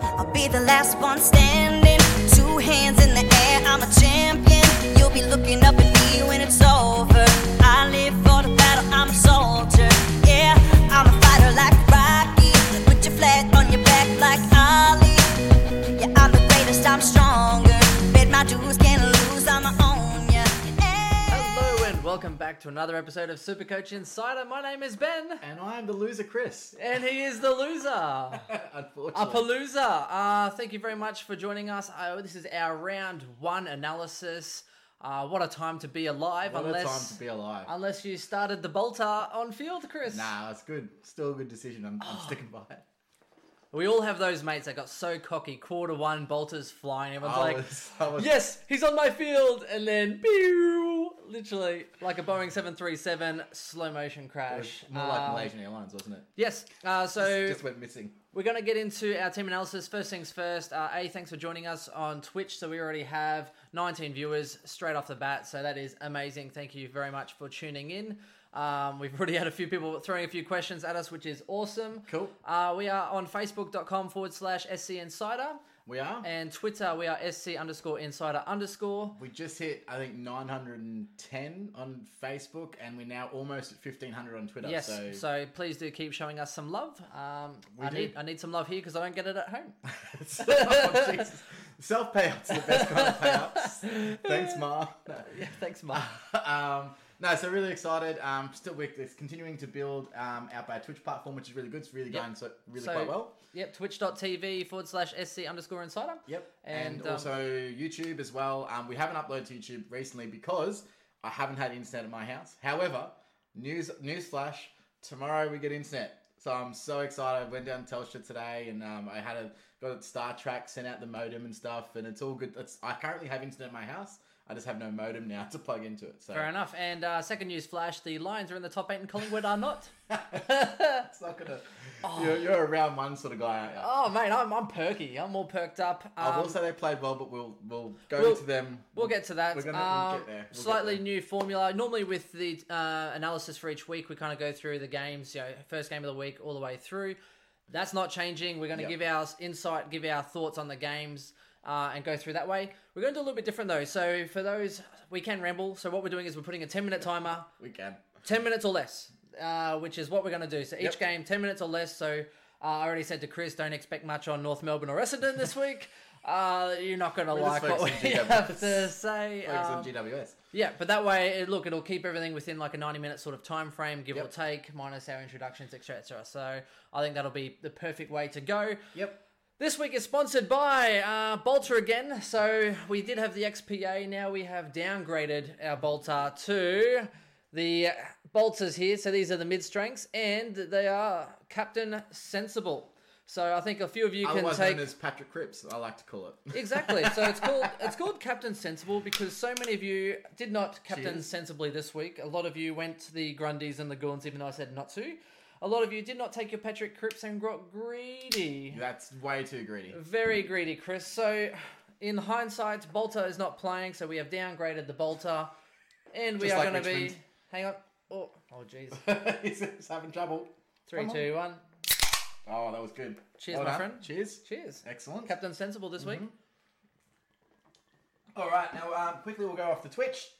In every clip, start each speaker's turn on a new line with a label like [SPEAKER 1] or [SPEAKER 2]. [SPEAKER 1] I'll be the last one standing. Two hands in the air, I'm a champion. You'll be looking up at me when it's over. I live for the battle, I'm a soldier. Yeah, I'm a fighter like Rocky. Put your flag on your back like Ali. Yeah, I'm the greatest, I'm stronger. Bet my dues can't lose, I'm my own, yeah.
[SPEAKER 2] Hello and welcome back to another episode of Super Coach Insider. My name is Ben,
[SPEAKER 3] And I am the loser, Chris.
[SPEAKER 2] and he is the loser. A
[SPEAKER 3] Unfortunately.
[SPEAKER 2] palooza. Uh, thank you very much for joining us. Uh, this is our round one analysis. Uh, what a time to be alive,
[SPEAKER 3] what
[SPEAKER 2] unless
[SPEAKER 3] a time to be alive.
[SPEAKER 2] unless you started the bolter on field, Chris.
[SPEAKER 3] Nah, it's good. Still a good decision. I'm,
[SPEAKER 2] Oh.
[SPEAKER 3] I'm sticking by it.
[SPEAKER 2] We all have those mates that got so cocky. Quarter one, bolters flying. Everyone's
[SPEAKER 3] I
[SPEAKER 2] like,
[SPEAKER 3] was- I was-
[SPEAKER 2] "Yes, he's on my field," and then pew, literally like a Boeing seven three seven slow motion
[SPEAKER 3] It was
[SPEAKER 2] crash.
[SPEAKER 3] more like
[SPEAKER 2] Um,
[SPEAKER 3] Malaysian Airlines, wasn't it?
[SPEAKER 2] Yes. Uh, so
[SPEAKER 3] Just went missing.
[SPEAKER 2] We're going to get into our team analysis. First things first, uh, A, thanks for joining us on Twitch. So, we already have 19 viewers straight off the bat. So, that is amazing. Thank you very much for tuning in. Um, we've already had a few people throwing a few questions at us, which is awesome.
[SPEAKER 3] Cool.
[SPEAKER 2] Uh, we are on facebook.com forward slash SC Insider
[SPEAKER 3] We are.
[SPEAKER 2] and Twitter. We are SC underscore insider underscore.
[SPEAKER 3] We just hit, I think, 910 on Facebook, and we're now almost at 1500 on Twitter.
[SPEAKER 2] Yes, so,
[SPEAKER 3] So,
[SPEAKER 2] please do keep showing us some love. Um,
[SPEAKER 3] We
[SPEAKER 2] I
[SPEAKER 3] do.
[SPEAKER 2] need I need some love here because I don't get it at home.
[SPEAKER 3] Oh, Jesus. self-payouts are the best kind of payouts. Thanks, Ma. No.
[SPEAKER 2] yeah, thanks, Mark.
[SPEAKER 3] um, no, so really excited. Um, still, we're it's continuing to build um, out our Twitch platform, which is really good. It's really
[SPEAKER 2] Yep.
[SPEAKER 3] going so really
[SPEAKER 2] So-
[SPEAKER 3] quite well.
[SPEAKER 2] Yep, twitch.tv forward slash sc underscore insider.
[SPEAKER 3] Yep,
[SPEAKER 2] And,
[SPEAKER 3] and,
[SPEAKER 2] um,
[SPEAKER 3] also YouTube as well. Um, we haven't uploaded to YouTube recently because I haven't had internet at my house. However, news newsflash: tomorrow we get internet. So I'm so excited. I went down to Telstra today, and um, I had a got Star Trek sent out the modem and stuff, and it's all good. It's, I currently have internet at my house. I just have no modem now to plug into it. So
[SPEAKER 2] Fair enough. And uh, second news flash: the Lions are in the top eight, and Collingwood are not.
[SPEAKER 3] It's not gonna. You're, you're a round one sort of guy, aren't you?
[SPEAKER 2] oh man, I'm, I'm perky. I'm all perked up.
[SPEAKER 3] I
[SPEAKER 2] Um,
[SPEAKER 3] will say they played well, but we'll we'll go
[SPEAKER 2] we'll-
[SPEAKER 3] into them.
[SPEAKER 2] We'll get to that.
[SPEAKER 3] We're gonna-
[SPEAKER 2] um,
[SPEAKER 3] we'll get there. We'll get
[SPEAKER 2] slightly
[SPEAKER 3] there.
[SPEAKER 2] new formula. Normally, with the uh, analysis for each week, we kind of go through the games, you know, first game of the week all the way through. That's not changing. We're going to
[SPEAKER 3] Yep.
[SPEAKER 2] give our insight, give our thoughts on the games, uh, and go through that way. We're going to do a little bit different though. So for those, we can ramble. So what we're doing is we're putting a ten minute timer.
[SPEAKER 3] We can.
[SPEAKER 2] 10 minutes or less, uh, which is what we're going to do. So each
[SPEAKER 3] Yep.
[SPEAKER 2] game, 10 minutes or less. So uh, I already said to Chris, don't expect much on North Melbourne or Essendon this week. Uh, you're not going to
[SPEAKER 3] just
[SPEAKER 2] like what we
[SPEAKER 3] focus on GWS.
[SPEAKER 2] have to say.
[SPEAKER 3] Focus
[SPEAKER 2] Um,
[SPEAKER 3] on GWS.
[SPEAKER 2] yeah, but that way, it, look, it'll keep everything within like a 90 minute sort of time frame, give or
[SPEAKER 3] Yep.
[SPEAKER 2] take, minus our introductions, etc. So I think that'll be the perfect way to go.
[SPEAKER 3] Yep.
[SPEAKER 2] This week is sponsored by uh, Bolter again. So we did have the XPA. Now we have downgraded our Bolter to the Bolters here. So these are the mid strengths, and they are Captain Sensible. So I think a few of you can
[SPEAKER 3] Otherwise
[SPEAKER 2] take
[SPEAKER 3] known as Patrick Cripps, I like to call it.
[SPEAKER 2] exactly. So it's called it's called Captain Sensible because so many of you did not Captain
[SPEAKER 3] Cheers.
[SPEAKER 2] Sensibly this week. A lot of you went to the Grundys and the Gorns, even though I said not to. A lot of you did not take your Patrick Cripps and got greedy.
[SPEAKER 3] That's way too greedy.
[SPEAKER 2] Very greedy, Chris. So, in hindsight, Bolter is not playing, so we have downgraded the Bolter, and we
[SPEAKER 3] Just
[SPEAKER 2] are
[SPEAKER 3] like
[SPEAKER 2] going to be.
[SPEAKER 3] Richmond.
[SPEAKER 2] Hang on. Oh, oh, jeez.
[SPEAKER 3] He's he's having trouble.
[SPEAKER 2] Three,
[SPEAKER 3] Come on.
[SPEAKER 2] two, one.
[SPEAKER 3] Oh, that was good.
[SPEAKER 2] Cheers, my
[SPEAKER 3] done.
[SPEAKER 2] friend.
[SPEAKER 3] Cheers.
[SPEAKER 2] Cheers.
[SPEAKER 3] Excellent.
[SPEAKER 2] Captain Sensible this week.
[SPEAKER 3] Mm-hmm. All right, now um, quickly we'll go off to Twitch.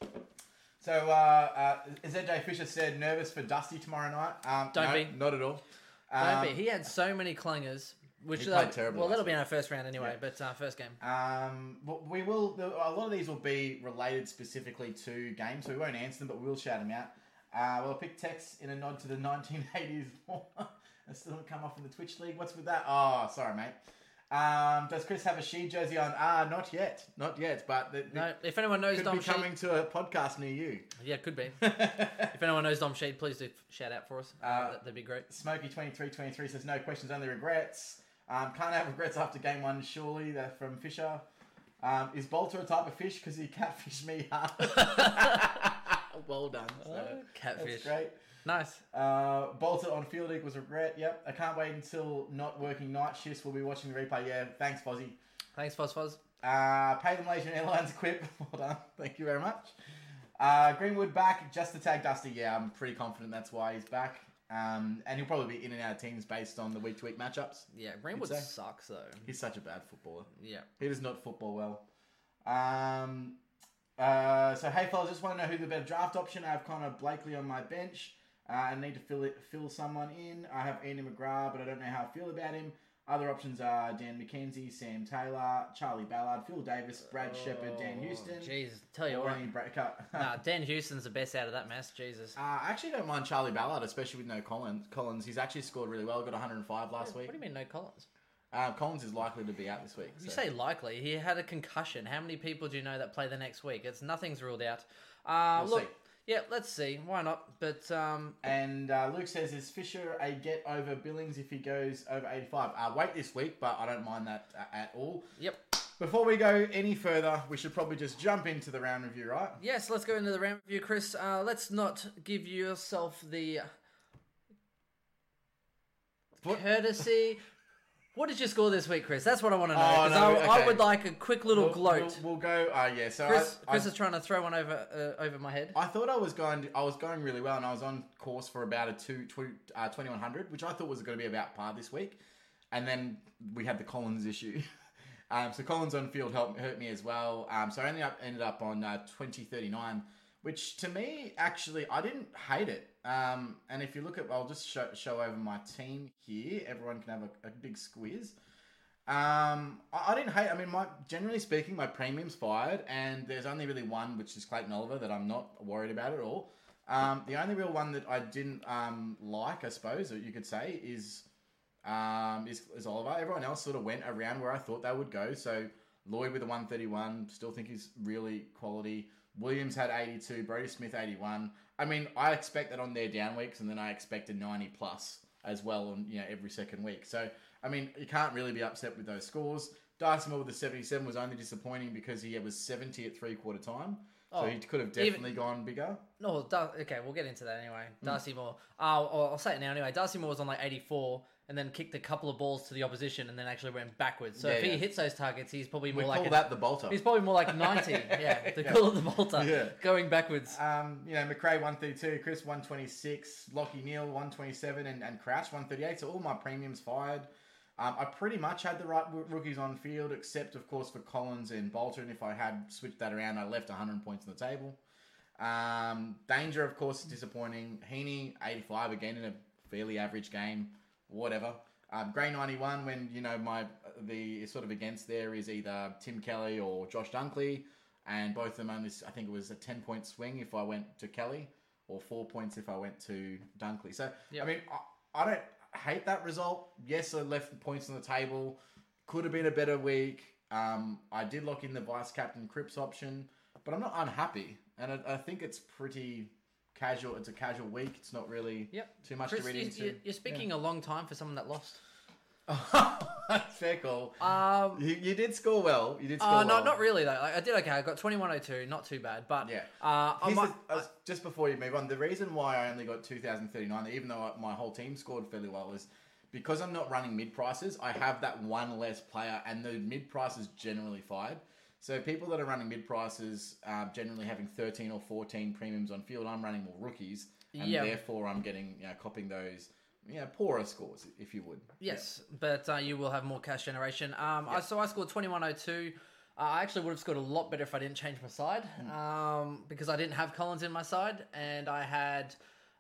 [SPEAKER 3] So uh, uh, ZJ Fisher said, nervous for Dusty tomorrow night. Um,
[SPEAKER 2] Don't
[SPEAKER 3] no,
[SPEAKER 2] be.
[SPEAKER 3] Not at all.
[SPEAKER 2] Don't
[SPEAKER 3] Um,
[SPEAKER 2] be. He had so many clangers, which
[SPEAKER 3] He
[SPEAKER 2] uh,
[SPEAKER 3] played terrible
[SPEAKER 2] Well, that'll
[SPEAKER 3] last
[SPEAKER 2] be in our first round anyway, but uh, first game.
[SPEAKER 3] Um, but we will. A lot of these will be related specifically to games, so we won't answer them, but we'll shout them out. Uh, we'll pick text in a nod to the 1980s war. I still haven't come off in the Twitch league. What's with that? Oh, sorry, mate. Um, does Chris have a she jersey on? Ah, not yet, not yet. But the, the,
[SPEAKER 2] No, if anyone knows
[SPEAKER 3] could
[SPEAKER 2] Dom
[SPEAKER 3] be
[SPEAKER 2] Sheed,
[SPEAKER 3] coming to a podcast near you.
[SPEAKER 2] yeah, could be. if anyone knows Dom Sheed, please do shout out for us. Uh, that- that'd be great.
[SPEAKER 3] Smoky2323 says no questions, only regrets. Um, can't have regrets after game one, surely. They're from Fisher. Um, is Bolter a type of fish? Because he catfished me hard. well done. So,
[SPEAKER 2] Catfish.
[SPEAKER 3] That's great.
[SPEAKER 2] Nice.
[SPEAKER 3] Uh, Bolter on field equals regret. Yep. I can't wait until not working night shifts. We'll be watching the replay. Yeah. Thanks, Fozzie.
[SPEAKER 2] Thanks, Foz Foz.
[SPEAKER 3] Uh, pay the Malaysian Airlines quip. Well done. Thank you very much. Uh, Greenwood back just to tag Dusty. Yeah, I'm pretty confident that's why he's back. Um, and he'll probably be in and out of teams based on the week to week matchups.
[SPEAKER 2] Yeah, Greenwood
[SPEAKER 3] say.
[SPEAKER 2] sucks though.
[SPEAKER 3] He's such a bad footballer.
[SPEAKER 2] Yeah.
[SPEAKER 3] He does not football well. Um, uh, so hey fellas, just want to know who the better draft option. I have Connor Blakely on my bench. Uh, I need to fill it, fill someone in. I have Ian McGrath, but I don't know how I feel about him. Other options are Dan McKenzie, Sam Taylor, Charlie Ballard, Phil Davis, Brad Shepard, Dan Houston.
[SPEAKER 2] Jeez, tell you
[SPEAKER 3] Or
[SPEAKER 2] what.
[SPEAKER 3] any break up.
[SPEAKER 2] Oh, Nah, Dan Houston's the best out of that mess. Jesus.
[SPEAKER 3] Uh, I actually don't mind Charlie Ballard, especially with no Collins. Collins, he's actually scored really well. Got 105 last
[SPEAKER 2] what
[SPEAKER 3] week.
[SPEAKER 2] do you mean no Collins?
[SPEAKER 3] Uh, Collins is likely to be out this week.
[SPEAKER 2] You
[SPEAKER 3] so-
[SPEAKER 2] say likely. He had a concussion. How many people do you know that play the next week? It's nothing's ruled out. Uh,
[SPEAKER 3] We'll
[SPEAKER 2] look,
[SPEAKER 3] see.
[SPEAKER 2] yeah, let's see. Why not? But um,
[SPEAKER 3] And uh, Luke says, "Is Fisher a get over Billings if he goes over 85?" Uh, wait this week, but I don't mind that uh, at all.
[SPEAKER 2] yep.
[SPEAKER 3] Before we go any further, we should probably just jump into the round review, right?
[SPEAKER 2] Yes, let's go into the round review, Chris. Uh, let's not give yourself the
[SPEAKER 3] What?
[SPEAKER 2] courtesy. What did you score this week, Chris? That's what I want to know.
[SPEAKER 3] Oh,
[SPEAKER 2] 'cause
[SPEAKER 3] no,
[SPEAKER 2] I,
[SPEAKER 3] we-
[SPEAKER 2] I
[SPEAKER 3] okay.
[SPEAKER 2] would like a quick little
[SPEAKER 3] We'll,
[SPEAKER 2] gloat.
[SPEAKER 3] we'll- we'll go. Uh, yeah. So
[SPEAKER 2] Chris,
[SPEAKER 3] I,
[SPEAKER 2] Chris
[SPEAKER 3] I,
[SPEAKER 2] is trying to throw one over uh, over my head.
[SPEAKER 3] I thought I was going. I was going really well, and I was on course for about a two, two uh, 2100, which I thought was going to be about par this week. And then we had the Collins issue. um, so Collins on field helped hurt me as well. Um, so I only up, ended up on uh, twenty thirty nine, which to me actually I didn't hate it. Um, and if you look at, I'll just show, show over my team here. Everyone can have a, a big squeeze. Um, I, I didn't hate. I mean, my generally speaking, my premium's fired, and there's only really one, which is Clayton Oliver, that I'm not worried about at all. Um, the only real one that I didn't um, like, I suppose, that you could say, is um, is, is Oliver. Everyone else sort of went around where I thought they would go. So Lloyd with a 131, still think he's really quality. Williams had 82, Brody Smith 81. I mean, I expect that on their down weeks, and then I expect a 90 plus as well on you know every second week. So I mean, you can't really be upset with those scores. Dyson Moore with a 77 was only disappointing because he was 70 at three quarter time. so
[SPEAKER 2] Oh,
[SPEAKER 3] he could have
[SPEAKER 2] even-
[SPEAKER 3] definitely gone bigger.
[SPEAKER 2] No, Dar- okay, we'll get into that anyway.
[SPEAKER 3] Mm.
[SPEAKER 2] Darcy Moore. I'll, I'll- I'll say it now anyway. Darcy Moore was on like 84 and then kicked a couple of balls to the opposition and then actually went backwards. So
[SPEAKER 3] Yeah,
[SPEAKER 2] if
[SPEAKER 3] yeah.
[SPEAKER 2] he hits those targets, he's probably
[SPEAKER 3] We
[SPEAKER 2] more
[SPEAKER 3] call
[SPEAKER 2] like a-
[SPEAKER 3] that the bolter.
[SPEAKER 2] he's probably more like 90. yeah, the goal of the Malta
[SPEAKER 3] Yeah.
[SPEAKER 2] going backwards.
[SPEAKER 3] Um, you know, McRae 132, Chris 126, Lockie Neal 127, and, and Crouch 138. So all my premiums fired. Um, I pretty much had the right w- rookies on field, except, of course, for Collins and Bolter. And if I had switched that around, I left 100 points on the table. Um, Danger, of course, is disappointing. Heaney, 85, again, in a fairly average game. Whatever. Um, Gray 91, when, you know, my the sort of against there is either Tim Kelly or Josh Dunkley. And both of them only, I think it was a 10 point swing if I went to Kelly or four points if I went to Dunkley. So,
[SPEAKER 2] Yep.
[SPEAKER 3] I mean, I, I don't hate that result. Yes, I left points on the table. Could have been a better week. Um, I did lock in the vice captain Cripps option, but I'm not unhappy, and I, I think it's pretty casual. It's a casual week. It's not really
[SPEAKER 2] Yep.
[SPEAKER 3] too much
[SPEAKER 2] Chris,
[SPEAKER 3] to read
[SPEAKER 2] you,
[SPEAKER 3] into.
[SPEAKER 2] you- you're speaking a long time for someone that lost.
[SPEAKER 3] fair call.
[SPEAKER 2] Um,
[SPEAKER 3] you, you did score well. You did score
[SPEAKER 2] uh,
[SPEAKER 3] well.
[SPEAKER 2] no, not really though. Like, I did okay. I got 2102, not too bad. But
[SPEAKER 3] Yeah.
[SPEAKER 2] uh, I
[SPEAKER 3] Here's
[SPEAKER 2] might-
[SPEAKER 3] the- uh, just before you move on, the reason why I only got 2039, even though I- my whole team scored fairly well, was because I'm not running mid prices, I have that one less player, and the mid price is generally fired. So people that are running mid prices, um, generally having 13 or 14 premiums on field, I'm running more rookies, and
[SPEAKER 2] Yeah.
[SPEAKER 3] therefore I'm getting, you know, copying those, you know, poorer scores, if you would.
[SPEAKER 2] Yes, but uh, you will have more cash generation. Um, I, so I scored 2102. Uh, I actually would have scored a lot better if I didn't change my side
[SPEAKER 3] Hmm.
[SPEAKER 2] um, because I didn't have Collins in my side and I had.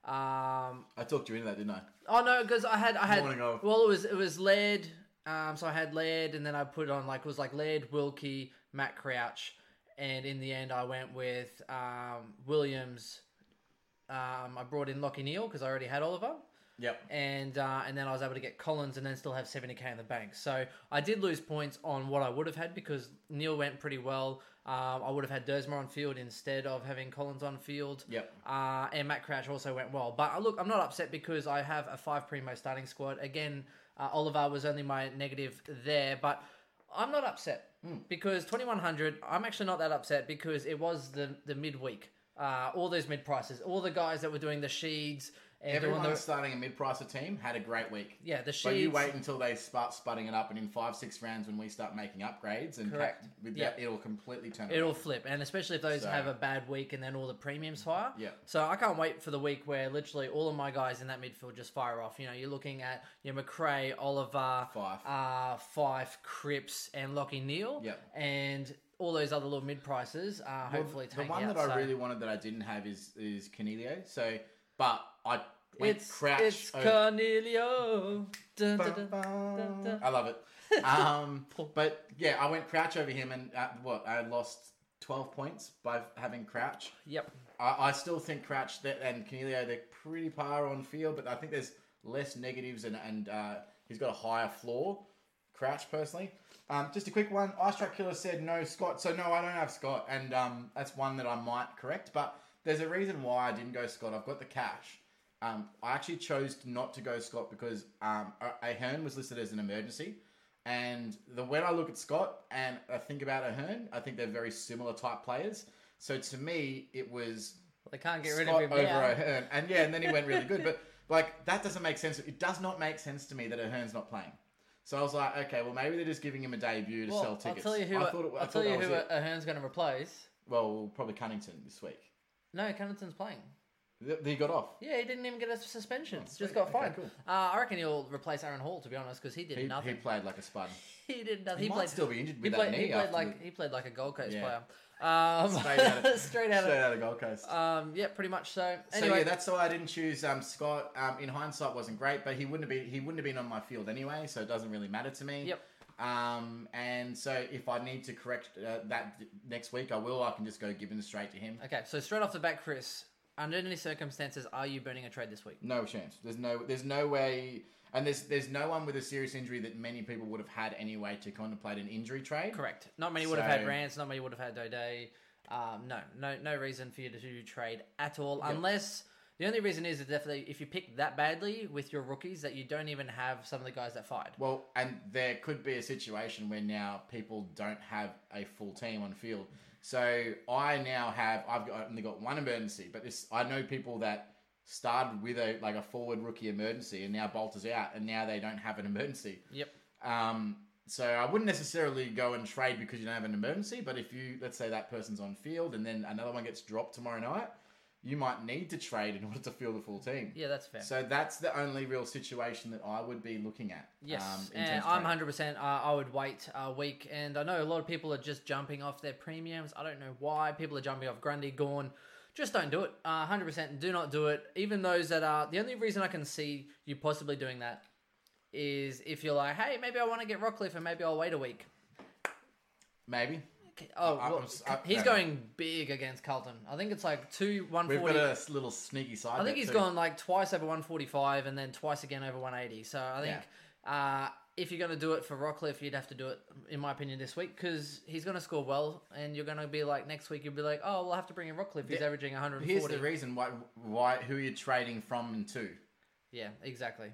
[SPEAKER 2] Um,
[SPEAKER 3] I talked you into that, didn't I?
[SPEAKER 2] oh no, because I had I had
[SPEAKER 3] Morning of.
[SPEAKER 2] well it was it was Laird. Um, so I had Laird and then I put on like it was like Laird, Wilkie, Matt Crouch, and in the end I went with um, Williams. Um, I brought in Lockie Neal because I already had Oliver
[SPEAKER 3] Yep.
[SPEAKER 2] and uh, and then I was able to get Collins and then still have 70k in the bank. So I did lose points on what I would have had because Neil went pretty well. Um, I would have had Dersmer on field instead of having Collins on field.
[SPEAKER 3] Yep.
[SPEAKER 2] Uh, and Matt Crouch also went well. But uh, look, I'm not upset because I have a five primo starting squad. Again, uh, Oliver was only my negative there, but I'm not upset
[SPEAKER 3] Hmm.
[SPEAKER 2] because 2100. I'm actually not that upset because it was the the midweek. Uh, all those mid prices, all the guys that were doing the sheeds and
[SPEAKER 3] Everyone
[SPEAKER 2] doing the
[SPEAKER 3] starting a mid-pricer team had a great week.
[SPEAKER 2] yeah the
[SPEAKER 3] But you
[SPEAKER 2] sheets.
[SPEAKER 3] wait until they start sputting it up, and in five, six rounds, when we start making upgrades, and
[SPEAKER 2] Correct.
[SPEAKER 3] with
[SPEAKER 2] Yeah.
[SPEAKER 3] that, it'll completely turn. it
[SPEAKER 2] It'll flip, and especially if those
[SPEAKER 3] So- Mm,
[SPEAKER 2] have a bad week and then all the premiums fire.
[SPEAKER 3] Yeah.
[SPEAKER 2] So I can't wait for the week where literally all of my guys in that midfield just fire off. You know, you're looking at you know, McRae, Oliver,
[SPEAKER 3] Fife.
[SPEAKER 2] uh, Fife, Cripps, and Lockie Neal.
[SPEAKER 3] Yeah.
[SPEAKER 2] And all those other little mid prices are
[SPEAKER 3] Well,
[SPEAKER 2] hopefully
[SPEAKER 3] the
[SPEAKER 2] taking
[SPEAKER 3] one
[SPEAKER 2] out.
[SPEAKER 3] that
[SPEAKER 2] so
[SPEAKER 3] I really wanted that I didn't have is is Canelio. So, but I went
[SPEAKER 2] it's
[SPEAKER 3] crouch.
[SPEAKER 2] it's
[SPEAKER 3] over-
[SPEAKER 2] Cornelio. Dun, dun, dun. dun, dun.
[SPEAKER 3] I love it. Um, but yeah, I went crouch over him, and uh, what I lost twelve points by having crouch.
[SPEAKER 2] Yep.
[SPEAKER 3] I, I still think Crouch that and Canelio they're pretty par on field, but I think there's less negatives and and uh, he's got a higher floor. Crouch personally. Um, just a quick one. Ice Truck Killer said no Scott, so no, I don't have Scott, and um, that's one that I might correct. But there's a reason why I didn't go Scott. I've got the cash. Um, I actually chose not to go Scott because um, A- Ahern was listed as an emergency, and the when I look at Scott and I think about Ahern, I think they're very similar type players. So to me, it was
[SPEAKER 2] They can't get rid
[SPEAKER 3] Scott
[SPEAKER 2] of him
[SPEAKER 3] over
[SPEAKER 2] now.
[SPEAKER 3] Ahern, and yeah, and then he went really good. But like that doesn't make sense. It does not make sense to me that Ahern's not playing. So I was like, okay, well maybe they're just giving him a debut to
[SPEAKER 2] Well,
[SPEAKER 3] sell tickets.
[SPEAKER 2] I'll tell you who.
[SPEAKER 3] I
[SPEAKER 2] I
[SPEAKER 3] thought it, I
[SPEAKER 2] will
[SPEAKER 3] thought
[SPEAKER 2] tell you
[SPEAKER 3] that was
[SPEAKER 2] who
[SPEAKER 3] it.
[SPEAKER 2] Ahern's going to replace.
[SPEAKER 3] Well, probably Cunnington this week.
[SPEAKER 2] No, Cunnington's playing.
[SPEAKER 3] Th- He got off.
[SPEAKER 2] Yeah, he didn't even get a suspension.
[SPEAKER 3] sweet.
[SPEAKER 2] Just got
[SPEAKER 3] Okay,
[SPEAKER 2] fined.
[SPEAKER 3] cool.
[SPEAKER 2] Uh, I reckon he'll replace Aaron Hall to be honest, because he did
[SPEAKER 3] He, he
[SPEAKER 2] nothing.
[SPEAKER 3] played like a spud.
[SPEAKER 2] He, did nothing.
[SPEAKER 3] He, might
[SPEAKER 2] played.
[SPEAKER 3] still be injured
[SPEAKER 2] he
[SPEAKER 3] with that
[SPEAKER 2] played. He
[SPEAKER 3] knee.
[SPEAKER 2] played
[SPEAKER 3] after
[SPEAKER 2] like
[SPEAKER 3] the-
[SPEAKER 2] he played like a Gold Coast
[SPEAKER 3] Yeah.
[SPEAKER 2] player. Um,
[SPEAKER 3] Straight out of-
[SPEAKER 2] straight out
[SPEAKER 3] straight
[SPEAKER 2] of.
[SPEAKER 3] out of Gold Coast.
[SPEAKER 2] Um, yeah, pretty much. So anyway,
[SPEAKER 3] So yeah, that's why I didn't choose um, Scott. Um, in hindsight, wasn't great, but he wouldn't have been he wouldn't have been on my field anyway, so it doesn't really matter to me.
[SPEAKER 2] Yep.
[SPEAKER 3] Um, and so if I need to correct uh, that d- next week, I will. I can just go Gibbons straight to him.
[SPEAKER 2] okay. So straight off the bat, Chris. Under any circumstances, are you burning a trade this week?
[SPEAKER 3] No chance. There's no. There's no way. And there's there's no one with a serious injury that many people would have had anyway to contemplate an injury trade.
[SPEAKER 2] Correct. Not many would have had
[SPEAKER 3] So-
[SPEAKER 2] Rance. Not many would have had Dode. Um, no, no, no reason for you to do trade at all, unless the only reason is that definitely if you pick that badly with your rookies that you don't even have some of the guys that fired.
[SPEAKER 3] Well, and there could be a situation where now people don't have a full team on field. So I now have I've got, I've only got one emergency, but this I know people that started with a like a forward rookie emergency and now Bolter's out and now they don't have an emergency.
[SPEAKER 2] Yep.
[SPEAKER 3] Um, so I wouldn't necessarily go and trade because you don't have an emergency, but if you let's say that person's on field and then another one gets dropped tomorrow night, you might need to trade in order to field a full team.
[SPEAKER 2] Yeah, that's fair.
[SPEAKER 3] So that's the only real situation that I would be looking at. um,
[SPEAKER 2] Yes,
[SPEAKER 3] in
[SPEAKER 2] and
[SPEAKER 3] terms of
[SPEAKER 2] I'm
[SPEAKER 3] trade.
[SPEAKER 2] 100%. Uh, I would wait a week, and I know a lot of people are just jumping off their premiums. I don't know why people are jumping off Grundy, Gorn. Just don't do it. Uh, 100%. Do not do it. Even those that are the only reason I can see you possibly doing that is if you're like, hey, maybe I want to get Rockcliffe, and maybe I'll wait a week.
[SPEAKER 3] Maybe.
[SPEAKER 2] Okay, Oh,
[SPEAKER 3] I- I-
[SPEAKER 2] well,
[SPEAKER 3] I'm s- I-
[SPEAKER 2] he's
[SPEAKER 3] no.
[SPEAKER 2] going big against Carlton. I think it's like two
[SPEAKER 3] We've
[SPEAKER 2] 140.
[SPEAKER 3] got a s- little sneaky side.
[SPEAKER 2] I think
[SPEAKER 3] he's
[SPEAKER 2] he's gone like twice over 145 and then twice again over 180. So I think uh, if you're going to do it for Rockcliffe, you'd have to do it, in my opinion, this week because he's going to score well and you're going to be like, next week, you'll be like, oh, we'll have to bring in Rockcliffe. He's
[SPEAKER 3] Yeah.
[SPEAKER 2] averaging 140.
[SPEAKER 3] Here's the reason why why who you're trading from and to.
[SPEAKER 2] yeah, exactly.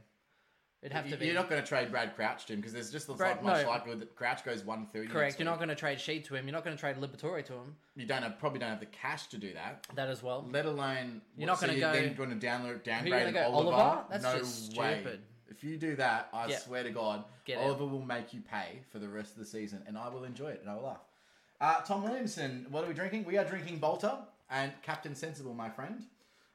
[SPEAKER 2] It'd have to
[SPEAKER 3] You-
[SPEAKER 2] be.
[SPEAKER 3] You're not going to trade Brad Crouch to him because there's just the
[SPEAKER 2] Brad-
[SPEAKER 3] like much
[SPEAKER 2] no.
[SPEAKER 3] likelihood that Crouch goes 130.
[SPEAKER 2] correct.
[SPEAKER 3] next
[SPEAKER 2] You're not
[SPEAKER 3] week.
[SPEAKER 2] going to trade Sheet to him. You're not going to trade Liberatore to him.
[SPEAKER 3] You don't have, probably don't have the cash to do that.
[SPEAKER 2] That as well.
[SPEAKER 3] Let alone
[SPEAKER 2] You're not gonna go-
[SPEAKER 3] Then going to download downgrade
[SPEAKER 2] gonna
[SPEAKER 3] an
[SPEAKER 2] go,
[SPEAKER 3] Oliver?
[SPEAKER 2] Oliver? That's
[SPEAKER 3] no
[SPEAKER 2] just
[SPEAKER 3] way.
[SPEAKER 2] stupid.
[SPEAKER 3] If you do that, I
[SPEAKER 2] Yeah.
[SPEAKER 3] swear to God,
[SPEAKER 2] Get out.
[SPEAKER 3] Oliver will make you pay for the rest of the season, and I will enjoy it and I will laugh. Uh, Tom Williamson, what are we drinking? We are drinking Bolter and Captain Sensible, my friend.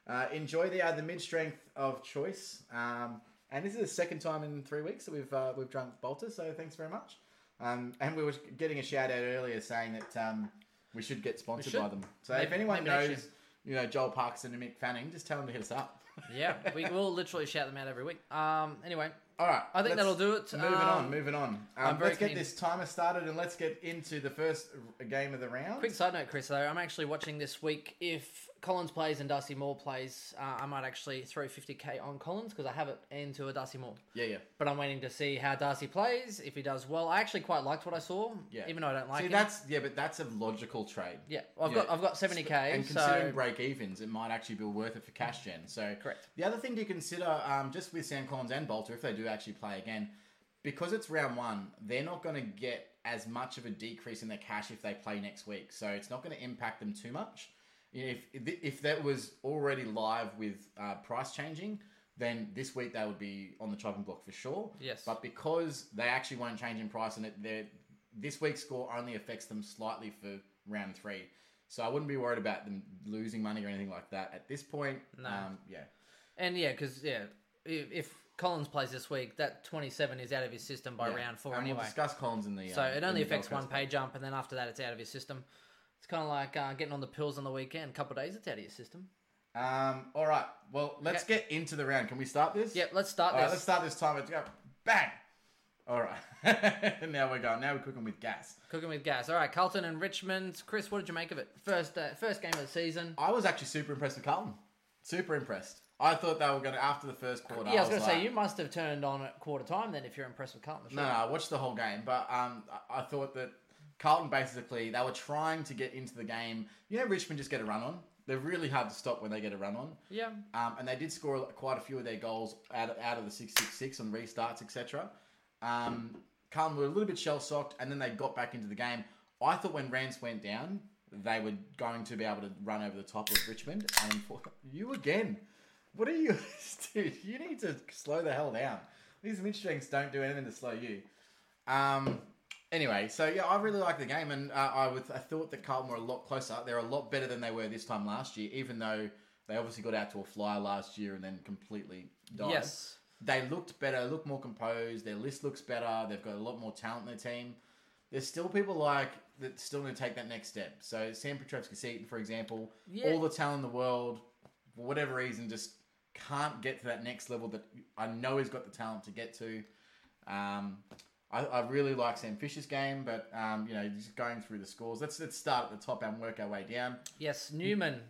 [SPEAKER 3] Uh, enjoy the uh, the mid strength of choice. Um, and this is the second time in three weeks that we've uh, we've drunk Bolter, so thanks very much. Um, and we were getting a shout out earlier saying that um, we should get sponsored
[SPEAKER 2] should.
[SPEAKER 3] by them. So if
[SPEAKER 2] Maybe-
[SPEAKER 3] anyone
[SPEAKER 2] maybe next
[SPEAKER 3] knows, you know Joel Parkinson and Mick Fanning, just tell them to hit us up.
[SPEAKER 2] yeah, we will literally shout them out every week. Um, anyway,
[SPEAKER 3] All right,
[SPEAKER 2] I think
[SPEAKER 3] let's-
[SPEAKER 2] that'll do it.
[SPEAKER 3] Moving
[SPEAKER 2] Um,
[SPEAKER 3] on, moving on.
[SPEAKER 2] I'm
[SPEAKER 3] Um,
[SPEAKER 2] very
[SPEAKER 3] let's get
[SPEAKER 2] keen.
[SPEAKER 3] this timer started and let's get into the first r- game of the round.
[SPEAKER 2] Quick side note, Chris. Though I'm actually watching this week. If Collins plays and Darcy Moore plays, uh, I might actually throw 50k on Collins because I have it into a Darcy Moore.
[SPEAKER 3] Yeah, yeah,
[SPEAKER 2] But I'm waiting to see how Darcy plays. If he does well, I actually quite liked what I saw.
[SPEAKER 3] yeah.
[SPEAKER 2] Even though I don't like
[SPEAKER 3] See,
[SPEAKER 2] him.
[SPEAKER 3] that's yeah, but that's a logical trade.
[SPEAKER 2] yeah, I've
[SPEAKER 3] Yeah.
[SPEAKER 2] got I've got 70k.
[SPEAKER 3] And considering
[SPEAKER 2] so
[SPEAKER 3] break evens, it might actually be worth it for cash gen. So
[SPEAKER 2] Correct.
[SPEAKER 3] The other thing to consider, um, just with Sam Collins and Bolter, if they do actually play again, because it's round one, they're not going to get as much of a decrease in their cash if they play next week. So it's not going to impact them too much. You know, if if that was already live with uh, price changing, then this week they would be on the chopping block for sure.
[SPEAKER 2] Yes.
[SPEAKER 3] But because they actually won't change in price, and it, they're- this week's score only affects them slightly for round three, so I wouldn't be worried about them losing money or anything like that at this point. No. Um, yeah.
[SPEAKER 2] And yeah, because yeah, if, if Collins plays this week, that twenty-seven is out of his system by
[SPEAKER 3] Yeah.
[SPEAKER 2] round four
[SPEAKER 3] and
[SPEAKER 2] anyway.
[SPEAKER 3] We'll discuss Collins in the.
[SPEAKER 2] so
[SPEAKER 3] um,
[SPEAKER 2] it
[SPEAKER 3] in
[SPEAKER 2] only
[SPEAKER 3] the Gold
[SPEAKER 2] affects one
[SPEAKER 3] Coast.
[SPEAKER 2] pay jump, and then after that, it's out of his system. It's kind of like uh, getting on the pills on the weekend. A couple of days, it's out of your system.
[SPEAKER 3] Um. All right. Well, let's get into the round. Can we start this?
[SPEAKER 2] Yep, let's start
[SPEAKER 3] All right,
[SPEAKER 2] this.
[SPEAKER 3] let's start this time. Let's go. Bang! All right. now we're going. Now we're cooking with gas.
[SPEAKER 2] Cooking with gas. All right, Carlton and Richmond. Chris, what did you make of it? First, uh, first game of the season.
[SPEAKER 3] I was actually super impressed with Carlton. Super impressed. I thought they were going to, after the first quarter.
[SPEAKER 2] yeah, I was going to
[SPEAKER 3] like-
[SPEAKER 2] say you must have turned on at quarter time then if you're impressed with Carlton.
[SPEAKER 3] No, no, I watched the whole game, but um, I, I thought that Carlton basically they were trying to get into the game. You know, Richmond just get a run on. They're really hard to stop when they get a run on.
[SPEAKER 2] Yeah.
[SPEAKER 3] Um, and they did score quite a few of their goals out of, out of the six six six on restarts, etc. Um, Carlton were a little bit shell shocked, and then they got back into the game. I thought when Rance went down, they were going to be able to run over the top of Richmond. And unfor- you again. What are you, dude? You need to slow the hell down. These midstrings don't do anything to slow you. Um. Anyway, so yeah, I really like the game, and uh, I would I thought that Carlton were a lot closer. They're a lot better than they were this time last year, even though they obviously got out to a flyer last year and then completely died.
[SPEAKER 2] Yes.
[SPEAKER 3] they looked better, look more composed. Their list looks better. They've got a lot more talent in their team. There's still people like that still need to take that next step. So Sam Petrovsky Seaton, for example,
[SPEAKER 2] Yeah.
[SPEAKER 3] all the talent in the world, for whatever reason, just can't get to that next level that I know he's got the talent to get to. Um, I, I really like Sam Fisher's game, but um, you know, just going through the scores. Let's let's start at the top and work our way down.
[SPEAKER 2] Yes, Newman.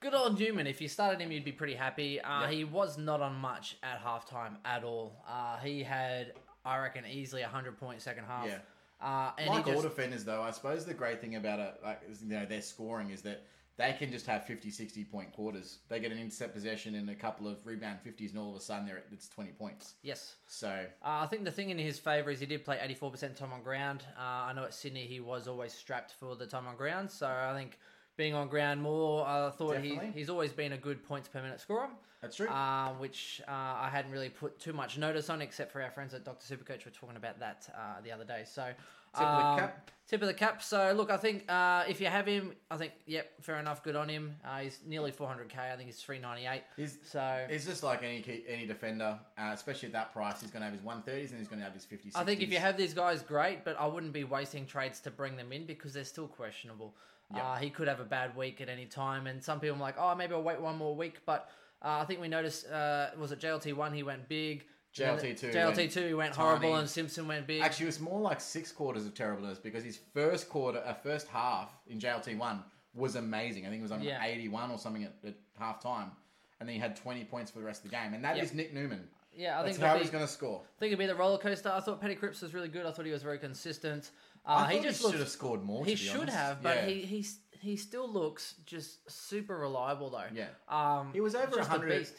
[SPEAKER 2] Good old Newman. If you started him, you'd be pretty happy. Uh, He was not on much at halftime at all. Uh, he had, I reckon, easily a hundred point second half.
[SPEAKER 3] Yeah.
[SPEAKER 2] Uh, and
[SPEAKER 3] like
[SPEAKER 2] he just,
[SPEAKER 3] all defenders, though, I suppose the great thing about it, like is, you know, their scoring is that they can just have 50, 60 point quarters. They get an intercept possession and a couple of rebound fifties, and all of a sudden they're at- it's twenty points.
[SPEAKER 2] yes.
[SPEAKER 3] So
[SPEAKER 2] Uh, I think the thing in his favour is he did play 84% time on ground. Uh, I know at Sydney he was always strapped for the time on ground, so I think being on ground more, I thought he,
[SPEAKER 3] Definitely.
[SPEAKER 2] he's always been a good points per minute scorer.
[SPEAKER 3] that's true.
[SPEAKER 2] Uh, which uh, I hadn't really put too much notice on, except for our friends at Dr. Supercoach were talking about that uh, the other day. So
[SPEAKER 3] Tip of the
[SPEAKER 2] um,
[SPEAKER 3] cap.
[SPEAKER 2] Tip of the cap. So look, I think uh, if you have him, I think yep, fair enough. Good on him. Uh, he's nearly 400k. I think he's 398.
[SPEAKER 3] He's-
[SPEAKER 2] so
[SPEAKER 3] it's just like any key, any defender, uh, especially at that price. He's going to have his one thirties and he's going to have his 50s.
[SPEAKER 2] I think if you have these guys, great, but I wouldn't be wasting trades to bring them in because they're still questionable. Uh, he could have a bad week at any time, and some people are like, oh, maybe I'll wait one more week. But uh, I think we noticed, uh, was it JLT one? He went big.
[SPEAKER 3] JLT2
[SPEAKER 2] JLT two.
[SPEAKER 3] went
[SPEAKER 2] He went
[SPEAKER 3] tiny.
[SPEAKER 2] horrible, and Simpson went big.
[SPEAKER 3] Actually, it was more like six quarters of terribleness because his first quarter, uh, first half in JLT one was amazing. I think it was on
[SPEAKER 2] Yeah.
[SPEAKER 3] 81 or something at, at half time. And then he had 20 points for the rest of the game. And that is
[SPEAKER 2] Yep.
[SPEAKER 3] Nick Newman.
[SPEAKER 2] yeah, I
[SPEAKER 3] That's
[SPEAKER 2] think
[SPEAKER 3] how
[SPEAKER 2] it'd
[SPEAKER 3] he's
[SPEAKER 2] be,
[SPEAKER 3] going to score.
[SPEAKER 2] think it'd be the roller coaster. I thought Petty Cripps was really good. I thought he was very consistent. Uh,
[SPEAKER 3] I
[SPEAKER 2] he
[SPEAKER 3] thought
[SPEAKER 2] just
[SPEAKER 3] he should
[SPEAKER 2] looks-
[SPEAKER 3] have scored more.
[SPEAKER 2] He
[SPEAKER 3] to be
[SPEAKER 2] should
[SPEAKER 3] honest.
[SPEAKER 2] have, but
[SPEAKER 3] Yeah.
[SPEAKER 2] he he's, he still looks just super reliable though.
[SPEAKER 3] Yeah.
[SPEAKER 2] um,
[SPEAKER 3] He was over
[SPEAKER 2] just a
[SPEAKER 3] 100
[SPEAKER 2] beast.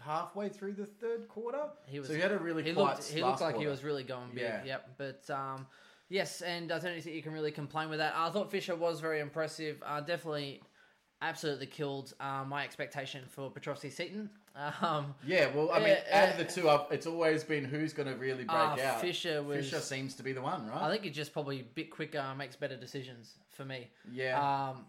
[SPEAKER 3] halfway through the third quarter.
[SPEAKER 2] He was.
[SPEAKER 3] so he had a really
[SPEAKER 2] He
[SPEAKER 3] quiet
[SPEAKER 2] looked. He
[SPEAKER 3] last
[SPEAKER 2] looked like he
[SPEAKER 3] quarter.
[SPEAKER 2] was really going big.
[SPEAKER 3] Yeah.
[SPEAKER 2] Yep. But um, yes, and I don't think you can really complain with that. I thought Fisher was very impressive. Uh, definitely, absolutely killed uh, my expectation for Petrovsky Seaton. Um,
[SPEAKER 3] Yeah, well, I mean,
[SPEAKER 2] Yeah,
[SPEAKER 3] out of
[SPEAKER 2] uh,
[SPEAKER 3] the two, I've, it's always been who's going to really break
[SPEAKER 2] Ah,
[SPEAKER 3] out.
[SPEAKER 2] Fisher was-
[SPEAKER 3] Fisher seems to be the one, right?
[SPEAKER 2] I think he's just probably a bit quicker, uh, makes better decisions for me.
[SPEAKER 3] Yeah.
[SPEAKER 2] Um,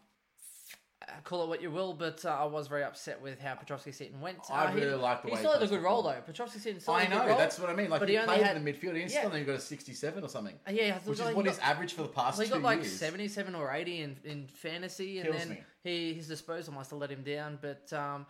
[SPEAKER 2] uh, call it what you will, but uh, I was very upset with how Petrovsky Seaton went.
[SPEAKER 3] I
[SPEAKER 2] Uh, he-
[SPEAKER 3] really liked the
[SPEAKER 2] he
[SPEAKER 3] way
[SPEAKER 2] still
[SPEAKER 3] he
[SPEAKER 2] had a
[SPEAKER 3] plays
[SPEAKER 2] good role
[SPEAKER 3] football.
[SPEAKER 2] though. Petrovsky Seaton still
[SPEAKER 3] I
[SPEAKER 2] had a
[SPEAKER 3] know,
[SPEAKER 2] good role. Uh,
[SPEAKER 3] that's what I mean. Like,
[SPEAKER 2] but
[SPEAKER 3] he,
[SPEAKER 2] he only
[SPEAKER 3] played
[SPEAKER 2] had-
[SPEAKER 3] in the midfield, and he's
[SPEAKER 2] yeah.
[SPEAKER 3] still only got a 67 or something,
[SPEAKER 2] yeah, I thought
[SPEAKER 3] which is
[SPEAKER 2] like he
[SPEAKER 3] what
[SPEAKER 2] got-
[SPEAKER 3] his average for the past
[SPEAKER 2] So he
[SPEAKER 3] two
[SPEAKER 2] got like
[SPEAKER 3] years.
[SPEAKER 2] seventy-seven or eighty in, in fantasy, and
[SPEAKER 3] Kills
[SPEAKER 2] then
[SPEAKER 3] me.
[SPEAKER 2] he his disposal must have let him down. But um,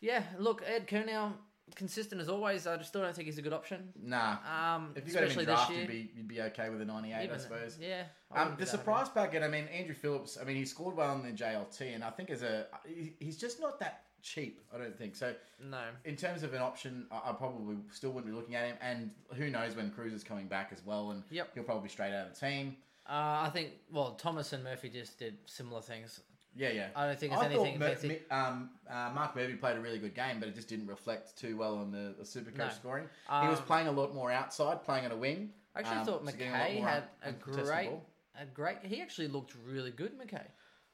[SPEAKER 2] yeah, look, Ed Kernow, consistent as always. I just still don't think he's a good option.
[SPEAKER 3] Nah.
[SPEAKER 2] Um,
[SPEAKER 3] if you got him
[SPEAKER 2] especially
[SPEAKER 3] in
[SPEAKER 2] this
[SPEAKER 3] draft,
[SPEAKER 2] year,
[SPEAKER 3] you'd be, you'd be okay with a 98, I
[SPEAKER 2] Even-
[SPEAKER 3] suppose.
[SPEAKER 2] Yeah. I wouldn't be that
[SPEAKER 3] Um, the
[SPEAKER 2] eh? happy.
[SPEAKER 3] surprise packet, I mean, Andrew Phillips, I mean, he scored well in the JLT, and I think as a he- he's just not that cheap, I don't think. So,
[SPEAKER 2] No.
[SPEAKER 3] in terms of an option, I, I probably still wouldn't be looking at him, and who knows when Cruz is coming back as well, and
[SPEAKER 2] Yep.
[SPEAKER 3] he'll probably be straight out of the team.
[SPEAKER 2] Uh, I think well, Thomas and Murphy just did similar things.
[SPEAKER 3] Yeah, yeah.
[SPEAKER 2] I don't think it's anything
[SPEAKER 3] Mur-
[SPEAKER 2] fancy.
[SPEAKER 3] Mi- um, uh, Mark Murphy played a really good game, but it just didn't reflect too well on the, the Supercoach
[SPEAKER 2] No.
[SPEAKER 3] scoring. he was
[SPEAKER 2] Um,
[SPEAKER 3] playing a lot more outside, playing on a wing.
[SPEAKER 2] I actually
[SPEAKER 3] um,
[SPEAKER 2] thought
[SPEAKER 3] so getting a lot
[SPEAKER 2] McKay
[SPEAKER 3] more
[SPEAKER 2] had
[SPEAKER 3] un-
[SPEAKER 2] a
[SPEAKER 3] uncontested
[SPEAKER 2] great,
[SPEAKER 3] ball.
[SPEAKER 2] a great. He actually looked really good, McKay.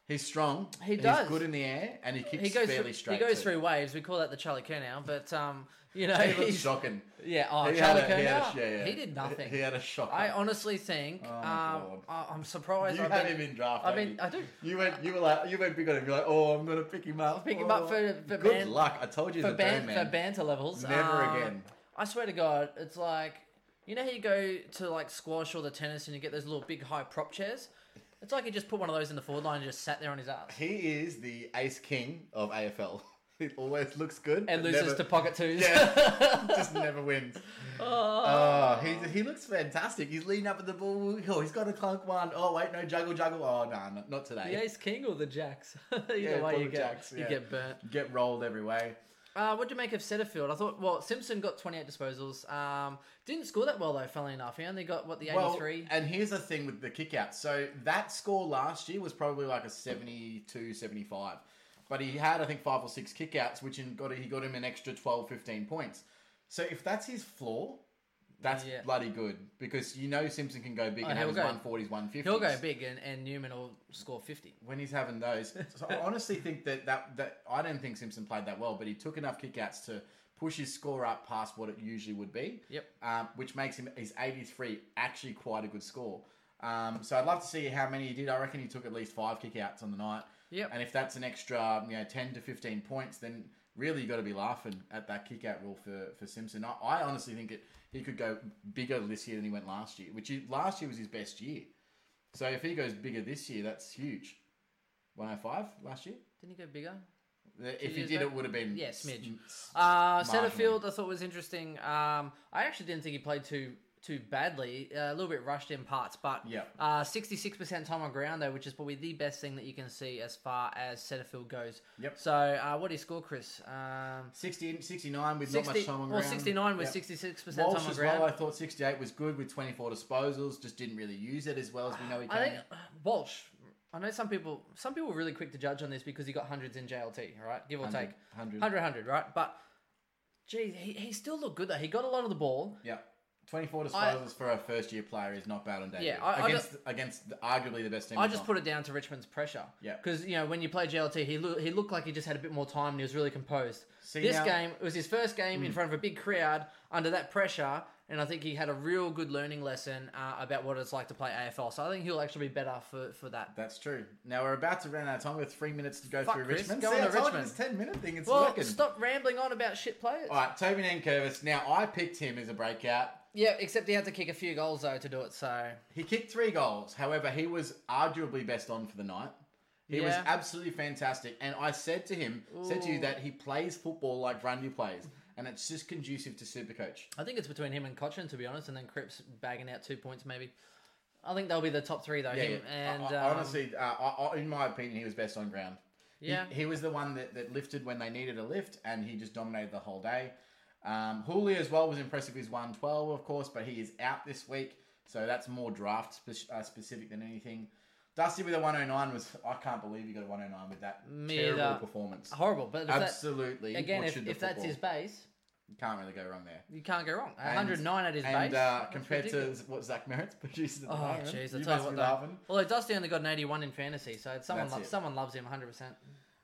[SPEAKER 3] He's strong.
[SPEAKER 2] He
[SPEAKER 3] and
[SPEAKER 2] does.
[SPEAKER 3] He's good in the air, and he kicks
[SPEAKER 2] He goes
[SPEAKER 3] fairly
[SPEAKER 2] through,
[SPEAKER 3] straight.
[SPEAKER 2] he goes
[SPEAKER 3] too.
[SPEAKER 2] through waves. We call that the Charlie Kernow, but um, you know,
[SPEAKER 3] He looks
[SPEAKER 2] he's,
[SPEAKER 3] shocking.
[SPEAKER 2] yeah, oh,
[SPEAKER 3] He had
[SPEAKER 2] Charlie
[SPEAKER 3] a- he had a-
[SPEAKER 2] Kernow,
[SPEAKER 3] yeah, yeah.
[SPEAKER 2] he did nothing.
[SPEAKER 3] He had a shock.
[SPEAKER 2] I honestly think
[SPEAKER 3] Oh, my
[SPEAKER 2] um,
[SPEAKER 3] God.
[SPEAKER 2] I, I'm surprised.
[SPEAKER 3] you
[SPEAKER 2] I've
[SPEAKER 3] had
[SPEAKER 2] been-
[SPEAKER 3] him in draft.
[SPEAKER 2] I
[SPEAKER 3] haven't
[SPEAKER 2] mean,
[SPEAKER 3] you?
[SPEAKER 2] I do.
[SPEAKER 3] You went. You were like. You went big on him. You're like, oh, I'm gonna pick him up.
[SPEAKER 2] pick him up
[SPEAKER 3] Oh.
[SPEAKER 2] for- for
[SPEAKER 3] good
[SPEAKER 2] man-
[SPEAKER 3] luck. I told you
[SPEAKER 2] for,
[SPEAKER 3] the
[SPEAKER 2] ban-
[SPEAKER 3] ban,
[SPEAKER 2] for
[SPEAKER 3] man.
[SPEAKER 2] banter levels.
[SPEAKER 3] Never
[SPEAKER 2] um,
[SPEAKER 3] again.
[SPEAKER 2] I swear to God, it's like you know how you go to like squash or the tennis and you get those little big high prop chairs. It's like he just put one of those in the forward line and just sat there on his ass
[SPEAKER 3] He is the ace king of AFL. He always looks good
[SPEAKER 2] and
[SPEAKER 3] but
[SPEAKER 2] loses
[SPEAKER 3] never-
[SPEAKER 2] to pocket twos.
[SPEAKER 3] Yeah, just never wins. Oh, he, he looks fantastic. He's leaning up at the ball. Oh, he's got a clunk one. Oh, wait, no, juggle, juggle. Oh, no, no not today.
[SPEAKER 2] the ace king or the jacks. Either
[SPEAKER 3] Yeah,
[SPEAKER 2] way,
[SPEAKER 3] probably
[SPEAKER 2] you get
[SPEAKER 3] jacks,
[SPEAKER 2] you
[SPEAKER 3] yeah.
[SPEAKER 2] get burnt.
[SPEAKER 3] Get rolled every way.
[SPEAKER 2] Uh, what do you make of Setterfield? I thought, well, Simpson got 28 disposals. Um, didn't score that well, though, funnily enough. He only got, what, the 83?
[SPEAKER 3] and here's the thing with the kick out. So that score last year was probably like a 72, 75. But he had, I think, five or six kickouts, which in got he got him an extra 12, 15 points. So if that's his floor, that's
[SPEAKER 2] Yeah. Oh,
[SPEAKER 3] bloody good because you know Simpson can go big and
[SPEAKER 2] he'll
[SPEAKER 3] have his
[SPEAKER 2] go.
[SPEAKER 3] 140s, 150s.
[SPEAKER 2] He'll go big, and, and Newman will score 50.
[SPEAKER 3] when he's having those. So I honestly think that, that that I don't think Simpson played that well, but he took enough kickouts to push his score up past what it usually would be.
[SPEAKER 2] Yep.
[SPEAKER 3] Um, which makes him his 83 actually quite a good score. Um, so I'd love to see how many he did. I reckon he took at least five kickouts on the night.
[SPEAKER 2] Yep.
[SPEAKER 3] And if that's an extra, you know, 10 to 15 points, then really you got to be laughing at that kickout rule for for Simpson. I, I honestly think it, he could go bigger this year than he went last year, which he, last year was his best year. So if he goes bigger this year, that's huge. 105 last year. Uh,
[SPEAKER 2] Didn't he go bigger?
[SPEAKER 3] If he
[SPEAKER 2] years
[SPEAKER 3] did,
[SPEAKER 2] back?
[SPEAKER 3] it would have been
[SPEAKER 2] Yeah, smidge.
[SPEAKER 3] s-
[SPEAKER 2] Uh,
[SPEAKER 3] Marginally.
[SPEAKER 2] Setterfield, I thought was interesting. Um, I actually didn't think he played too too badly. Uh, a little bit rushed in parts, but
[SPEAKER 3] Yep.
[SPEAKER 2] uh, 66% time on ground, though, which is probably the best thing that you can see as far as Setterfield goes.
[SPEAKER 3] Yep.
[SPEAKER 2] So, uh, what did he score, Chris? Um,
[SPEAKER 3] 60, 69 with
[SPEAKER 2] 60,
[SPEAKER 3] not much time on
[SPEAKER 2] well,
[SPEAKER 3] ground.
[SPEAKER 2] 69 with
[SPEAKER 3] Yep.
[SPEAKER 2] 66%
[SPEAKER 3] Walsh
[SPEAKER 2] time on
[SPEAKER 3] as
[SPEAKER 2] ground.
[SPEAKER 3] well. I thought 68 was good with 24 disposals. Just didn't really use it as well as we know he can.
[SPEAKER 2] I think uh, Walsh. I know some people. Some people are really quick to judge on this because he got hundreds in JLT, right? Give or
[SPEAKER 3] 100,
[SPEAKER 2] take
[SPEAKER 3] 100.
[SPEAKER 2] 100, 100, right? But geez, he, he still looked good though. He got a lot of the ball.
[SPEAKER 3] Yeah. 24 disposals for a first year player is not bad on debut.
[SPEAKER 2] Yeah, I- I
[SPEAKER 3] against against the, arguably the best team.
[SPEAKER 2] I
[SPEAKER 3] in
[SPEAKER 2] just
[SPEAKER 3] the-
[SPEAKER 2] put it down to Richmond's pressure.
[SPEAKER 3] Yeah.
[SPEAKER 2] Because you know when you play JLT, he loo- he looked like he just had a bit more time and he was really composed.
[SPEAKER 3] See, Hmm.
[SPEAKER 2] this
[SPEAKER 3] now-
[SPEAKER 2] game it was his first game in front of a big crowd under that pressure, and I think he had a real good learning lesson uh, about what it's like to play AFL. So I think he'll actually be better for for that.
[SPEAKER 3] That's true. Now we're about to run out of time. We have three minutes to go
[SPEAKER 2] Fuck,
[SPEAKER 3] through
[SPEAKER 2] Chris,
[SPEAKER 3] Richmond.
[SPEAKER 2] go
[SPEAKER 3] See,
[SPEAKER 2] on
[SPEAKER 3] I
[SPEAKER 2] to
[SPEAKER 3] told you
[SPEAKER 2] Richmond.
[SPEAKER 3] this 10 minute thing. It's
[SPEAKER 2] Well,
[SPEAKER 3] working.
[SPEAKER 2] stop rambling on about shit players.
[SPEAKER 3] All right, Toby Nankervis. Now I picked him as a breakout.
[SPEAKER 2] Yeah, except he had to kick a few goals though to do it. So
[SPEAKER 3] He kicked three goals. However, he was arguably best on for the night. He was
[SPEAKER 2] Yeah.
[SPEAKER 3] absolutely fantastic. And I said to him, said to you
[SPEAKER 2] Ooh.
[SPEAKER 3] that he plays football like Grundy plays. And it's just conducive to Supercoach.
[SPEAKER 2] I think it's between him and Cochin, to be honest, and then Cripps bagging out two points maybe. I think they'll be the top three though.
[SPEAKER 3] Yeah,
[SPEAKER 2] him
[SPEAKER 3] yeah.
[SPEAKER 2] and
[SPEAKER 3] I- I-
[SPEAKER 2] um,
[SPEAKER 3] honestly, uh, I, I, in my opinion, he was best on ground. He-
[SPEAKER 2] Yeah.
[SPEAKER 3] he, was the one that, that lifted when they needed a lift, and he just dominated the whole day. Um, Julio as well was impressive. He's one twelve, of course, but he is out this week, so that's more draft spe- uh, specific than anything. Dusty with a one oh nine was I can't believe he got a one oh nine with that
[SPEAKER 2] Me
[SPEAKER 3] terrible
[SPEAKER 2] either.
[SPEAKER 3] performance.
[SPEAKER 2] horrible. But if that,
[SPEAKER 3] Absolutely,
[SPEAKER 2] again, if,
[SPEAKER 3] butchered the
[SPEAKER 2] if that's
[SPEAKER 3] football.
[SPEAKER 2] his base,
[SPEAKER 3] can't really go wrong there.
[SPEAKER 2] you can't go wrong.
[SPEAKER 3] And-
[SPEAKER 2] 109 at his
[SPEAKER 3] and,
[SPEAKER 2] base.
[SPEAKER 3] uh,
[SPEAKER 2] that's
[SPEAKER 3] compared
[SPEAKER 2] ridiculous.
[SPEAKER 3] to what Zach Merritt's produced at the
[SPEAKER 2] Oh
[SPEAKER 3] moment,
[SPEAKER 2] jeez, I tell
[SPEAKER 3] you must
[SPEAKER 2] you what
[SPEAKER 3] be
[SPEAKER 2] though.
[SPEAKER 3] laughing.
[SPEAKER 2] Although Dusty only got an 81 in fantasy, so it's someone
[SPEAKER 3] That's
[SPEAKER 2] loves
[SPEAKER 3] it.
[SPEAKER 2] someone loves him 100. percent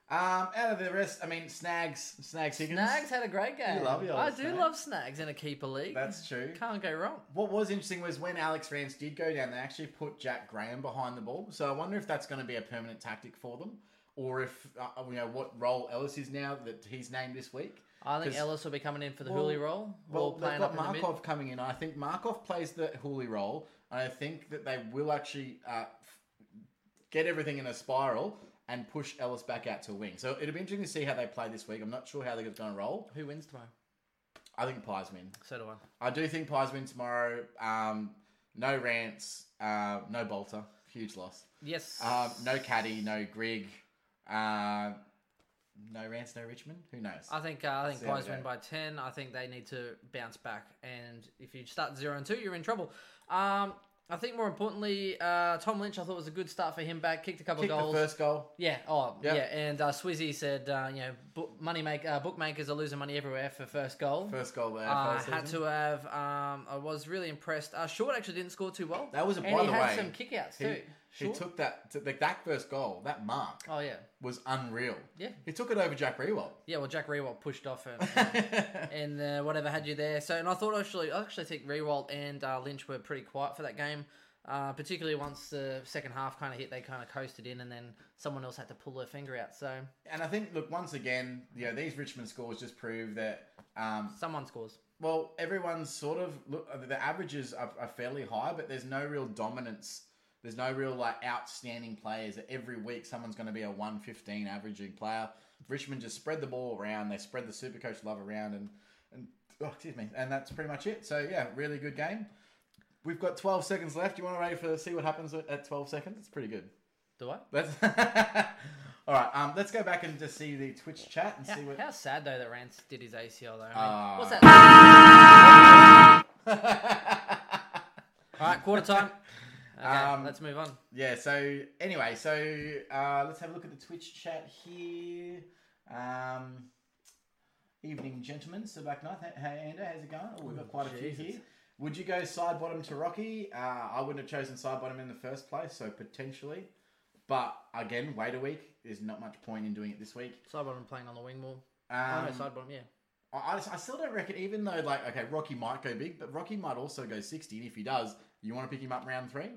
[SPEAKER 3] Um, out of the rest, I mean, Snags, Snags Higgins.
[SPEAKER 2] Snags had a great game.
[SPEAKER 3] love your
[SPEAKER 2] I
[SPEAKER 3] old
[SPEAKER 2] do
[SPEAKER 3] Snags.
[SPEAKER 2] love Snags in a keeper league.
[SPEAKER 3] That's true.
[SPEAKER 2] can't go wrong.
[SPEAKER 3] What was interesting was when Alex Rance did go down, they actually put Jack Graham behind the ball. So I wonder if that's going to be a permanent tactic for them, or if uh, you know what role Ellis is now that he's named this week.
[SPEAKER 2] I think
[SPEAKER 3] 'Cause-
[SPEAKER 2] Ellis will be coming in for the
[SPEAKER 3] Well-
[SPEAKER 2] Hooley role.
[SPEAKER 3] Well,
[SPEAKER 2] or
[SPEAKER 3] they've
[SPEAKER 2] playing
[SPEAKER 3] got
[SPEAKER 2] up in the mid.
[SPEAKER 3] Markov coming in. I think Markov plays the Hooley role, and I think that they will actually uh, f- get everything in a spiral and push Ellis back out to a wing. So it'll be interesting to see how they play this week. I'm not sure how they're going to roll.
[SPEAKER 2] Who wins tomorrow?
[SPEAKER 3] I think Pies win.
[SPEAKER 2] So do I.
[SPEAKER 3] I do think Pies win tomorrow. Um, no rants, uh, no Bolter, huge loss.
[SPEAKER 2] Yes.
[SPEAKER 3] Um, no caddy, no Grig, uh, no rants, no Richmond. Who knows?
[SPEAKER 2] I think uh, I think
[SPEAKER 3] See how
[SPEAKER 2] Pies
[SPEAKER 3] we
[SPEAKER 2] win
[SPEAKER 3] go.
[SPEAKER 2] by ten. I think they need to bounce back, and if you start zero and two, you're in trouble. Um, I think more importantly, uh, Tom Lynch, I thought was a good start for him back. Kicked a couple
[SPEAKER 3] Kicked
[SPEAKER 2] of
[SPEAKER 3] the
[SPEAKER 2] goals.
[SPEAKER 3] first goal.
[SPEAKER 2] Yeah. Oh,
[SPEAKER 3] Yeah.
[SPEAKER 2] yeah. And uh, Swizzy said, uh, you know, book, money make uh, bookmakers are losing money everywhere for first goal.
[SPEAKER 3] First goal. There,
[SPEAKER 2] uh,
[SPEAKER 3] first
[SPEAKER 2] had
[SPEAKER 3] season.
[SPEAKER 2] to have. Um, I was really impressed. Uh, Short actually didn't score too well.
[SPEAKER 3] That was a-
[SPEAKER 2] and
[SPEAKER 3] by
[SPEAKER 2] he
[SPEAKER 3] the
[SPEAKER 2] had
[SPEAKER 3] way,
[SPEAKER 2] some kickouts
[SPEAKER 3] he-
[SPEAKER 2] too.
[SPEAKER 3] He took that to, like that first goal, that mark
[SPEAKER 2] Oh yeah,
[SPEAKER 3] was unreal.
[SPEAKER 2] Yeah.
[SPEAKER 3] he took it over Jack Rewalt.
[SPEAKER 2] yeah. Well, Jack Rewalt pushed off and and uh, whatever had you there. So, and I thought actually, I actually think Rewalt and uh, Lynch were pretty quiet for that game. Uh, particularly once the second half kind of hit, they kind of coasted in, and then someone else had to pull their finger out. So
[SPEAKER 3] and I think, look, once again, you know, these Richmond scores just prove that um,
[SPEAKER 2] someone scores.
[SPEAKER 3] Well, everyone's sort of look. uh, The averages are, are fairly high, but there's no real dominance. There's no real like outstanding players. Every week, someone's going to be a 115 averaging player. Richmond just spread the ball around. They spread the super coach love around, and and oh, excuse me, and that's pretty much it. So yeah, really good game. We've got 12 seconds left. You want to ready for see what happens at at 12 seconds? It's pretty good.
[SPEAKER 2] Do I?
[SPEAKER 3] Let's all right. Um, let's go back and just see the Twitch chat and see
[SPEAKER 2] How,
[SPEAKER 3] what. Ah.
[SPEAKER 2] how sad though that Rance did his ACL though. I mean, what's that? All right, quarter time. Okay,
[SPEAKER 3] Um,
[SPEAKER 2] let's move on.
[SPEAKER 3] Yeah, so anyway, so uh, let's have a look at the Twitch chat here. Um, evening, gentlemen. So back night. Hey, hey, Andrew, how's it going? Oh, we've got quite a
[SPEAKER 2] Jesus.
[SPEAKER 3] few here. Would you go side bottom to Rocky? Uh, I wouldn't have chosen side bottom in the first place, so potentially. But again, wait a week. There's not much point in doing it this week.
[SPEAKER 2] Side bottom playing on the wing more. oh,
[SPEAKER 3] Um,
[SPEAKER 2] no, side bottom, yeah.
[SPEAKER 3] I, I just- I still don't reckon, even though, like, okay, Rocky might go big, but Rocky might also go 60. And if he does, you want to pick him up round three?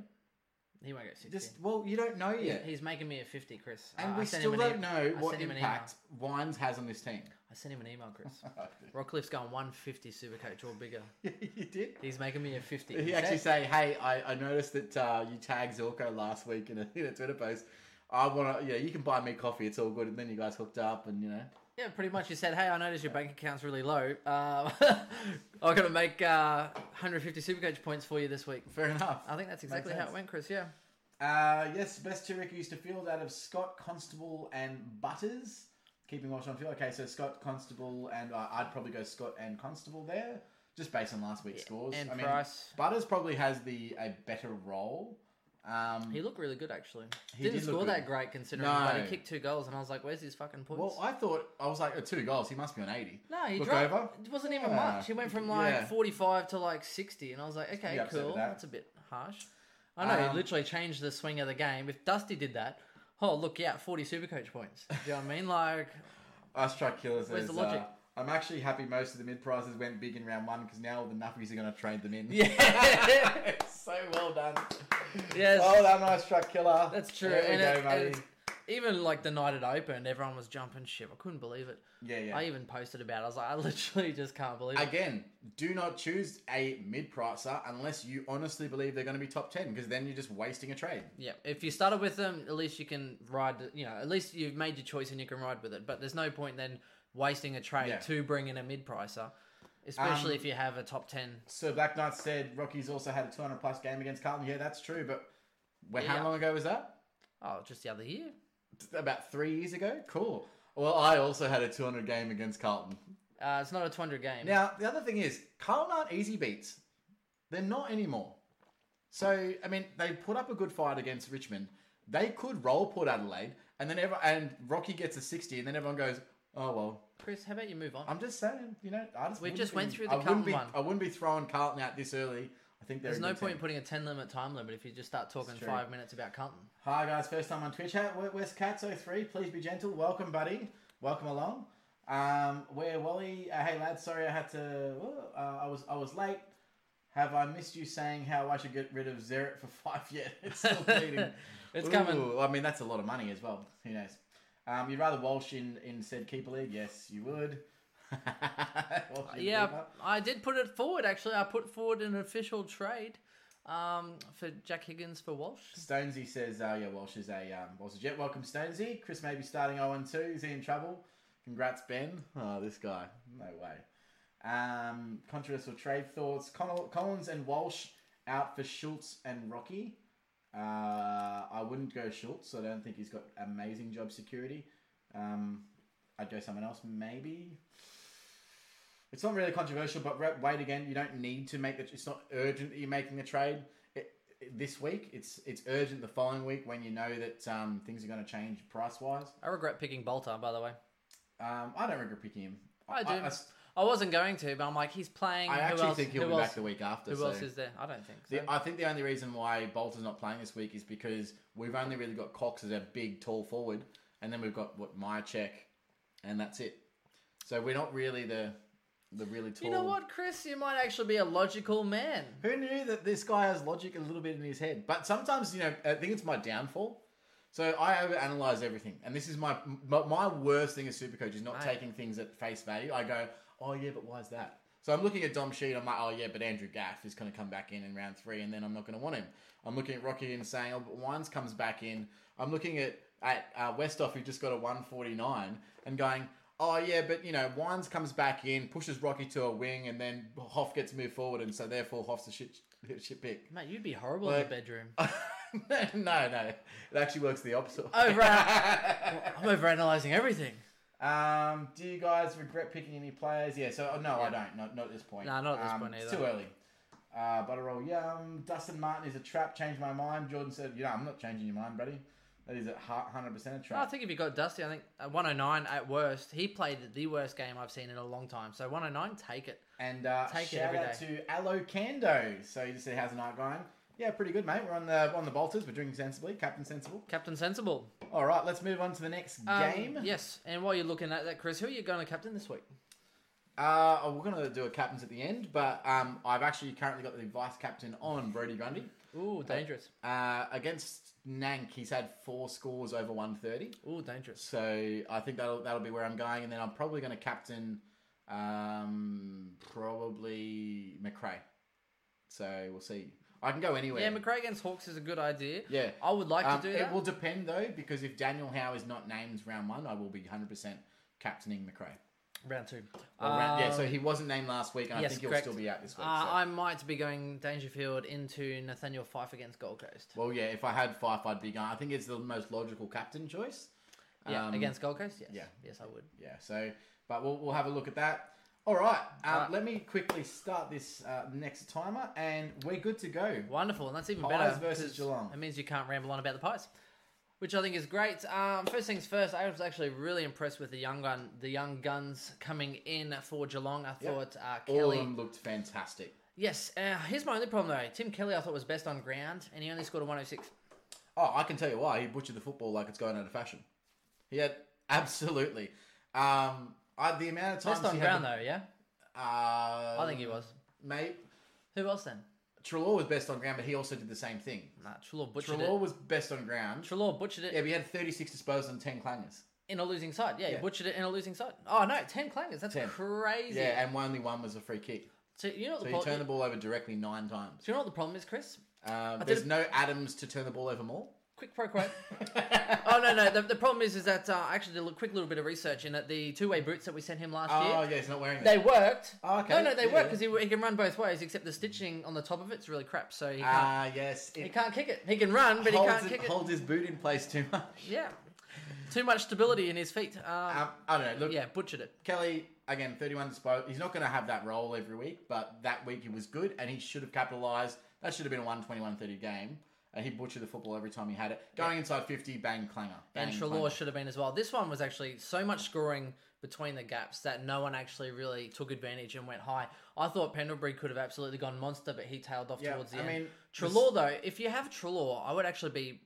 [SPEAKER 2] He won't go 60.
[SPEAKER 3] Just, well, you don't know
[SPEAKER 2] He's-
[SPEAKER 3] yet.
[SPEAKER 2] He's making me a 50, Chris.
[SPEAKER 3] And
[SPEAKER 2] Uh,
[SPEAKER 3] we
[SPEAKER 2] sent
[SPEAKER 3] still
[SPEAKER 2] him an
[SPEAKER 3] don't
[SPEAKER 2] e-
[SPEAKER 3] know
[SPEAKER 2] I
[SPEAKER 3] what
[SPEAKER 2] sent him an
[SPEAKER 3] impact
[SPEAKER 2] email.
[SPEAKER 3] Wines has on this team.
[SPEAKER 2] I sent him an email, Chris. Rockcliffe's going 150 Supercoach or bigger.
[SPEAKER 3] you did.
[SPEAKER 2] He's making me a 50.
[SPEAKER 3] He
[SPEAKER 2] He
[SPEAKER 3] actually
[SPEAKER 2] said-
[SPEAKER 3] say, "Hey, I, I noticed that uh, you tagged Zorko last week in a, in a Twitter post. I want to, yeah, you can buy me coffee. It's all good." And then you guys hooked up, and you know,
[SPEAKER 2] yeah, pretty much. He said, hey, I noticed your bank account's really low. Uh, I'm going to make uh, 150 Supercoach points for you this week.
[SPEAKER 3] fair enough.
[SPEAKER 2] I think that's exactly how
[SPEAKER 3] sense.
[SPEAKER 2] it went, Chris, yeah.
[SPEAKER 3] Uh, yes, best two rookies to field out of Scott Constable and Butters. Keeping watch on field. Okay, so Scott Constable and uh, I'd probably go Scott and Constable there, just based on last week's scores.
[SPEAKER 2] and Price.
[SPEAKER 3] Butters probably has the a better role. Um,
[SPEAKER 2] He looked really good, actually.
[SPEAKER 3] He
[SPEAKER 2] Didn't
[SPEAKER 3] did look
[SPEAKER 2] score
[SPEAKER 3] good.
[SPEAKER 2] that great considering,
[SPEAKER 3] No.
[SPEAKER 2] but he kicked two goals, and I was like, where's his fucking points?
[SPEAKER 3] well, I thought I was like, oh, two goals. He must be on eighty.
[SPEAKER 2] No, he
[SPEAKER 3] Look
[SPEAKER 2] dropped.
[SPEAKER 3] over.
[SPEAKER 2] It wasn't even
[SPEAKER 3] Yeah.
[SPEAKER 2] much. He went from like
[SPEAKER 3] Yeah.
[SPEAKER 2] 45 to like 60, and I was like, okay,
[SPEAKER 3] upset with
[SPEAKER 2] cool.
[SPEAKER 3] that.
[SPEAKER 2] That's a bit harsh. I know
[SPEAKER 3] Um,
[SPEAKER 2] he literally changed the swing of the game. If Dusty did that, oh look, yeah, 40 Supercoach points. Do you know what I mean? Like,
[SPEAKER 3] Us track killers.
[SPEAKER 2] Where's
[SPEAKER 3] is,
[SPEAKER 2] the logic?
[SPEAKER 3] uh, I'm actually happy most of the mid prices went big in round one because now all the nuffies are going to trade them in.
[SPEAKER 2] yeah,
[SPEAKER 3] so well done.
[SPEAKER 2] yes,
[SPEAKER 3] Well done, Ice Truck Killer.
[SPEAKER 2] that's true.
[SPEAKER 3] Oh, There
[SPEAKER 2] And
[SPEAKER 3] we go,
[SPEAKER 2] it- and
[SPEAKER 3] buddy.
[SPEAKER 2] it's- even like the night it opened, everyone was jumping ship. I couldn't believe it.
[SPEAKER 3] Yeah, yeah.
[SPEAKER 2] I even posted about. it. I was like, I literally just can't believe it.
[SPEAKER 3] Again, do not choose a mid pricer unless you honestly believe they're going to be top 10 because then you're just wasting a trade.
[SPEAKER 2] Yeah, if you started with them, at least you can ride. You know, at least you've made your choice and you can ride with it. But there's no point then wasting a trade
[SPEAKER 3] Yeah. Um,
[SPEAKER 2] to bring in a mid pricer, especially if you have a top ten.
[SPEAKER 3] So Black Knight said Rocky's also had a 200 plus game against Carlton. Yeah, that's true, but well,
[SPEAKER 2] Yeah.
[SPEAKER 3] how long ago was that?
[SPEAKER 2] Oh, just the other year.
[SPEAKER 3] About three years ago? Cool. Well, I also had a 200 game against Carlton.
[SPEAKER 2] Uh, it's not a 200 game.
[SPEAKER 3] Now, the other thing is, Carlton aren't easy beats. They're not anymore. So, I mean, they put up a good fight against Richmond. They could roll Port Adelaide, and then ever and Rocky gets a 60, and then everyone goes, oh, well,
[SPEAKER 2] Chris, how about you move on?
[SPEAKER 3] I'm just saying, you know, I just
[SPEAKER 2] We
[SPEAKER 3] wouldn't
[SPEAKER 2] just
[SPEAKER 3] be-
[SPEAKER 2] went through the
[SPEAKER 3] I wouldn't
[SPEAKER 2] Carlton
[SPEAKER 3] be-
[SPEAKER 2] one.
[SPEAKER 3] I wouldn't be throwing Carlton out this early. I think
[SPEAKER 2] there's no point in putting a 10 limit time limit if you just start talking
[SPEAKER 3] true.
[SPEAKER 2] five minutes about Carlton.
[SPEAKER 3] Hi guys, first time on Twitch. Hat West Cats 03. Please be gentle. Welcome, buddy. Welcome along. Um, where Wally? Uh, hey lads, sorry I had to. whoa, Uh, I was I was late. Have I missed you saying how I should get rid of Zeret for five yet? It's still bleeding.
[SPEAKER 2] It's coming.
[SPEAKER 3] Ooh, I mean, that's a lot of money as well. Who knows? Um, you'd rather Walsh in, in said keeper league? Yes, you would. Walsh in
[SPEAKER 2] Yeah,
[SPEAKER 3] keeper.
[SPEAKER 2] I did put it forward. Actually, I put forward an official trade um, for Jack Higgins for Walsh.
[SPEAKER 3] Stonesy says, uh, yeah, Walsh is a um, Walsh is jet. Welcome, Stonesy. Chris may be starting 0 2. Is he in trouble? Congrats, Ben. Oh, this guy. No way. Um, controversial trade thoughts. Connell, Collins and Walsh out for Schultz and Rocky. Uh, I wouldn't go Schultz. I don't think he's got amazing job security. Um, I'd go someone else, maybe. It's not really controversial, but re- wait again. You don't need to make it. It's not urgent that you're making the trade it, it- this week. It's it's urgent the following week when you know that um, things are going to change price wise.
[SPEAKER 2] I regret picking Bolter, by the way.
[SPEAKER 3] Um, I don't regret picking him.
[SPEAKER 2] I do. I,
[SPEAKER 3] I s-
[SPEAKER 2] I wasn't going to, but I'm like, he's playing.
[SPEAKER 3] I
[SPEAKER 2] who
[SPEAKER 3] actually
[SPEAKER 2] else-
[SPEAKER 3] think he'll
[SPEAKER 2] who
[SPEAKER 3] be
[SPEAKER 2] else,
[SPEAKER 3] back the week after.
[SPEAKER 2] Who
[SPEAKER 3] so.
[SPEAKER 2] else is there? I don't think so.
[SPEAKER 3] The, I think the only reason why Bolton's not playing this week is because we've only really got Cox as a big, tall forward, and then we've got what Myercheck, and that's it. So we're not really the the really tall.
[SPEAKER 2] you know what, Chris? You might actually be a logical man.
[SPEAKER 3] Who knew that this guy has logic a little bit in his head? But sometimes, you know, I think it's my downfall. So I overanalyze everything, and this is my my, my worst thing as supercoach is not
[SPEAKER 2] Mate.
[SPEAKER 3] taking things at face value. I go, oh yeah, but why is that? So I'm looking at Dom Sheed. I'm like, oh yeah, but Andrew Gaff is going to come back in in round three, and then I'm not going to want him. I'm looking at Rocky and saying, oh, but Wines comes back in. I'm looking at at uh, Westhoff who just got a 149 and going, oh yeah, but you know, Wines comes back in, pushes Rocky to a wing, and then Hoff gets moved forward, and so therefore Hoff's a shit shit pick.
[SPEAKER 2] Mate, you'd be horrible in
[SPEAKER 3] Like-
[SPEAKER 2] the bedroom.
[SPEAKER 3] no, no, it actually works the opposite.
[SPEAKER 2] Oh, right. I'm overanalyzing everything.
[SPEAKER 3] Um, do you guys regret picking any players? Yeah, so oh, no, I don't. Not, not at this point.
[SPEAKER 2] No, not at this
[SPEAKER 3] Um,
[SPEAKER 2] point
[SPEAKER 3] It's
[SPEAKER 2] either.
[SPEAKER 3] too early. Uh, Butterroll Yum. Dustin Martin is a trap. Changed my mind. Jordan said, you know, I'm not changing your mind, buddy. That is a hu- 100% a
[SPEAKER 2] I
[SPEAKER 3] trap.
[SPEAKER 2] think if you got Dusty, I think uh, 109 at worst. He played the worst game I've seen in a long time. So 109, take it.
[SPEAKER 3] And uh,
[SPEAKER 2] Take it
[SPEAKER 3] shout
[SPEAKER 2] every
[SPEAKER 3] out to Aloe Cando. So you just said, how's the night going? Yeah, pretty good, mate. We're on the on the bolters. We're drinking sensibly. Captain sensible.
[SPEAKER 2] Captain Sensible.
[SPEAKER 3] All right, let's move on to the next
[SPEAKER 2] Um,
[SPEAKER 3] game.
[SPEAKER 2] Yes. And while you're looking at that, Chris, who are you going to captain this week?
[SPEAKER 3] Uh, oh, we're going to do a captains at the end, but um, I've actually currently got the vice captain on Brody Grundy.
[SPEAKER 2] Ooh, dangerous.
[SPEAKER 3] Uh, against Nank, he's had four scores over 130.
[SPEAKER 2] Ooh, dangerous.
[SPEAKER 3] So I think that'll that'll be where I'm going, and then I'm probably going to captain, um, probably McRae. So we'll see. I can go anywhere.
[SPEAKER 2] Yeah, McRae against Hawks is a good idea.
[SPEAKER 3] Yeah.
[SPEAKER 2] I would like
[SPEAKER 3] Um,
[SPEAKER 2] to do
[SPEAKER 3] it
[SPEAKER 2] that.
[SPEAKER 3] will depend though, because if Daniel Howe is not named round one, I will be 100 percent captaining McRae.
[SPEAKER 2] Round two.
[SPEAKER 3] Or Oh, round- yeah,
[SPEAKER 2] Um,
[SPEAKER 3] so he wasn't named last week, and
[SPEAKER 2] yes,
[SPEAKER 3] I think he'll
[SPEAKER 2] correct.
[SPEAKER 3] still be out this week.
[SPEAKER 2] Uh,
[SPEAKER 3] so-
[SPEAKER 2] I might be going Dangerfield into Nathaniel Fife against Gold Coast.
[SPEAKER 3] Well, yeah, if I had Fife, I'd be going. I think it's the most logical captain choice.
[SPEAKER 2] yeah,
[SPEAKER 3] um,
[SPEAKER 2] against Gold Coast. Yes.
[SPEAKER 3] yeah.
[SPEAKER 2] Yes, I would.
[SPEAKER 3] Yeah, so, but we'll, we'll have a look at that. All right, um,
[SPEAKER 2] All right.
[SPEAKER 3] let me quickly start this uh, next timer, and we're good to go.
[SPEAKER 2] Wonderful, and that's even
[SPEAKER 3] Pies
[SPEAKER 2] better.
[SPEAKER 3] versus
[SPEAKER 2] 'cause
[SPEAKER 3] Geelong.
[SPEAKER 2] It means you can't ramble on about the pies, which I think is great. Um, first things first, I was actually really impressed with the young gun, the young guns coming in for Geelong. I thought uh,
[SPEAKER 3] All
[SPEAKER 2] Kelly.
[SPEAKER 3] of them looked fantastic.
[SPEAKER 2] Yes. Uh, here's my only problem though. Tim Kelly, I thought was best on ground, and he only scored a 106.
[SPEAKER 3] Oh, I can tell you why. He butchered the football like it's going out of fashion. He had absolutely. Um, I, the amount of times
[SPEAKER 2] Best on
[SPEAKER 3] he
[SPEAKER 2] ground
[SPEAKER 3] had,
[SPEAKER 2] though, yeah.
[SPEAKER 3] though. Uh,
[SPEAKER 2] I think he was.
[SPEAKER 3] Mate,
[SPEAKER 2] Who else then?
[SPEAKER 3] Trelaw was best on ground, but he also did the same thing.
[SPEAKER 2] Nah, Trelaw butchered
[SPEAKER 3] Trelaw
[SPEAKER 2] it.
[SPEAKER 3] was best on ground.
[SPEAKER 2] Trelaw butchered it
[SPEAKER 3] Yeah, but he had 36 disposals and 10 clangers.
[SPEAKER 2] in a losing side. Yeah,
[SPEAKER 3] Yeah.
[SPEAKER 2] he butchered it in a losing side. Oh no, ten clangers. That's
[SPEAKER 3] 10.
[SPEAKER 2] crazy.
[SPEAKER 3] Yeah, and only one was a free kick.
[SPEAKER 2] So you know what
[SPEAKER 3] So
[SPEAKER 2] the
[SPEAKER 3] he
[SPEAKER 2] problem?
[SPEAKER 3] turned the ball over directly nine times.
[SPEAKER 2] Do you know what the problem is, Chris?
[SPEAKER 3] Um,
[SPEAKER 2] did
[SPEAKER 3] there's
[SPEAKER 2] it-
[SPEAKER 3] no Adams to turn the ball over more.
[SPEAKER 2] Quick pro quo. oh no, no. The, the problem is, is that uh, I actually did a little- quick little bit of research in that the two-way boots that we sent him last
[SPEAKER 3] Oh,
[SPEAKER 2] year.
[SPEAKER 3] yeah, he's not wearing
[SPEAKER 2] They
[SPEAKER 3] that.
[SPEAKER 2] worked.
[SPEAKER 3] Oh, okay,
[SPEAKER 2] No, no, they
[SPEAKER 3] yeah.
[SPEAKER 2] work because he, he can run both ways. Except the stitching on the top of it's really crap, so he can't,
[SPEAKER 3] Ah, yes. It
[SPEAKER 2] he can't kick it. He can run, but he
[SPEAKER 3] holds,
[SPEAKER 2] can't
[SPEAKER 3] it-
[SPEAKER 2] kick it.
[SPEAKER 3] holds his boot in place too much.
[SPEAKER 2] Yeah, too much stability in his feet. Um,
[SPEAKER 3] Um, I don't know. Look,
[SPEAKER 2] yeah, butchered it.
[SPEAKER 3] Kelly, again, 31 disposals. He's not going to have that role every week, but that week he was good and he should have capitalised. That should have been a 121 30 game. And he butchered the football every time he had it. Going inside 50, bang, clanger.
[SPEAKER 2] And
[SPEAKER 3] bang,
[SPEAKER 2] Trelaw
[SPEAKER 3] clanger.
[SPEAKER 2] should have been as well. This one was actually so much scoring between the gaps that no one actually really took advantage and went high. I thought Pendlebury could have absolutely gone monster, but he tailed off
[SPEAKER 3] Yeah,
[SPEAKER 2] towards the
[SPEAKER 3] I
[SPEAKER 2] end.
[SPEAKER 3] mean,
[SPEAKER 2] Trelaw, though, if you have Trelaw, I would actually be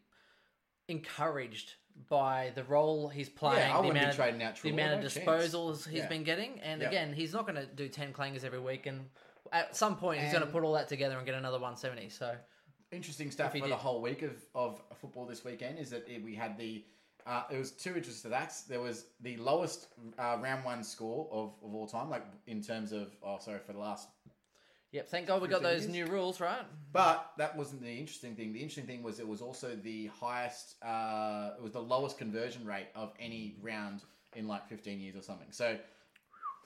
[SPEAKER 2] encouraged by the role he's playing,
[SPEAKER 3] I
[SPEAKER 2] the,
[SPEAKER 3] wouldn't be
[SPEAKER 2] amount of,
[SPEAKER 3] trading out
[SPEAKER 2] the
[SPEAKER 3] Trelaw,
[SPEAKER 2] amount
[SPEAKER 3] no
[SPEAKER 2] of
[SPEAKER 3] chance.
[SPEAKER 2] disposals he's
[SPEAKER 3] Yeah.
[SPEAKER 2] been getting. And
[SPEAKER 3] Yeah.
[SPEAKER 2] again, he's not going to do 10 clangers every week. And at some point, he's going to
[SPEAKER 3] And-
[SPEAKER 2] put all that together and get another 170. So,
[SPEAKER 3] Interesting stuff for
[SPEAKER 2] he
[SPEAKER 3] the
[SPEAKER 2] did.
[SPEAKER 3] whole week of, of football this weekend is that it, we had the uh, it was two interesting stats. There was the lowest uh, round one score of, of all time, like in terms of oh sorry for the last.
[SPEAKER 2] yep, thank God we got
[SPEAKER 3] 15
[SPEAKER 2] those
[SPEAKER 3] years?
[SPEAKER 2] new rules, right?
[SPEAKER 3] But that wasn't the interesting thing. The interesting thing was it was also the highest. Uh, it was the lowest conversion rate of any round in like fifteen years or something. So.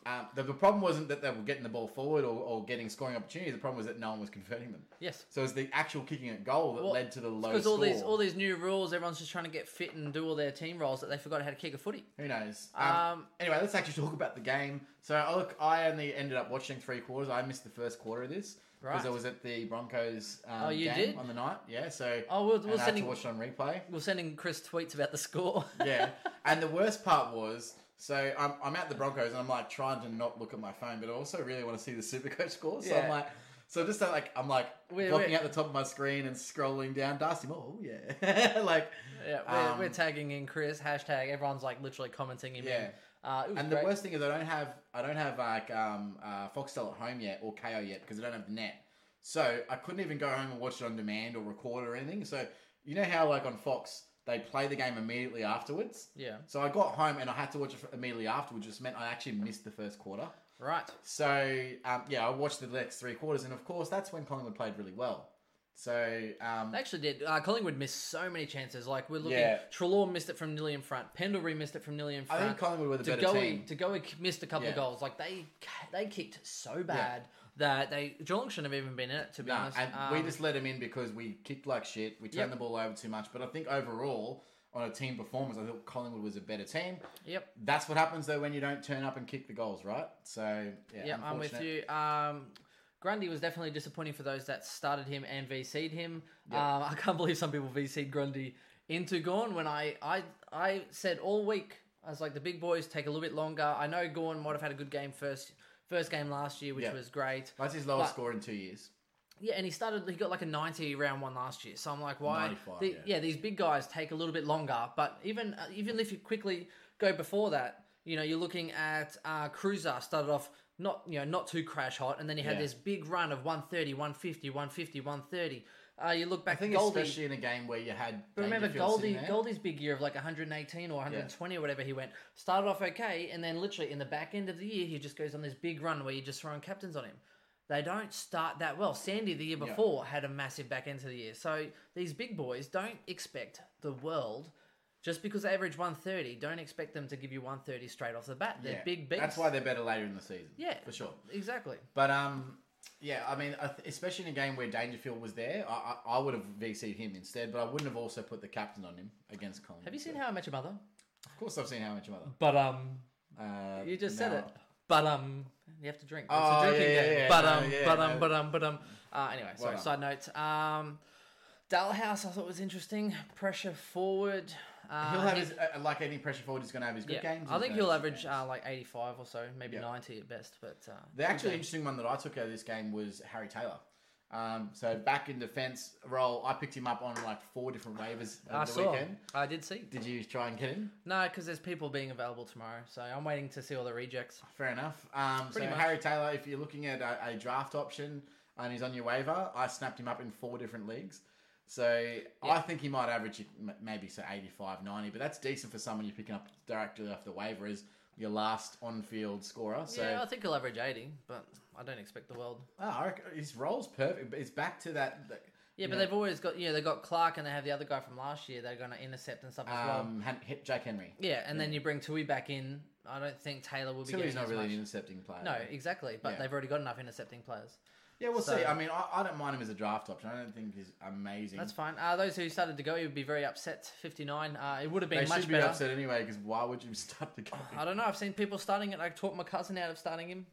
[SPEAKER 3] Um, the, the problem wasn't that they were getting the ball forward or, or getting scoring opportunities. The problem was that no one was converting them.
[SPEAKER 2] Yes.
[SPEAKER 3] So it was the actual kicking at goal that
[SPEAKER 2] Well,
[SPEAKER 3] led to the low
[SPEAKER 2] Because all
[SPEAKER 3] score.
[SPEAKER 2] these all these new rules, everyone's just trying to get fit and do all their team roles that they forgot how to kick a footy.
[SPEAKER 3] Who knows? Um,
[SPEAKER 2] Um,
[SPEAKER 3] anyway, let's actually talk about the game. So, oh, look, I only ended up watching three quarters. I missed the first quarter of this because
[SPEAKER 2] Right.
[SPEAKER 3] I was at the Broncos um,
[SPEAKER 2] Oh, you
[SPEAKER 3] game
[SPEAKER 2] did?
[SPEAKER 3] on the night. Yeah, so
[SPEAKER 2] Oh, we'll- we'll
[SPEAKER 3] and I had
[SPEAKER 2] send
[SPEAKER 3] to
[SPEAKER 2] you-
[SPEAKER 3] watch it on replay.
[SPEAKER 2] We're sending Chris tweets about the score.
[SPEAKER 3] Yeah, and the worst part was So I'm, I'm at the Broncos and I'm like trying to not look at my phone, but I also really want to see the Supercoach scores. So I'm
[SPEAKER 2] Yeah.
[SPEAKER 3] like, so just that, like I'm like
[SPEAKER 2] We're-
[SPEAKER 3] blocking
[SPEAKER 2] we're-
[SPEAKER 3] out the top of my screen and scrolling down. Darcy Moore, oh yeah, like
[SPEAKER 2] Yeah, we're,
[SPEAKER 3] Um,
[SPEAKER 2] we're tagging in Chris. Hashtag. Everyone's like literally commenting him in.
[SPEAKER 3] Yeah.
[SPEAKER 2] Uh, it was
[SPEAKER 3] And
[SPEAKER 2] great.
[SPEAKER 3] the worst thing is I don't have I don't have like um uh, Foxtel at home yet or KO yet because I don't have the net. So I couldn't even go home and watch it on demand or record or anything. So you know how like on Fox they play the game immediately afterwards.
[SPEAKER 2] Yeah.
[SPEAKER 3] So I got home and I had to watch it immediately afterwards, which meant I actually missed the first quarter.
[SPEAKER 2] Right.
[SPEAKER 3] So um, yeah, I watched the next three quarters, and of course that's when Collingwood played really well. So um,
[SPEAKER 2] They actually did. Uh, Collingwood missed so many chances. Like we're looking.
[SPEAKER 3] Yeah.
[SPEAKER 2] Trelaw missed it from nearly in front. Pendlebury missed it from nearly in
[SPEAKER 3] I
[SPEAKER 2] front.
[SPEAKER 3] think Collingwood were the better team.
[SPEAKER 2] Degoe, Degoe k- missed a couple of
[SPEAKER 3] Yeah.
[SPEAKER 2] goals. Like they ca- they kicked so bad that they Geelong shouldn't have even been in it. To be
[SPEAKER 3] Nah,
[SPEAKER 2] honest,
[SPEAKER 3] and we
[SPEAKER 2] Um,
[SPEAKER 3] just let him in because we kicked like shit. We
[SPEAKER 2] Yep.
[SPEAKER 3] turned the ball over too much. But I think overall, on a team performance, I thought Collingwood was a better team.
[SPEAKER 2] Yep.
[SPEAKER 3] That's what happens though when you don't turn up and kick the goals, right? So yeah,
[SPEAKER 2] Yeah, I'm with
[SPEAKER 3] unfortunate.
[SPEAKER 2] you. Um, Grundy was definitely disappointing for those that started him and VC'd him. Um, I can't believe some people VC'd Grundy into Gorn when I, I I said all week I was like the big boys take a little bit longer. I know Gorn might have had a good game first first game last year, which
[SPEAKER 3] Yeah.
[SPEAKER 2] was great.
[SPEAKER 3] That's his lowest
[SPEAKER 2] But-
[SPEAKER 3] score in two years.
[SPEAKER 2] Yeah, and he started. He got like a ninety round one last year. So I'm like, why?
[SPEAKER 3] 95,
[SPEAKER 2] the-
[SPEAKER 3] yeah.
[SPEAKER 2] these big guys take a little bit longer. But even uh, even if you quickly go before that, you know, you're looking at uh, Cruiser started off not you know not too crash hot, and then he had
[SPEAKER 3] Yeah.
[SPEAKER 2] this big run of 130, 150, 150, 130. Uh, you look back,
[SPEAKER 3] I think
[SPEAKER 2] Goldie.
[SPEAKER 3] especially in a game where you had.
[SPEAKER 2] but remember
[SPEAKER 3] Dangerfield sitting
[SPEAKER 2] Goldie
[SPEAKER 3] there.
[SPEAKER 2] Goldie's big year of like 118 or 120 or whatever he went started off okay, and then literally in the back end of the year he just goes on this big run where you're just throwing captains on him. They don't start that well. Sandy the year before had a massive back end to the year, so these big boys don't expect the world. Just because they average 130, don't expect them to give you 130 straight off the bat. They're
[SPEAKER 3] Yeah.
[SPEAKER 2] big beasts.
[SPEAKER 3] That's why they're better later in the season.
[SPEAKER 2] Yeah.
[SPEAKER 3] for sure.
[SPEAKER 2] Exactly.
[SPEAKER 3] But um, yeah, I mean, I th- especially in a game where Dangerfield was there, I, I, I would have VC'd him instead, but I wouldn't have also put the captain on him against Collingwood.
[SPEAKER 2] Have you seen
[SPEAKER 3] So-
[SPEAKER 2] How I Met Your Mother?
[SPEAKER 3] Of course, I've seen how much mother.
[SPEAKER 2] But um,
[SPEAKER 3] Uh,
[SPEAKER 2] You just said
[SPEAKER 3] no.
[SPEAKER 2] it. But um, you have to drink. It's
[SPEAKER 3] Oh,
[SPEAKER 2] a drinking
[SPEAKER 3] yeah, yeah,
[SPEAKER 2] game.
[SPEAKER 3] yeah.
[SPEAKER 2] but
[SPEAKER 3] No,
[SPEAKER 2] um,
[SPEAKER 3] yeah,
[SPEAKER 2] but um,
[SPEAKER 3] no.
[SPEAKER 2] but um, but um. Uh, anyway, sorry.
[SPEAKER 3] done.
[SPEAKER 2] side note. Um, Dalhouse, I thought was interesting. Pressure forward. Uh,
[SPEAKER 3] He'll
[SPEAKER 2] I
[SPEAKER 3] have
[SPEAKER 2] think-
[SPEAKER 3] his, uh, like any pressure forward, he's going to have his good
[SPEAKER 2] yeah,
[SPEAKER 3] games.
[SPEAKER 2] I
[SPEAKER 3] he's
[SPEAKER 2] think
[SPEAKER 3] gonna
[SPEAKER 2] he'll
[SPEAKER 3] have his
[SPEAKER 2] average
[SPEAKER 3] bad games.
[SPEAKER 2] uh, like eighty-five or so, maybe
[SPEAKER 3] Yeah.
[SPEAKER 2] ninety at best. But uh,
[SPEAKER 3] the actually
[SPEAKER 2] okay.
[SPEAKER 3] interesting one that I took out of this game was Harry Taylor. Um, so back in defence role, I picked him up on like four different waivers over
[SPEAKER 2] I
[SPEAKER 3] the
[SPEAKER 2] saw.
[SPEAKER 3] weekend.
[SPEAKER 2] I did see.
[SPEAKER 3] Did you try and get him?
[SPEAKER 2] No, because there's people being available tomorrow, so I'm waiting to see all the rejects.
[SPEAKER 3] Fair enough. Um, so
[SPEAKER 2] Pretty much.
[SPEAKER 3] Harry Taylor, if you're looking at a, a draft option and he's on your waiver, I snapped him up in four different leagues. So I think he might average you m- maybe so 85, 90, but that's decent for someone you're picking up directly off the waiver as your last on-field scorer. So
[SPEAKER 2] yeah, I think he'll average eighty, but I don't expect the world.
[SPEAKER 3] Oh, I reckon his role's perfect. But it's back to that. that-
[SPEAKER 2] Yeah, but
[SPEAKER 3] you know,
[SPEAKER 2] they've always got you know they got Clark and they have the other guy from last year. They're going to intercept and stuff as well.
[SPEAKER 3] um, Han- H- Jack Henry.
[SPEAKER 2] Yeah, and then you bring Tui back in. I don't think Taylor will be
[SPEAKER 3] Still,
[SPEAKER 2] getting
[SPEAKER 3] he's not
[SPEAKER 2] as
[SPEAKER 3] really an
[SPEAKER 2] much.
[SPEAKER 3] intercepting player.
[SPEAKER 2] No, exactly. But
[SPEAKER 3] Yeah.
[SPEAKER 2] they've already got enough intercepting players.
[SPEAKER 3] Yeah, we'll
[SPEAKER 2] So-
[SPEAKER 3] see. I mean, I, I don't mind him as a draft option. I don't think he's amazing.
[SPEAKER 2] That's fine. Uh, those who started to go would be very upset. Fifty-nine. Uh, it would have been
[SPEAKER 3] They
[SPEAKER 2] much
[SPEAKER 3] should be
[SPEAKER 2] better. Oh,
[SPEAKER 3] upset anyway because why would you start the game?
[SPEAKER 2] I don't know. I've seen people starting it. I taught my cousin out of starting him.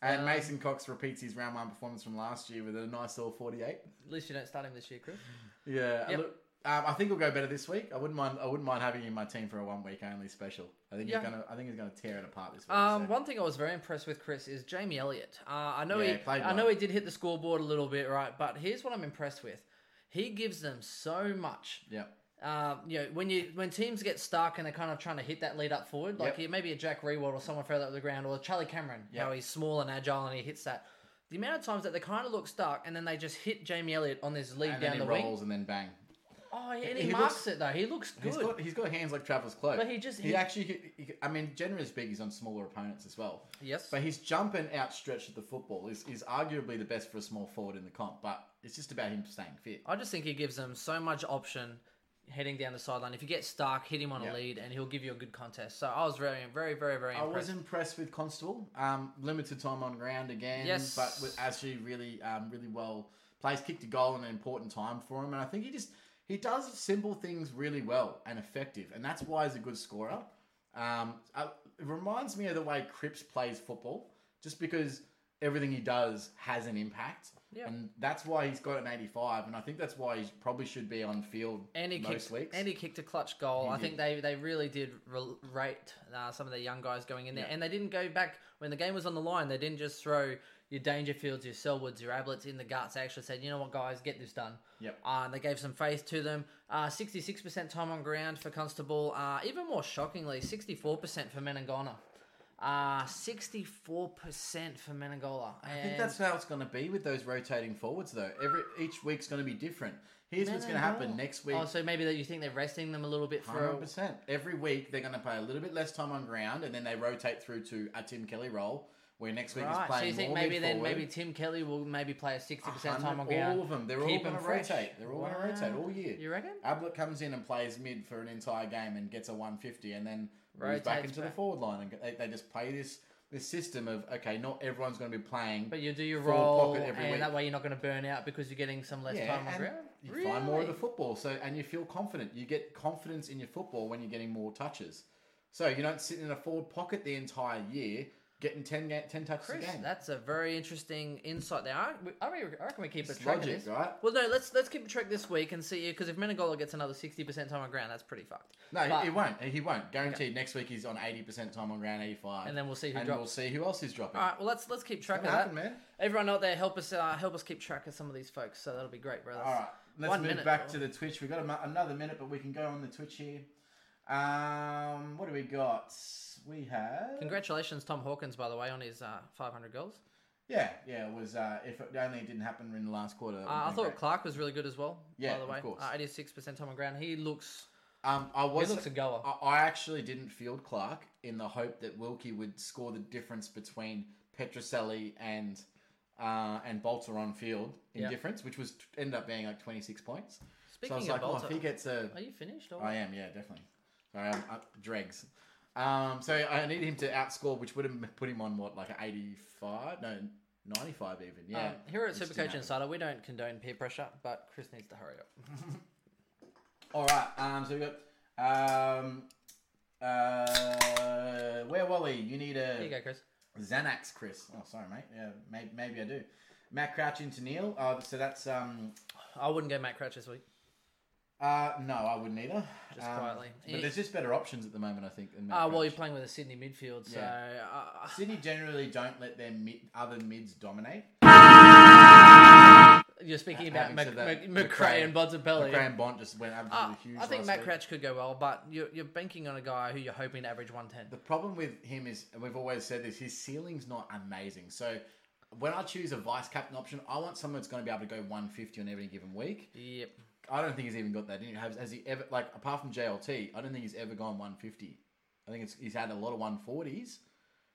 [SPEAKER 3] And Mason Cox repeats his round one performance from last year with a nice all 48.
[SPEAKER 2] At least you don't start him this year, Chris.
[SPEAKER 3] Mm-hmm. Yeah.
[SPEAKER 2] Yep.
[SPEAKER 3] Look, um, I think he'll go better this week. I wouldn't mind. I wouldn't mind having him in my team for a one week only special. I think
[SPEAKER 2] Yeah.
[SPEAKER 3] he's gonna. I think he's gonna tear it apart this week.
[SPEAKER 2] Um,
[SPEAKER 3] so-
[SPEAKER 2] one thing I was very impressed with Chris is Jamie Elliott. Uh, I know
[SPEAKER 3] Yeah, he
[SPEAKER 2] he,
[SPEAKER 3] played
[SPEAKER 2] I know
[SPEAKER 3] well.
[SPEAKER 2] he did hit the scoreboard a little bit, right? But here's what I'm impressed with. He gives them so much.
[SPEAKER 3] yeah.
[SPEAKER 2] um, you know, when you when teams get stuck and they're kind of trying to hit that lead up forward, like
[SPEAKER 3] Yep.
[SPEAKER 2] yeah, maybe a Jack Rewald or someone further up the ground, or Charlie Cameron, how
[SPEAKER 3] Yep.
[SPEAKER 2] he's small and agile and he hits that. The amount of times that they kind of look stuck and then they just hit Jamie Elliott on this lead
[SPEAKER 3] And then
[SPEAKER 2] down the
[SPEAKER 3] he rolls
[SPEAKER 2] wing.
[SPEAKER 3] and then bang.
[SPEAKER 2] Oh, yeah, and he,
[SPEAKER 3] He
[SPEAKER 2] marks
[SPEAKER 3] looks-
[SPEAKER 2] it though. He looks good.
[SPEAKER 3] He's got, he's got hands like Travis Cloak.
[SPEAKER 2] But he just-
[SPEAKER 3] He,
[SPEAKER 2] he-
[SPEAKER 3] actually. He, he- I mean, generally speaking, he's on smaller opponents as well.
[SPEAKER 2] Yes.
[SPEAKER 3] But his jump and outstretch of the football is, is arguably the best for a small forward in the comp, but it's just about him staying fit.
[SPEAKER 2] I just think he gives them so much option heading down the sideline. If you get stuck, hit him on a
[SPEAKER 3] Yeah.
[SPEAKER 2] lead and he'll give you a good contest. So I was very, very, very, very
[SPEAKER 3] I
[SPEAKER 2] impressed.
[SPEAKER 3] was impressed with Constable. Um, limited time on ground again,
[SPEAKER 2] Yes.
[SPEAKER 3] but was actually really, um, really well plays. Kicked a goal in an important time for him, and I think he just he does simple things really well and effective, and that's why he's a good scorer. Um, uh, it reminds me of the way Cripps plays football, just because everything he does has an impact.
[SPEAKER 2] Yeah.
[SPEAKER 3] And that's why he's got an 85, and I think that's why he probably should be on field
[SPEAKER 2] And he
[SPEAKER 3] most
[SPEAKER 2] kicked,
[SPEAKER 3] weeks.
[SPEAKER 2] and he kicked a clutch goal. I
[SPEAKER 3] did.
[SPEAKER 2] think they, they really did re- rate uh, some of the young guys going in there,
[SPEAKER 3] Yeah.
[SPEAKER 2] and they didn't go back when the game was on the line. They didn't just throw your Dangerfields, your Selwoods, your Ablets in the guts. They actually said, you know what, guys, get this done.
[SPEAKER 3] Yep.
[SPEAKER 2] Uh, they gave some faith to them. Uh, 66% time on ground for Constable. Uh, even more shockingly, 64% for Menangona. Uh, 64% for Menangola.
[SPEAKER 3] I think that's how it's going to be with those rotating forwards, though. Every each week's going to be different. Here's what's going to happen next week.
[SPEAKER 2] Oh, so maybe that you think they're resting them a little bit for
[SPEAKER 3] Hundred percent. Every week they're going to play a little bit less time on ground, and then they rotate through to a Tim Kelly role, where next week he's
[SPEAKER 2] Right.
[SPEAKER 3] playing
[SPEAKER 2] So you think
[SPEAKER 3] more
[SPEAKER 2] maybe
[SPEAKER 3] mid
[SPEAKER 2] then
[SPEAKER 3] forward.
[SPEAKER 2] maybe Tim Kelly will maybe play a sixty percent
[SPEAKER 3] 100
[SPEAKER 2] time on ground.
[SPEAKER 3] All of them. They're all
[SPEAKER 2] Keep
[SPEAKER 3] going to
[SPEAKER 2] him fresh.
[SPEAKER 3] rotate. They're all
[SPEAKER 2] Wow.
[SPEAKER 3] going to rotate all year.
[SPEAKER 2] You reckon?
[SPEAKER 3] Ablett comes in and plays mid for an entire game and gets a 150, and then moves back
[SPEAKER 2] Rotates
[SPEAKER 3] into the
[SPEAKER 2] back.
[SPEAKER 3] forward line, and go- they, they just play this this system of okay, not everyone's going to be playing.
[SPEAKER 2] But you do your
[SPEAKER 3] Full
[SPEAKER 2] role,
[SPEAKER 3] pocket
[SPEAKER 2] and
[SPEAKER 3] every week.
[SPEAKER 2] that way you're not going to burn out because you're getting some less time on
[SPEAKER 3] and
[SPEAKER 2] ground.
[SPEAKER 3] You find more of the
[SPEAKER 2] Really?
[SPEAKER 3] football, so and you feel confident. You get confidence in your football when you're getting more touches. So you don't sit in a forward pocket the entire year, getting 10, ga- 10 touches
[SPEAKER 2] Chris,
[SPEAKER 3] a game.
[SPEAKER 2] that's a very interesting insight there. I, I re- I reckon we keep a
[SPEAKER 3] It's
[SPEAKER 2] track
[SPEAKER 3] logic,
[SPEAKER 2] of this.
[SPEAKER 3] right?
[SPEAKER 2] Well, no, let's let's keep a track this week and see because if Menegola gets another sixty percent time on ground, that's pretty fucked.
[SPEAKER 3] No, he-
[SPEAKER 2] But-
[SPEAKER 3] he won't. He won't. Guaranteed. Next week he's on eighty percent time on ground eighty five,
[SPEAKER 2] And then we'll see who
[SPEAKER 3] and
[SPEAKER 2] drops.
[SPEAKER 3] we'll see who else is dropping.
[SPEAKER 2] All right, well let's let's keep track of
[SPEAKER 3] That'll
[SPEAKER 2] that.
[SPEAKER 3] happen, man.
[SPEAKER 2] Everyone out there, help us uh, help us keep track of some of these folks. So that'll be great, brothers.
[SPEAKER 3] All right, let's
[SPEAKER 2] One
[SPEAKER 3] move
[SPEAKER 2] minute,
[SPEAKER 3] back
[SPEAKER 2] though.
[SPEAKER 3] to the Twitch. We've got a, mo- another minute, but we can go on the Twitch here. Um, what do we got? We have.
[SPEAKER 2] Congratulations, Tom Hawkins, by the way, on his uh, 500 goals.
[SPEAKER 3] Yeah, yeah, it was. Uh, if it only didn't happen in the last quarter. that
[SPEAKER 2] Uh, I
[SPEAKER 3] would've been
[SPEAKER 2] thought
[SPEAKER 3] great.
[SPEAKER 2] Clark was really good as well.
[SPEAKER 3] Oh, Yeah,
[SPEAKER 2] by the
[SPEAKER 3] of
[SPEAKER 2] way,
[SPEAKER 3] course.
[SPEAKER 2] Uh, 86% time on ground. He looks.
[SPEAKER 3] Um, I was.
[SPEAKER 2] looks a goer.
[SPEAKER 3] I, I actually didn't field Clark in the hope that Wilkie would score the difference between Petroselli and uh, and Bolter on field in
[SPEAKER 2] Yeah.
[SPEAKER 3] difference, which was ended up being like twenty six points. so I
[SPEAKER 2] Speaking
[SPEAKER 3] was
[SPEAKER 2] of
[SPEAKER 3] like, oh,
[SPEAKER 2] Bolter,
[SPEAKER 3] if he gets a,
[SPEAKER 2] are you finished? Or... Um,
[SPEAKER 3] I am, yeah, definitely. Sorry, I'm, i dregs. Um, so I needed him to outscore, which would have put him on what, like eighty five? No, ninety five even. Yeah.
[SPEAKER 2] Um, here at
[SPEAKER 3] which didn't
[SPEAKER 2] Supercoach
[SPEAKER 3] happen.
[SPEAKER 2] Insider, we don't condone peer pressure, but Chris needs to hurry up.
[SPEAKER 3] All right. Um, so we got. Um, uh, where Wally? You need a
[SPEAKER 2] Here you go, Chris.
[SPEAKER 3] Xanax, Chris. Oh, sorry, mate. Yeah, maybe, maybe I do. Matt Crouch into Neil. Uh, so that's um.
[SPEAKER 2] I wouldn't go Matt Crouch this week.
[SPEAKER 3] Uh, no, I wouldn't either.
[SPEAKER 2] Just
[SPEAKER 3] Um,
[SPEAKER 2] quietly.
[SPEAKER 3] But there's just better options at the moment, I think. Than Matt
[SPEAKER 2] Uh, well,
[SPEAKER 3] Crouch.
[SPEAKER 2] you're playing with a Sydney midfield, so
[SPEAKER 3] Yeah.
[SPEAKER 2] uh,
[SPEAKER 3] Sydney generally don't let their mid, other mids dominate.
[SPEAKER 2] you're speaking
[SPEAKER 3] Ha-
[SPEAKER 2] about
[SPEAKER 3] having
[SPEAKER 2] Mc,
[SPEAKER 3] said that,
[SPEAKER 2] Mc- McRae and Bodzabelli.
[SPEAKER 3] Graham Bond just went absolutely
[SPEAKER 2] Uh,
[SPEAKER 3] huge.
[SPEAKER 2] I think
[SPEAKER 3] last
[SPEAKER 2] Matt
[SPEAKER 3] week.
[SPEAKER 2] Crouch could go well, but you're, you're banking on a guy who you're hoping to average 110.
[SPEAKER 3] The problem with him is, and we've always said this, his ceiling's not amazing. So when I choose a vice captain option, I want someone that's going to be able to go 150 on every given week.
[SPEAKER 2] Yep.
[SPEAKER 3] I don't think he's even got that in. Has, has he ever, like, apart from JLT, I don't think he's ever gone 150. I think it's, he's had a lot of 140s,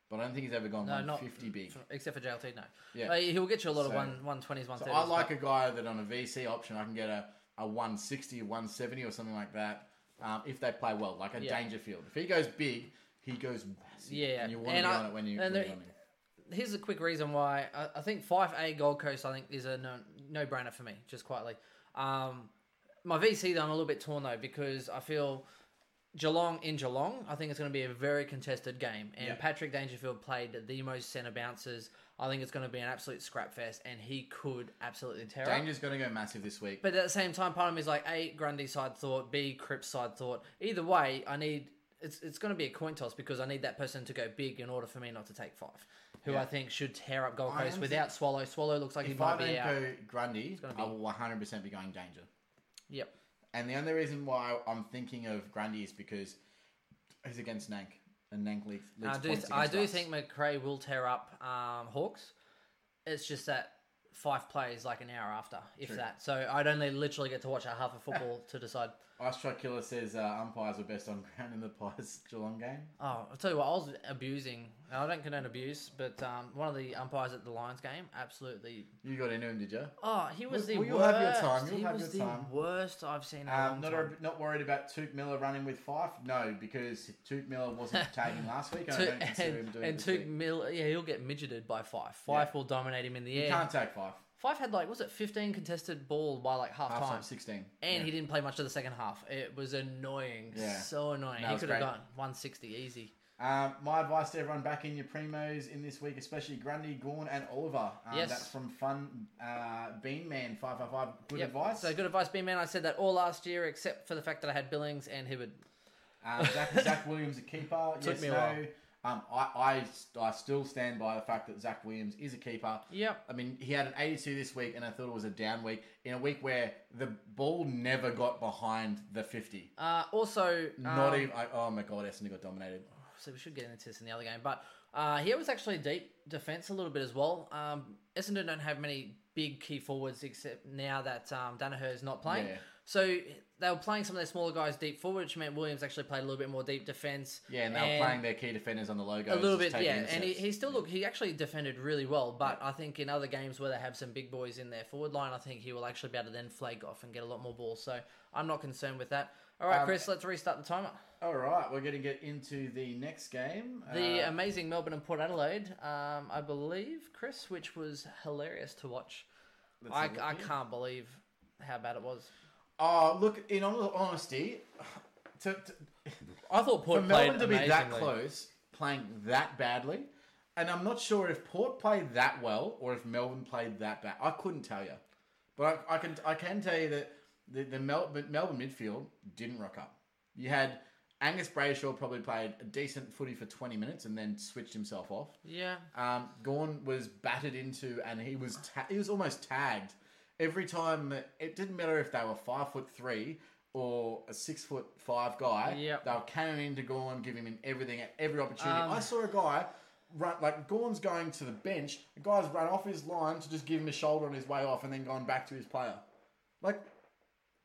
[SPEAKER 3] but I don't think he's ever gone
[SPEAKER 2] No, not
[SPEAKER 3] 150 big.
[SPEAKER 2] except for JLT, no.
[SPEAKER 3] Yeah.
[SPEAKER 2] Uh, he'll get you a lot of
[SPEAKER 3] So-
[SPEAKER 2] one, 120s, 130s.
[SPEAKER 3] So I like
[SPEAKER 2] but
[SPEAKER 3] a guy that on a VC option I can get a, a 160, 170 or something like that um, if they play well, like a
[SPEAKER 2] Yeah.
[SPEAKER 3] Dangerfield. If he goes big, he goes massive.
[SPEAKER 2] Yeah,
[SPEAKER 3] And you want
[SPEAKER 2] and
[SPEAKER 3] to be
[SPEAKER 2] I-
[SPEAKER 3] on it when you, when
[SPEAKER 2] and
[SPEAKER 3] you're
[SPEAKER 2] the-
[SPEAKER 3] on him.
[SPEAKER 2] Here's a quick reason why I, I think 5A Gold Coast, I think, is a no, no-brainer for me, just quietly. Um, my VC, though, I'm a little bit torn, though, because I feel Geelong in Geelong, I think it's going to be a very contested game. And
[SPEAKER 3] Yeah.
[SPEAKER 2] Patrick Dangerfield played the most centre bounces. I think it's going to be an absolute scrap fest, and he could absolutely tear up.
[SPEAKER 3] Danger's going to go massive this week.
[SPEAKER 2] But at the same time, part of me is like A, Grundy side thought, B, Cripps side thought. Either way, I need it's it's going to be a coin toss because I need that person to go big in order for me not to take five, who
[SPEAKER 3] Yeah.
[SPEAKER 2] I think should tear up Gold
[SPEAKER 3] I
[SPEAKER 2] Coast
[SPEAKER 3] am
[SPEAKER 2] without Swallow. Swallow looks like he
[SPEAKER 3] if I
[SPEAKER 2] might be
[SPEAKER 3] don't
[SPEAKER 2] out.
[SPEAKER 3] go Grundy,
[SPEAKER 2] gonna be-
[SPEAKER 3] I will 100% be going Danger.
[SPEAKER 2] Yep.
[SPEAKER 3] And the only reason why I'm thinking of Grundy is because he's against Nank. And Nank leads, leads
[SPEAKER 2] I Uh, do
[SPEAKER 3] points
[SPEAKER 2] th- I
[SPEAKER 3] against
[SPEAKER 2] do
[SPEAKER 3] us.
[SPEAKER 2] think McRae will tear up um, Hawks. It's just that five plays like an hour after, if
[SPEAKER 3] True.
[SPEAKER 2] that. So I'd only literally get to watch a half of football to decide.
[SPEAKER 3] Ice Truck Killer says uh, umpires were best on ground in the Pies Geelong game.
[SPEAKER 2] Oh, I'll tell you what, I was abusing. I don't condone abuse, but um, one of the umpires at the Lions game absolutely
[SPEAKER 3] You got into him, did you?
[SPEAKER 2] Oh, he was
[SPEAKER 3] Well,
[SPEAKER 2] the
[SPEAKER 3] well, you'll
[SPEAKER 2] worst.
[SPEAKER 3] have your time, you'll
[SPEAKER 2] he
[SPEAKER 3] have
[SPEAKER 2] was
[SPEAKER 3] your
[SPEAKER 2] the
[SPEAKER 3] time.
[SPEAKER 2] worst I've seen. In a
[SPEAKER 3] Um,
[SPEAKER 2] long
[SPEAKER 3] not,
[SPEAKER 2] time.
[SPEAKER 3] a, not worried about Tuke Miller running with Fife? No, because Tuke Miller wasn't tagging last week, and I don't
[SPEAKER 2] Tu-
[SPEAKER 3] consider him
[SPEAKER 2] and
[SPEAKER 3] doing it
[SPEAKER 2] and
[SPEAKER 3] this
[SPEAKER 2] Tuke
[SPEAKER 3] week.
[SPEAKER 2] Miller, yeah, he'll get midgeted by Fife. Fife
[SPEAKER 3] Yeah.
[SPEAKER 2] will dominate him in the
[SPEAKER 3] You
[SPEAKER 2] air.
[SPEAKER 3] can't tag Fife.
[SPEAKER 2] Fife had like was it fifteen contested ball by like half,
[SPEAKER 3] Half
[SPEAKER 2] time,
[SPEAKER 3] time, 16.
[SPEAKER 2] and
[SPEAKER 3] Yeah.
[SPEAKER 2] he didn't play much of the second half. It was annoying,
[SPEAKER 3] Yeah.
[SPEAKER 2] so annoying.
[SPEAKER 3] No, it
[SPEAKER 2] he
[SPEAKER 3] was
[SPEAKER 2] could have
[SPEAKER 3] great.
[SPEAKER 2] gone one sixty easy.
[SPEAKER 3] Um, my advice to everyone back in your primos in this week, especially Grundy, Gorn, and Oliver. Um,
[SPEAKER 2] Yes.
[SPEAKER 3] That's from Fun uh, Bean Man five five five. Good
[SPEAKER 2] Yep.
[SPEAKER 3] advice.
[SPEAKER 2] So good advice, B man. I said that all last year, except for the fact that I had Billings and Hibbard.
[SPEAKER 3] Um, Zach, Zach Williams a keeper.
[SPEAKER 2] Took
[SPEAKER 3] yes,
[SPEAKER 2] me a
[SPEAKER 3] no.
[SPEAKER 2] while.
[SPEAKER 3] Um, I, I I still stand by the fact that Zach Williams is a keeper.
[SPEAKER 2] Yep.
[SPEAKER 3] I mean, he had an 82 this week, and I thought it was a down week in a week where the ball never got behind the 50.
[SPEAKER 2] Uh, also,
[SPEAKER 3] Not
[SPEAKER 2] um,
[SPEAKER 3] even. I, oh my god, Essendon got dominated.
[SPEAKER 2] so we should get into this in the other game. But uh, here was actually deep defense a little bit as well. Um, Essendon don't have many big key forwards except now that um, Danaher is not playing.
[SPEAKER 3] Yeah.
[SPEAKER 2] So they were playing some of their smaller guys deep forward, which meant Williams actually played a little bit more deep defense.
[SPEAKER 3] Yeah, and they were playing their key defenders on the logo.
[SPEAKER 2] a little bit, yeah. And he, he still look he actually defended really well. But I think in other games where they have some big boys in their forward line, I think he will actually be able to then flag off and get a lot more balls. So I'm not concerned with that. All right,
[SPEAKER 3] Um,
[SPEAKER 2] Chris, let's restart the timer.
[SPEAKER 3] All right, we're going to get into the next game.
[SPEAKER 2] The um,
[SPEAKER 3] Uh,
[SPEAKER 2] amazing Melbourne and Port Adelaide, um, I believe, Chris, which was hilarious to watch.
[SPEAKER 3] let's
[SPEAKER 2] I,
[SPEAKER 3] have a
[SPEAKER 2] I
[SPEAKER 3] look here.
[SPEAKER 2] can't believe how bad it was.
[SPEAKER 3] Oh, look. In all honesty, to, to,
[SPEAKER 2] I thought
[SPEAKER 3] for
[SPEAKER 2] Port played
[SPEAKER 3] Melbourne to be that
[SPEAKER 2] amazingly.
[SPEAKER 3] close, playing that badly, and I'm not sure if Port played that well or if Melbourne played that bad. I couldn't tell you, but I, I can I can tell you that the, the Mel, Melbourne midfield didn't rock up. You had Angus Brayshaw probably played a decent footy for 20 minutes and then switched himself off.
[SPEAKER 2] Yeah,
[SPEAKER 3] Um, Gorn was battered into, and he was ta- he was almost tagged every time. It didn't matter if they were five foot three or a six foot five guy.
[SPEAKER 2] Yep.
[SPEAKER 3] they were cannoning into Gorn, giving him everything at every opportunity. I saw a guy run like Gorn's going to the bench. A guy's run off his line to just give him a shoulder on his way off, and then gone back to his player. Like,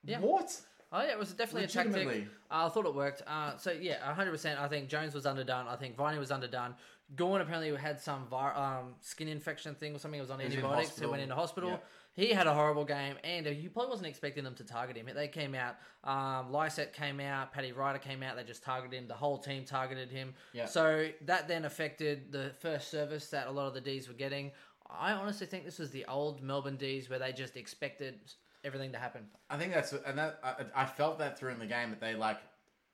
[SPEAKER 2] Yeah.
[SPEAKER 3] what?
[SPEAKER 2] Oh yeah, it was definitely a tactic.
[SPEAKER 3] Legitimately.
[SPEAKER 2] Uh, I thought it worked. Uh, so yeah, hundred percent. I think Jones was underdone. I think Viney was underdone. Gorn apparently had some vir- um, skin infection thing or something. He was on
[SPEAKER 3] was in
[SPEAKER 2] antibiotics. He
[SPEAKER 3] hospital.
[SPEAKER 2] went into hospital.
[SPEAKER 3] Yeah.
[SPEAKER 2] He had a horrible game, and uh, you probably wasn't expecting them to target him. They came out. Um, Lyset came out. Paddy Ryder came out. They just targeted him. The whole team targeted him.
[SPEAKER 3] Yeah.
[SPEAKER 2] So that then affected the first service that a lot of the D's were getting. I honestly think this was the old Melbourne D's where they just expected everything to happen.
[SPEAKER 3] I think that's and that I, I felt that through in the game that they like.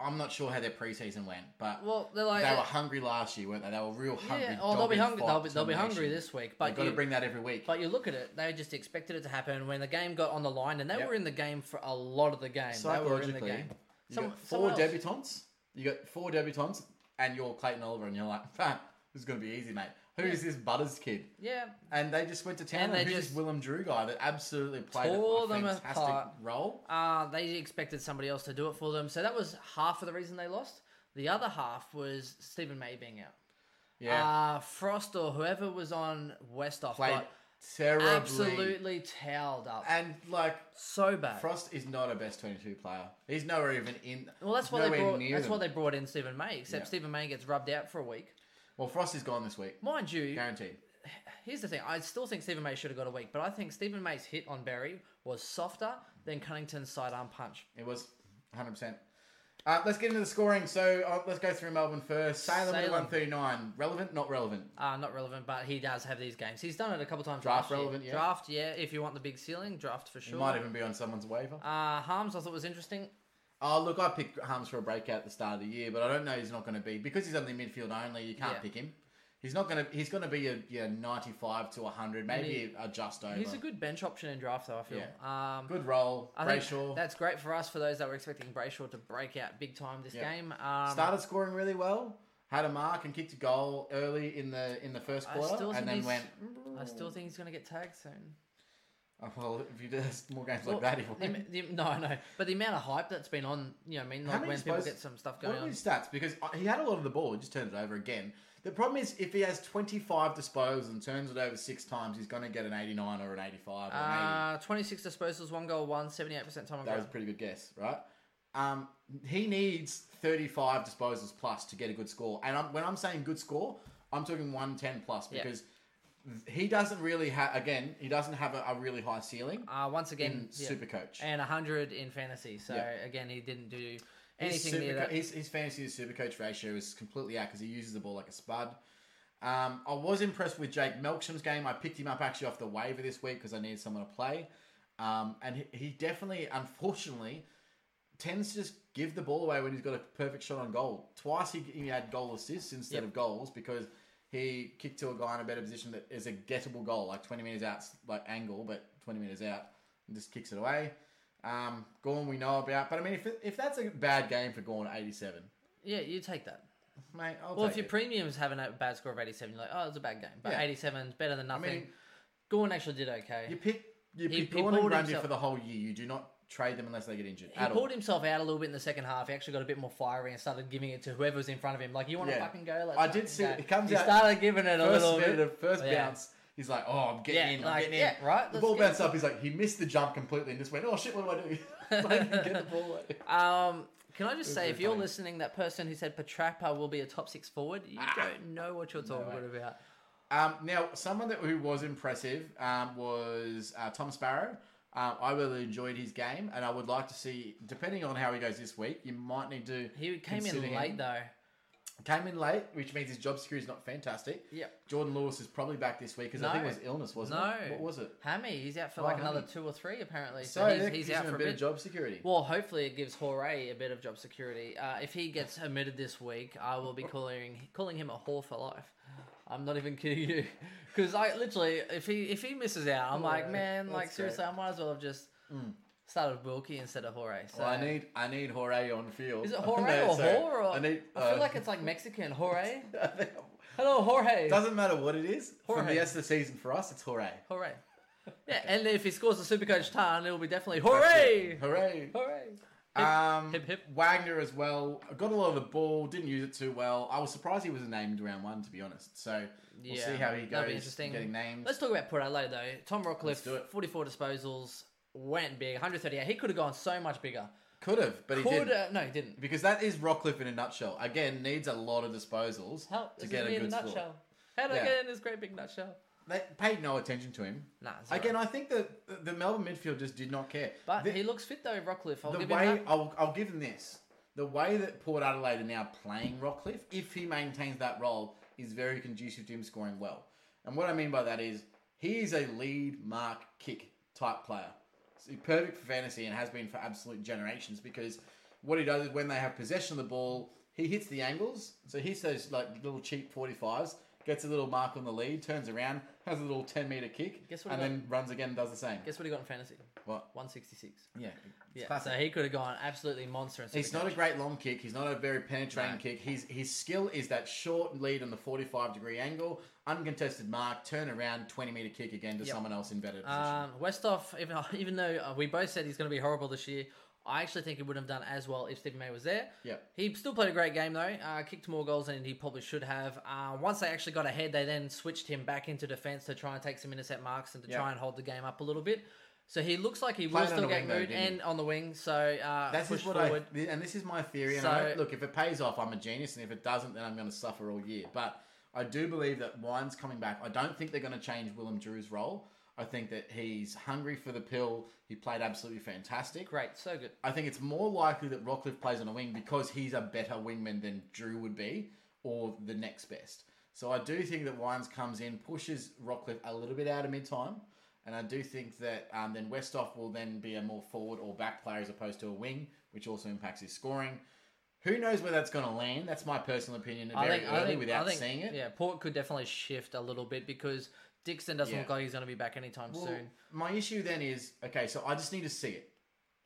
[SPEAKER 3] I'm not sure how their preseason went, but
[SPEAKER 2] Well, they're like uh,
[SPEAKER 3] they were hungry last year, weren't they? They were real hungry.
[SPEAKER 2] Yeah, oh, they'll be
[SPEAKER 3] dogging
[SPEAKER 2] hungry.
[SPEAKER 3] fight
[SPEAKER 2] They'll be, they'll be
[SPEAKER 3] determination.
[SPEAKER 2] hungry this week.
[SPEAKER 3] They've
[SPEAKER 2] But
[SPEAKER 3] got to
[SPEAKER 2] you,
[SPEAKER 3] bring that every week.
[SPEAKER 2] but you look at it, they just expected it to happen when the game got on the line, and they
[SPEAKER 3] Yep.
[SPEAKER 2] were in the game for a lot of the game. They were in the
[SPEAKER 3] Psychologically,
[SPEAKER 2] game.
[SPEAKER 3] you
[SPEAKER 2] Some-
[SPEAKER 3] got
[SPEAKER 2] someone
[SPEAKER 3] four
[SPEAKER 2] else.
[SPEAKER 3] debutants. You got four debutants, and you're Clayton Oliver, and you're like, "Ha, this is going to be easy, mate. Who is this Butters kid?
[SPEAKER 2] Yeah,
[SPEAKER 3] And they just went to town.
[SPEAKER 2] And
[SPEAKER 3] And
[SPEAKER 2] they
[SPEAKER 3] who's this
[SPEAKER 2] just
[SPEAKER 3] Willem Drew guy that absolutely played
[SPEAKER 2] tore
[SPEAKER 3] a
[SPEAKER 2] them
[SPEAKER 3] fantastic
[SPEAKER 2] apart.
[SPEAKER 3] role.
[SPEAKER 2] uh, they expected somebody else to do it for them. So that was half of the reason they lost. The other half was Stephen May being out.
[SPEAKER 3] Yeah,
[SPEAKER 2] Uh, Frost or whoever was on West off
[SPEAKER 3] played
[SPEAKER 2] got
[SPEAKER 3] terribly.
[SPEAKER 2] absolutely towelled up.
[SPEAKER 3] And like
[SPEAKER 2] so bad.
[SPEAKER 3] Frost is not a best 22 player. He's nowhere even in.
[SPEAKER 2] well, that's why they
[SPEAKER 3] nowhere
[SPEAKER 2] brought.
[SPEAKER 3] near
[SPEAKER 2] That's
[SPEAKER 3] them.
[SPEAKER 2] why they brought in Stephen May. Except
[SPEAKER 3] Yeah.
[SPEAKER 2] Stephen May gets rubbed out for a week.
[SPEAKER 3] Well, Frost is gone this week,
[SPEAKER 2] Mind you,
[SPEAKER 3] guaranteed.
[SPEAKER 2] Here's the thing. I still think Stephen May should have got a week, but I think Stephen May's hit on Barry was softer than Cunnington's sidearm punch.
[SPEAKER 3] It was 100%. Uh, let's get into the scoring. So uh, let's go through Melbourne first. Salem, at
[SPEAKER 2] Salem.
[SPEAKER 3] 139. Relevant, not relevant.
[SPEAKER 2] Uh, not relevant, but he does have these games. He's done it a couple times. last
[SPEAKER 3] Draft
[SPEAKER 2] year.
[SPEAKER 3] relevant, yeah.
[SPEAKER 2] Draft, yeah. If you want the big ceiling, draft for
[SPEAKER 3] It
[SPEAKER 2] sure.
[SPEAKER 3] might even be on someone's waiver.
[SPEAKER 2] Uh, Harms, I thought was interesting.
[SPEAKER 3] oh, look, I picked Harms for a breakout at the start of the year, but I don't know he's not going to be. Because he's only midfield only, you can't
[SPEAKER 2] Yeah.
[SPEAKER 3] pick him. He's not going to. He's going to be a yeah, 95 to 100, maybe a just over.
[SPEAKER 2] He's a good bench option in draft, though. I feel. Um,
[SPEAKER 3] Good role.
[SPEAKER 2] I think
[SPEAKER 3] Brayshaw.
[SPEAKER 2] That's great for us for those that were expecting Brayshaw to break out big time this
[SPEAKER 3] Yeah.
[SPEAKER 2] game. Um,
[SPEAKER 3] started scoring really well. Had a mark and kicked a goal early in the in the first
[SPEAKER 2] I
[SPEAKER 3] quarter,
[SPEAKER 2] still think
[SPEAKER 3] and then
[SPEAKER 2] he's-
[SPEAKER 3] went.
[SPEAKER 2] I still think he's going to get tagged soon.
[SPEAKER 3] Oh, well, if you do more games
[SPEAKER 2] Well,
[SPEAKER 3] like that, he will
[SPEAKER 2] the am- the am- no, no. But the amount of hype that's been on, you know, what I mean,
[SPEAKER 3] How
[SPEAKER 2] like
[SPEAKER 3] many
[SPEAKER 2] when people
[SPEAKER 3] supposed-
[SPEAKER 2] get some stuff going
[SPEAKER 3] What are
[SPEAKER 2] on.
[SPEAKER 3] his stats? Because uh, he had a lot of the ball, he just turns it over again. The problem is if he has 25 disposals and turns it over six times, he's going to get an 89 or an 85 or an 80.
[SPEAKER 2] Uh, 26 disposals, one goal, one, 78% time on
[SPEAKER 3] That
[SPEAKER 2] goal.
[SPEAKER 3] was a pretty good guess, right? Um, he needs 35 disposals plus to get a good score. And I'm, when I'm saying good score, I'm talking 110 plus
[SPEAKER 2] Yeah.
[SPEAKER 3] because he doesn't really have, again, he doesn't have a, a really high ceiling
[SPEAKER 2] Uh, once again,
[SPEAKER 3] in
[SPEAKER 2] yeah.
[SPEAKER 3] Supercoach.
[SPEAKER 2] and 100 in fantasy. So
[SPEAKER 3] Yeah.
[SPEAKER 2] again, he didn't do
[SPEAKER 3] His,
[SPEAKER 2] anything near
[SPEAKER 3] superco-
[SPEAKER 2] that.
[SPEAKER 3] his, his fantasy to supercoach ratio is completely out because he uses the ball like a spud. Um, I was impressed with Jake Melksham's game. I picked him up actually off the waiver this week because I needed someone to play. Um, and he, he definitely, unfortunately, tends to just give the ball away when he's got a perfect shot on goal. Twice he, he had goal assists instead
[SPEAKER 2] Yep.
[SPEAKER 3] of goals because he kicked to a guy in a better position that is a gettable goal, like 20 metres out, like angle, but 20 metres out, and just kicks it away. Um, Gorn we know about, but I mean, if, if that's a bad game for Gorn, 87,
[SPEAKER 2] Yeah, you take that.
[SPEAKER 3] mate, I'll
[SPEAKER 2] Well,
[SPEAKER 3] take
[SPEAKER 2] if your
[SPEAKER 3] it.
[SPEAKER 2] premium's having a bad score of 87, you're like, oh, it's a bad game. But
[SPEAKER 3] Yeah.
[SPEAKER 2] 87's better than
[SPEAKER 3] I
[SPEAKER 2] nothing.
[SPEAKER 3] mean,
[SPEAKER 2] Gorn actually did okay.
[SPEAKER 3] you pick you
[SPEAKER 2] He-
[SPEAKER 3] pick
[SPEAKER 2] he
[SPEAKER 3] Gorn and
[SPEAKER 2] pulled
[SPEAKER 3] Grundy
[SPEAKER 2] himself-
[SPEAKER 3] for the whole year. You do not trade them unless they get injured.
[SPEAKER 2] he
[SPEAKER 3] at all.
[SPEAKER 2] pulled himself out a little bit in the second half. He actually got a bit more fiery and started giving it to whoever was in front of him. Like, you want to
[SPEAKER 3] Yeah.
[SPEAKER 2] fucking go? Let's
[SPEAKER 3] I did
[SPEAKER 2] fucking
[SPEAKER 3] see
[SPEAKER 2] go."
[SPEAKER 3] it. It comes
[SPEAKER 2] he
[SPEAKER 3] out-
[SPEAKER 2] started giving it a
[SPEAKER 3] first
[SPEAKER 2] little
[SPEAKER 3] minute,
[SPEAKER 2] bit.
[SPEAKER 3] the first
[SPEAKER 2] Yeah.
[SPEAKER 3] bounce, he's like, "Oh, I'm getting
[SPEAKER 2] Yeah,
[SPEAKER 3] in, I'm
[SPEAKER 2] like,
[SPEAKER 3] getting in."
[SPEAKER 2] yeah, right,
[SPEAKER 3] The
[SPEAKER 2] let's
[SPEAKER 3] ball
[SPEAKER 2] get-
[SPEAKER 3] bounced up. He's like, he missed the jump completely and just went, "Oh shit, what do I do?" It's like, get the ball. Away.
[SPEAKER 2] Um, can I just
[SPEAKER 3] was
[SPEAKER 2] say,
[SPEAKER 3] very
[SPEAKER 2] if you're
[SPEAKER 3] funny.
[SPEAKER 2] listening, that person who said Petrapa will be a top six forward, you
[SPEAKER 3] Ah.
[SPEAKER 2] don't know what you're talking
[SPEAKER 3] way.
[SPEAKER 2] about.
[SPEAKER 3] Um, now, someone that who was impressive um, was uh, Tom Sparrow. Um, I really enjoyed his game, and I would like to see, depending on how he goes this week, you might need to.
[SPEAKER 2] He came
[SPEAKER 3] consider
[SPEAKER 2] in
[SPEAKER 3] him.
[SPEAKER 2] late though.
[SPEAKER 3] Came in late, which means his job security is not fantastic.
[SPEAKER 2] Yep.
[SPEAKER 3] Jordan Lewis is probably back this week because I think it
[SPEAKER 2] No.
[SPEAKER 3] was illness, wasn't
[SPEAKER 2] No.
[SPEAKER 3] it? What was it?
[SPEAKER 2] Hammy, he's out for
[SPEAKER 3] Oh,
[SPEAKER 2] like
[SPEAKER 3] Hammy.
[SPEAKER 2] another two or three apparently. So,
[SPEAKER 3] So,
[SPEAKER 2] he's,
[SPEAKER 3] that
[SPEAKER 2] he's
[SPEAKER 3] gives
[SPEAKER 2] out
[SPEAKER 3] him
[SPEAKER 2] for
[SPEAKER 3] a bit of job security.
[SPEAKER 2] Well, hopefully it gives Horay a bit of job security. Uh, if he gets omitted this week, I will
[SPEAKER 3] Oh.
[SPEAKER 2] be calling calling him a whore for life. I'm not even kidding you, because I literally, if he if he misses out, I'm like,
[SPEAKER 3] Alright,
[SPEAKER 2] man, like
[SPEAKER 3] that's great. Mm.
[SPEAKER 2] seriously, I might as well have just started Wilkie instead of Horay. So
[SPEAKER 3] Well, I need I need Jorge on field.
[SPEAKER 2] is it
[SPEAKER 3] No,
[SPEAKER 2] Horay or
[SPEAKER 3] sorry.
[SPEAKER 2] whore? Or,
[SPEAKER 3] I need.
[SPEAKER 2] Oh. I
[SPEAKER 3] uh,
[SPEAKER 2] feel like it's like Mexican Horay.
[SPEAKER 3] I think-
[SPEAKER 2] Hello, Jorge.
[SPEAKER 3] doesn't matter what it is from the
[SPEAKER 2] Jorge.
[SPEAKER 3] rest of the season for us. It's Jorge.
[SPEAKER 2] Hooray. Yeah, and if he scores the Supercoach Tarn, it'll be definitely hooray!
[SPEAKER 3] Hooray!
[SPEAKER 2] Hooray!
[SPEAKER 3] Um,
[SPEAKER 2] hip, hip.
[SPEAKER 3] Wagner as well got a lot of the ball. Didn't use it too well. I was surprised he was named round one, to be honest. So we'll
[SPEAKER 2] Yeah,
[SPEAKER 3] see how he
[SPEAKER 2] that'd
[SPEAKER 3] goes.
[SPEAKER 2] be interesting.
[SPEAKER 3] Getting named.
[SPEAKER 2] Let's talk about Port Adelaide though. Tom
[SPEAKER 3] Let's do
[SPEAKER 2] Rockcliffe,
[SPEAKER 3] it.
[SPEAKER 2] 44 disposals, went big, 138. He could have gone so much bigger.
[SPEAKER 3] Could have, but he
[SPEAKER 2] Could
[SPEAKER 3] didn't.
[SPEAKER 2] uh, no, he didn't.
[SPEAKER 3] Because that is Rockcliffe in a nutshell. Again, needs a lot of disposals
[SPEAKER 2] How
[SPEAKER 3] to
[SPEAKER 2] is
[SPEAKER 3] get
[SPEAKER 2] it
[SPEAKER 3] a
[SPEAKER 2] me in
[SPEAKER 3] good
[SPEAKER 2] a
[SPEAKER 3] score.
[SPEAKER 2] nutshell? How did
[SPEAKER 3] Yeah.
[SPEAKER 2] I get in this great big nutshell?
[SPEAKER 3] They paid no attention to him.
[SPEAKER 2] Nah, it's
[SPEAKER 3] Again,
[SPEAKER 2] alright.
[SPEAKER 3] I think that the Melbourne midfield just did not care.
[SPEAKER 2] but
[SPEAKER 3] The-
[SPEAKER 2] he looks fit though, Rockcliffe. I'll
[SPEAKER 3] the
[SPEAKER 2] give him
[SPEAKER 3] way
[SPEAKER 2] that.
[SPEAKER 3] I'll, I'll give him this the way that Port Adelaide are now playing Rockcliffe, if he maintains that role, is very conducive to him scoring well. And what I mean by that is he is a lead mark kick type player. He's perfect for fantasy and has been for absolute generations because what he does is when they have possession of the ball, he hits the angles. So he hits those like little cheap 45s, gets a little mark on the lead, turns around, has a little 10 meter kick,
[SPEAKER 2] Guess what
[SPEAKER 3] and
[SPEAKER 2] he
[SPEAKER 3] then runs again and does the same.
[SPEAKER 2] Guess what he got in fantasy?
[SPEAKER 3] what?
[SPEAKER 2] 166.
[SPEAKER 3] Yeah.
[SPEAKER 2] Yeah,
[SPEAKER 3] Classic.
[SPEAKER 2] so he could have gone absolutely monster. in
[SPEAKER 3] He's
[SPEAKER 2] Supercoach.
[SPEAKER 3] not a great long kick. He's not a very penetrating
[SPEAKER 2] No.
[SPEAKER 3] kick. His his skill is that short lead on the forty five degree angle, uncontested mark, turn around, twenty meter kick again to
[SPEAKER 2] Yep.
[SPEAKER 3] someone else in better position.
[SPEAKER 2] Um, Westhoff, even, even though uh, we both said he's going to be horrible this year, I actually think he would have done as well if Stephen May was there.
[SPEAKER 3] Yep.
[SPEAKER 2] He still played a great game though. Uh, kicked more goals than he probably should have. Uh, once they actually got ahead, they then switched him back into defence to try and take some intercept marks and to
[SPEAKER 3] Yep.
[SPEAKER 2] try and hold the game up a little bit. So he looks like he
[SPEAKER 3] Played
[SPEAKER 2] will
[SPEAKER 3] on
[SPEAKER 2] still
[SPEAKER 3] the
[SPEAKER 2] get
[SPEAKER 3] wing, though,
[SPEAKER 2] moved
[SPEAKER 3] didn't he?
[SPEAKER 2] and on the wing. So uh,
[SPEAKER 3] That's
[SPEAKER 2] push
[SPEAKER 3] just what
[SPEAKER 2] forward.
[SPEAKER 3] I and this is my theory. And
[SPEAKER 2] So-
[SPEAKER 3] I don't, look, if it pays off, I'm a genius, and if it doesn't, then I'm going to suffer all year. But I do believe that Wine's coming back. I don't think they're going to change Willem Drew's role. I think that he's hungry for the pill. He played absolutely fantastic.
[SPEAKER 2] Great, so good.
[SPEAKER 3] I think it's more likely that Rockcliffe plays on a wing because he's a better wingman than Drew would be, or the next best. So I do think that Wines comes in, pushes Rockcliffe a little bit out of mid time, and I do think that um, then Westhoff will then be a more forward or back player as opposed to a wing, which also impacts his scoring. Who knows where that's going to land? That's my personal opinion. Very early without seeing it.
[SPEAKER 2] Yeah, Port could definitely shift a little bit because Dixon doesn't
[SPEAKER 3] Yeah.
[SPEAKER 2] look like he's going to be back anytime
[SPEAKER 3] Well,
[SPEAKER 2] soon.
[SPEAKER 3] My issue then is okay, so I just need to see it.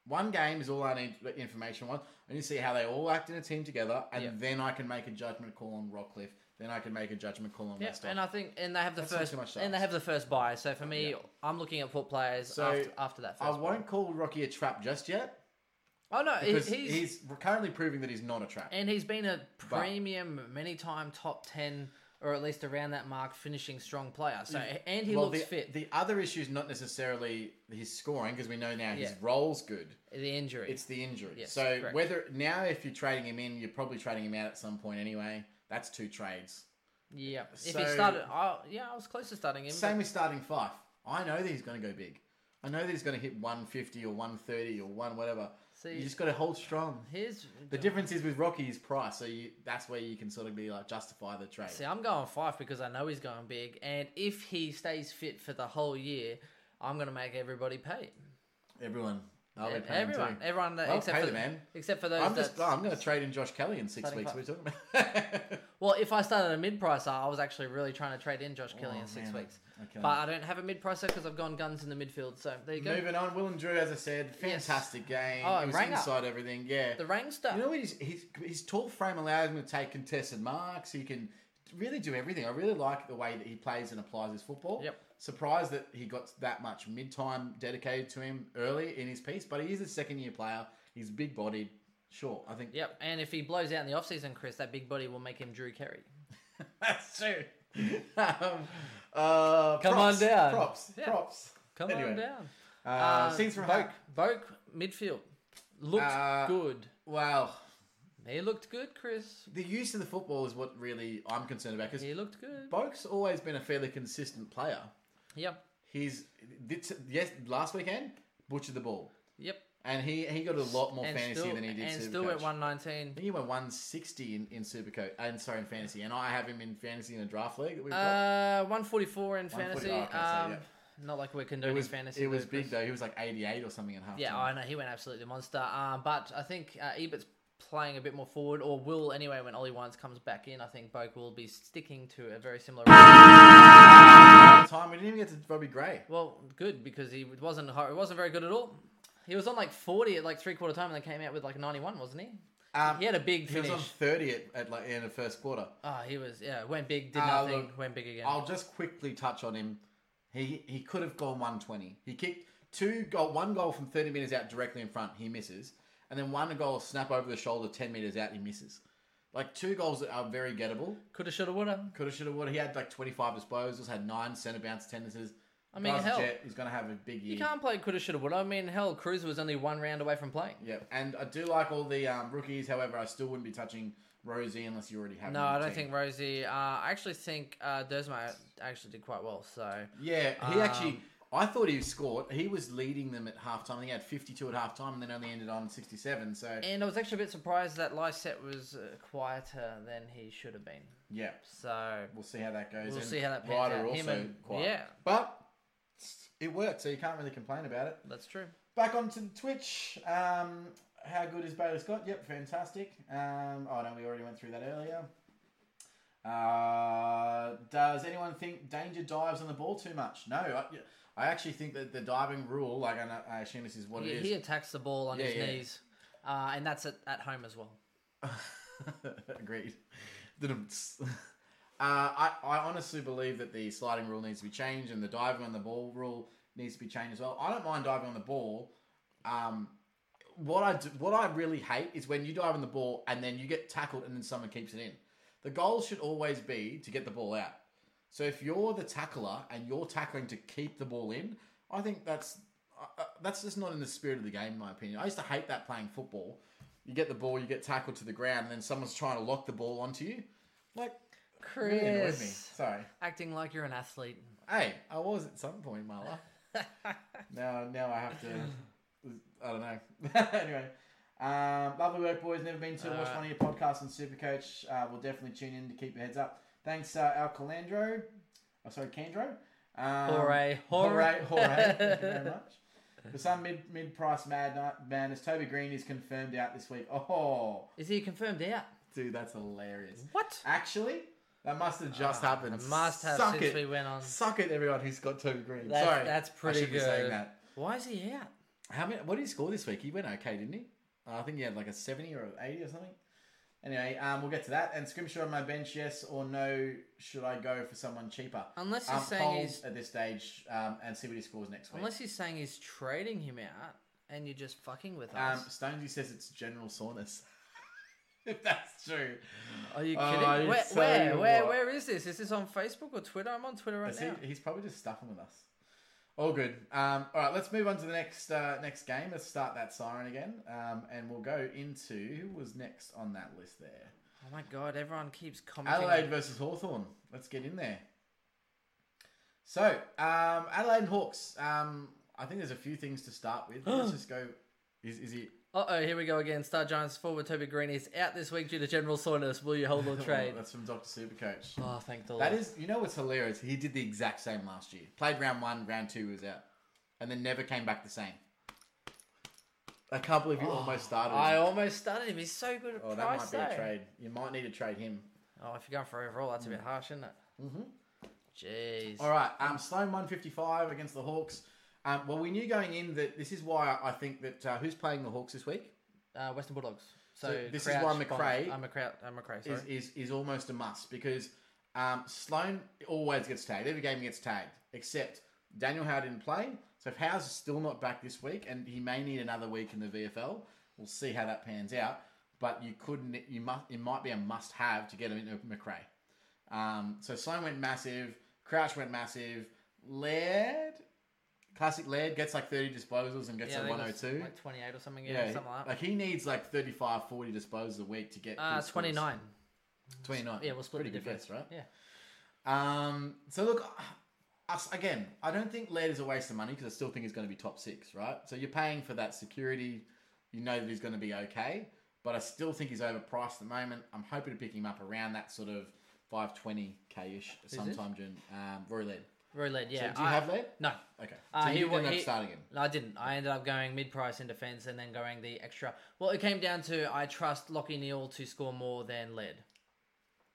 [SPEAKER 3] One game is all I need like, information on. I need to see how they all act in a team together, and
[SPEAKER 2] Yeah.
[SPEAKER 3] then I can make a judgment call on Rockcliffe. Then I can make a judgment call on
[SPEAKER 2] Yeah,
[SPEAKER 3] Westall.
[SPEAKER 2] and I think and they have the
[SPEAKER 3] That's not
[SPEAKER 2] first
[SPEAKER 3] too much to
[SPEAKER 2] and they
[SPEAKER 3] ask.
[SPEAKER 2] have the first buy. So for me, I'm looking at Port players
[SPEAKER 3] So,
[SPEAKER 2] after, after that.
[SPEAKER 3] I
[SPEAKER 2] First buy.
[SPEAKER 3] won't call Rocky a trap just yet
[SPEAKER 2] Oh no, he-
[SPEAKER 3] because
[SPEAKER 2] he's,
[SPEAKER 3] he's, currently proving that he's not a trap.
[SPEAKER 2] and he's been a premium many time top ten or at least around that mark finishing strong player. So and he
[SPEAKER 3] well,
[SPEAKER 2] looks
[SPEAKER 3] the,
[SPEAKER 2] fit. The,
[SPEAKER 3] the other issue is not necessarily his scoring because we know now his
[SPEAKER 2] Yeah.
[SPEAKER 3] role's good.
[SPEAKER 2] injury.
[SPEAKER 3] It's the injury.
[SPEAKER 2] Yes,
[SPEAKER 3] so
[SPEAKER 2] correct.
[SPEAKER 3] whether now if you're trading him in, you're probably trading him out at some point anyway. That's two trades.
[SPEAKER 2] yeah. if he
[SPEAKER 3] so-
[SPEAKER 2] started, I, yeah, I was close to starting him. but-
[SPEAKER 3] Same with starting five. I know that he's going to go big. I know that he's going to hit 150 or 130 or one whatever.
[SPEAKER 2] See-
[SPEAKER 3] you just got to hold strong.
[SPEAKER 2] Here's
[SPEAKER 3] The difference is with Rocky is price, so you, that's where you can sort of be like justify the trade.
[SPEAKER 2] See, I'm going five because I know he's going big, and if he stays fit for the whole year, I'm going to make everybody pay.
[SPEAKER 3] Everyone, I'll be
[SPEAKER 2] Yeah,
[SPEAKER 3] paying
[SPEAKER 2] everyone,
[SPEAKER 3] too.
[SPEAKER 2] everyone uh,
[SPEAKER 3] I'll
[SPEAKER 2] except
[SPEAKER 3] pay
[SPEAKER 2] for
[SPEAKER 3] the man.
[SPEAKER 2] except for those.
[SPEAKER 3] I'm just.
[SPEAKER 2] that's-
[SPEAKER 3] I'm going to trade in Josh Kelly in six
[SPEAKER 2] Starting
[SPEAKER 3] weeks. What are
[SPEAKER 2] five.
[SPEAKER 3] you talking about?
[SPEAKER 2] Well, if I started a mid pricer, I was actually really trying to trade in Josh Kelly
[SPEAKER 3] Oh,
[SPEAKER 2] in six
[SPEAKER 3] man.
[SPEAKER 2] weeks.
[SPEAKER 3] Okay.
[SPEAKER 2] But I don't have a mid pricer because I've gone guns in the midfield. So there you go.
[SPEAKER 3] Moving on, Will and Drew, as I said,
[SPEAKER 2] Yes.
[SPEAKER 3] fantastic game.
[SPEAKER 2] Oh,
[SPEAKER 3] he was
[SPEAKER 2] rang up.
[SPEAKER 3] inside everything. Yeah.
[SPEAKER 2] The Rang stuff.
[SPEAKER 3] You know what? His, his, his tall frame allows him to take contested marks. He can really do everything. I really like the way that he plays and applies his football.
[SPEAKER 2] Yep.
[SPEAKER 3] Surprised that he got that much mid time dedicated to him early in his piece, but he is a second year player. He's big bodied. Sure, I think.
[SPEAKER 2] yep. And if he blows out in the offseason, Chris, that big body will make him Drew Carey.
[SPEAKER 3] That's true. um, uh,
[SPEAKER 2] Come
[SPEAKER 3] props,
[SPEAKER 2] on down.
[SPEAKER 3] Props.
[SPEAKER 2] Yeah.
[SPEAKER 3] Props.
[SPEAKER 2] Come
[SPEAKER 3] Anyway,
[SPEAKER 2] on down. Um,
[SPEAKER 3] Uh, scenes from Hoke.
[SPEAKER 2] Boke midfield looked
[SPEAKER 3] Uh,
[SPEAKER 2] good.
[SPEAKER 3] Wow.
[SPEAKER 2] He looked good, Chris.
[SPEAKER 3] The use of the football is what really I'm concerned about because
[SPEAKER 2] He looked good.
[SPEAKER 3] Boke's always been a fairly consistent player.
[SPEAKER 2] Yep.
[SPEAKER 3] He's this, yes last weekend butchered the ball,
[SPEAKER 2] Yep.
[SPEAKER 3] and he he got a lot more
[SPEAKER 2] And
[SPEAKER 3] fantasy
[SPEAKER 2] still,
[SPEAKER 3] than he did.
[SPEAKER 2] and
[SPEAKER 3] Supercoach.
[SPEAKER 2] still at
[SPEAKER 3] one.
[SPEAKER 2] one nineteen.
[SPEAKER 3] He went 160 in, in Supercoach, and sorry, in fantasy, and I have him in fantasy in a draft league. That we've got.
[SPEAKER 2] Uh, one forty four in
[SPEAKER 3] 140
[SPEAKER 2] fantasy.
[SPEAKER 3] oh, okay, so,
[SPEAKER 2] um,
[SPEAKER 3] yeah.
[SPEAKER 2] not like we're
[SPEAKER 3] It
[SPEAKER 2] condoning
[SPEAKER 3] was
[SPEAKER 2] fantasy.
[SPEAKER 3] It was
[SPEAKER 2] though,
[SPEAKER 3] big
[SPEAKER 2] Chris.
[SPEAKER 3] though. He was like 88 or something in half.
[SPEAKER 2] Yeah, I know he went absolutely monster. Um, but I think uh, Ebert's playing a bit more forward, or will anyway when Ollie Wines comes back in. I think Boke will be sticking to a very similar.
[SPEAKER 3] time we didn't even get to Robbie Gray.
[SPEAKER 2] Well, good because he wasn't ho- he wasn't very good at all. He was on like forty at like three quarter time, and then came out with like ninety one, wasn't he?
[SPEAKER 3] Um,
[SPEAKER 2] He had a big
[SPEAKER 3] he was
[SPEAKER 2] finish.
[SPEAKER 3] on 30 at, at like in the first quarter.
[SPEAKER 2] Ah, he was yeah. Went big, did
[SPEAKER 3] Uh,
[SPEAKER 2] nothing,
[SPEAKER 3] look,
[SPEAKER 2] went big again.
[SPEAKER 3] I'll just quickly touch on him. He he could have gone 120. He kicked two goal, one goal from 30 meters out directly in front. He misses, and then one goal snap over the shoulder 10 meters out. He misses. Like two goals that are very gettable.
[SPEAKER 2] Coulda, shoulda, woulda.
[SPEAKER 3] Could have, should have, would have. He had like 25 disposals, had nine centre bounce tendencies. I
[SPEAKER 2] mean, hell.
[SPEAKER 3] he's going to have a big year.
[SPEAKER 2] You can't play coulda, shoulda, woulda. I mean, hell, Cruz was only one round away from playing.
[SPEAKER 3] Yep. And I do like all the um, rookies. However, I still wouldn't be touching Rosie unless you already have.
[SPEAKER 2] No,
[SPEAKER 3] him on
[SPEAKER 2] I
[SPEAKER 3] your
[SPEAKER 2] don't
[SPEAKER 3] team.
[SPEAKER 2] think Rosie. Uh, I actually think uh, Dersma actually did quite well. So
[SPEAKER 3] Yeah, he
[SPEAKER 2] Um,
[SPEAKER 3] actually. I thought he scored. He was leading them at halftime. He had 52 at halftime, and then only ended on 67. So
[SPEAKER 2] And I was actually a bit surprised that Lyset was uh, quieter than he should have been.
[SPEAKER 3] yeah,
[SPEAKER 2] So
[SPEAKER 3] we'll see how that goes.
[SPEAKER 2] We'll
[SPEAKER 3] And
[SPEAKER 2] see how that pans
[SPEAKER 3] Ryder
[SPEAKER 2] out.
[SPEAKER 3] also
[SPEAKER 2] Him and-
[SPEAKER 3] quiet.
[SPEAKER 2] yeah.
[SPEAKER 3] but it worked, so you can't really complain about it.
[SPEAKER 2] that's true.
[SPEAKER 3] Back onto the Twitch. Um, how good is Baylor Scott? Yep, fantastic. Um, oh no, we already went through that earlier. Uh, does anyone think danger dives on the ball too much? No, I, I actually think that the diving rule, like I, know, I assume this is what
[SPEAKER 2] He,
[SPEAKER 3] it is.
[SPEAKER 2] he attacks the ball on
[SPEAKER 3] Yeah,
[SPEAKER 2] his
[SPEAKER 3] yeah.
[SPEAKER 2] knees, uh, and that's at, at home as well.
[SPEAKER 3] Agreed. Didn't- Uh, I, I honestly believe that the sliding rule needs to be changed and the diving on the ball rule needs to be changed as well. I don't mind diving on the ball. Um, what I do, what I really hate is when you dive on the ball and then you get tackled and then someone keeps it in. The goal should always be to get the ball out. So if you're the tackler and you're tackling to keep the ball in, I think that's uh, uh, that's just not in the spirit of the game, in my opinion. I used to hate that playing football. You get the ball, you get tackled to the ground, and then someone's trying to lock the ball onto you. Like,
[SPEAKER 2] Chris,
[SPEAKER 3] really annoyed me. Sorry.
[SPEAKER 2] acting like you're an athlete.
[SPEAKER 3] Hey, I was at some point in my life. now, now I have to. I don't know. anyway, um, lovely work, boys. Never been to watch
[SPEAKER 2] Alright.
[SPEAKER 3] one of your podcasts on Supercoach. Uh, we'll definitely tune in to keep your heads up. Thanks, uh, Al Calandro. Oh, sorry, Candro. Um,
[SPEAKER 2] Hooray, hooray.
[SPEAKER 3] hooray, hooray. Thank you very much. For some mid mid price mad night madness, Toby Green is confirmed out this week. Oh,
[SPEAKER 2] Is he confirmed out?
[SPEAKER 3] dude, that's hilarious.
[SPEAKER 2] What?
[SPEAKER 3] Actually, that must have just happened.
[SPEAKER 2] Ah, It must have
[SPEAKER 3] Suck
[SPEAKER 2] since
[SPEAKER 3] it.
[SPEAKER 2] we went on.
[SPEAKER 3] Suck it, everyone who's got Toby Green.
[SPEAKER 2] That's,
[SPEAKER 3] Sorry,
[SPEAKER 2] that's pretty
[SPEAKER 3] I should
[SPEAKER 2] good.
[SPEAKER 3] Be saying that.
[SPEAKER 2] Why is he out?
[SPEAKER 3] How many? What did he score this week? He went okay, didn't he? Uh, I think he had like a seventy or an eighty or something. Anyway, um, we'll get to that. And Scrimshaw on my bench, yes or no? Should I go for someone cheaper?
[SPEAKER 2] Unless he's
[SPEAKER 3] Um,
[SPEAKER 2] saying
[SPEAKER 3] hold
[SPEAKER 2] he's-
[SPEAKER 3] at this stage um, and see what he scores next week.
[SPEAKER 2] Unless he's saying he's trading him out, and you're just fucking with
[SPEAKER 3] um,
[SPEAKER 2] us.
[SPEAKER 3] Stonesy says it's general soreness. if that's true,
[SPEAKER 2] Are you
[SPEAKER 3] Oh,
[SPEAKER 2] kidding?
[SPEAKER 3] you
[SPEAKER 2] where,
[SPEAKER 3] tell
[SPEAKER 2] where,
[SPEAKER 3] you
[SPEAKER 2] where,
[SPEAKER 3] what.
[SPEAKER 2] where is this? Is this on Facebook or Twitter? I'm on Twitter right
[SPEAKER 3] Is
[SPEAKER 2] now.
[SPEAKER 3] he- he's probably just stuffing with us. All good. Um, all right, let's move on to the next uh, next game. Let's start that siren again, um, and we'll go into who was next on that list there.
[SPEAKER 2] Oh my god, everyone keeps commenting.
[SPEAKER 3] Adelaide versus Hawthorn. Let's get in there. So, um, Adelaide and Hawks. Um, I think there's a few things to start with. Let's just go. Is, is he?
[SPEAKER 2] Uh oh, here we go again. Star Giants forward Toby Green is out this week due to general soreness. Will you hold or trade?
[SPEAKER 3] That's from Dr. Supercoach.
[SPEAKER 2] Oh, thank the Lord.
[SPEAKER 3] That is, you know what's hilarious? He did the exact same last year. Played round one, round two was out, and then never came back the same. I can't believe you almost started.
[SPEAKER 2] I
[SPEAKER 3] him.
[SPEAKER 2] almost started him. He's so good at
[SPEAKER 3] oh, that
[SPEAKER 2] price
[SPEAKER 3] might be a
[SPEAKER 2] though.
[SPEAKER 3] trade. You might need to trade him.
[SPEAKER 2] Oh, if you're going for overall, that's a bit harsh, isn't it? Mm-hmm. Jeez.
[SPEAKER 3] Mm-hmm. All right, um, Sloan one fifty five against the Hawks. Um, well, we knew going in that this is why I think that uh, who's playing the Hawks this week
[SPEAKER 2] Uh, Western Bulldogs. So,
[SPEAKER 3] So this is why
[SPEAKER 2] Crouch,
[SPEAKER 3] McRae
[SPEAKER 2] Bonds- Uh, McRae. Uh, McRae. Sorry.
[SPEAKER 3] is, is is almost a must because um, Sloan always gets tagged. Every game he gets tagged, except Daniel Howe didn't play. So if Howe's still not back this week, and he may need another week in the VFL, we'll see how that pans out. But you couldn't. You must. It might be a must have to get him into McRae. Um, so Sloan went massive. Crouch went massive. Laird, classic Laird, gets like 30 disposals and gets
[SPEAKER 2] yeah, I
[SPEAKER 3] a
[SPEAKER 2] think it was
[SPEAKER 3] 102.
[SPEAKER 2] Like 28 or something. Yeah,
[SPEAKER 3] yeah,
[SPEAKER 2] something like that.
[SPEAKER 3] like he needs like 35, 40 disposals a week to get.
[SPEAKER 2] Uh,
[SPEAKER 3] good scores.
[SPEAKER 2] 29.
[SPEAKER 3] 29.
[SPEAKER 2] Yeah, we'll split
[SPEAKER 3] Pretty
[SPEAKER 2] the
[SPEAKER 3] good
[SPEAKER 2] difference,
[SPEAKER 3] guess, right?
[SPEAKER 2] Yeah.
[SPEAKER 3] Um, so look, uh, us again. I don't think Laird is a waste of money because I still think he's going to be top six, right? So you're paying for that security. You know that he's going to be okay, but I still think he's overpriced at the moment. I'm hoping to pick him up around that sort of 520k ish sometime during um, Rory Laird.
[SPEAKER 2] Roy Led, yeah.
[SPEAKER 3] do you
[SPEAKER 2] I-
[SPEAKER 3] have Laird?
[SPEAKER 2] No.
[SPEAKER 3] Okay,
[SPEAKER 2] Uh,
[SPEAKER 3] so
[SPEAKER 2] he
[SPEAKER 3] you
[SPEAKER 2] wa-
[SPEAKER 3] ended up
[SPEAKER 2] he-
[SPEAKER 3] starting him.
[SPEAKER 2] No, I didn't. I ended up going mid price in defence and then going the extra. Well, it came down to I trust Lockie Neal to score more than Led.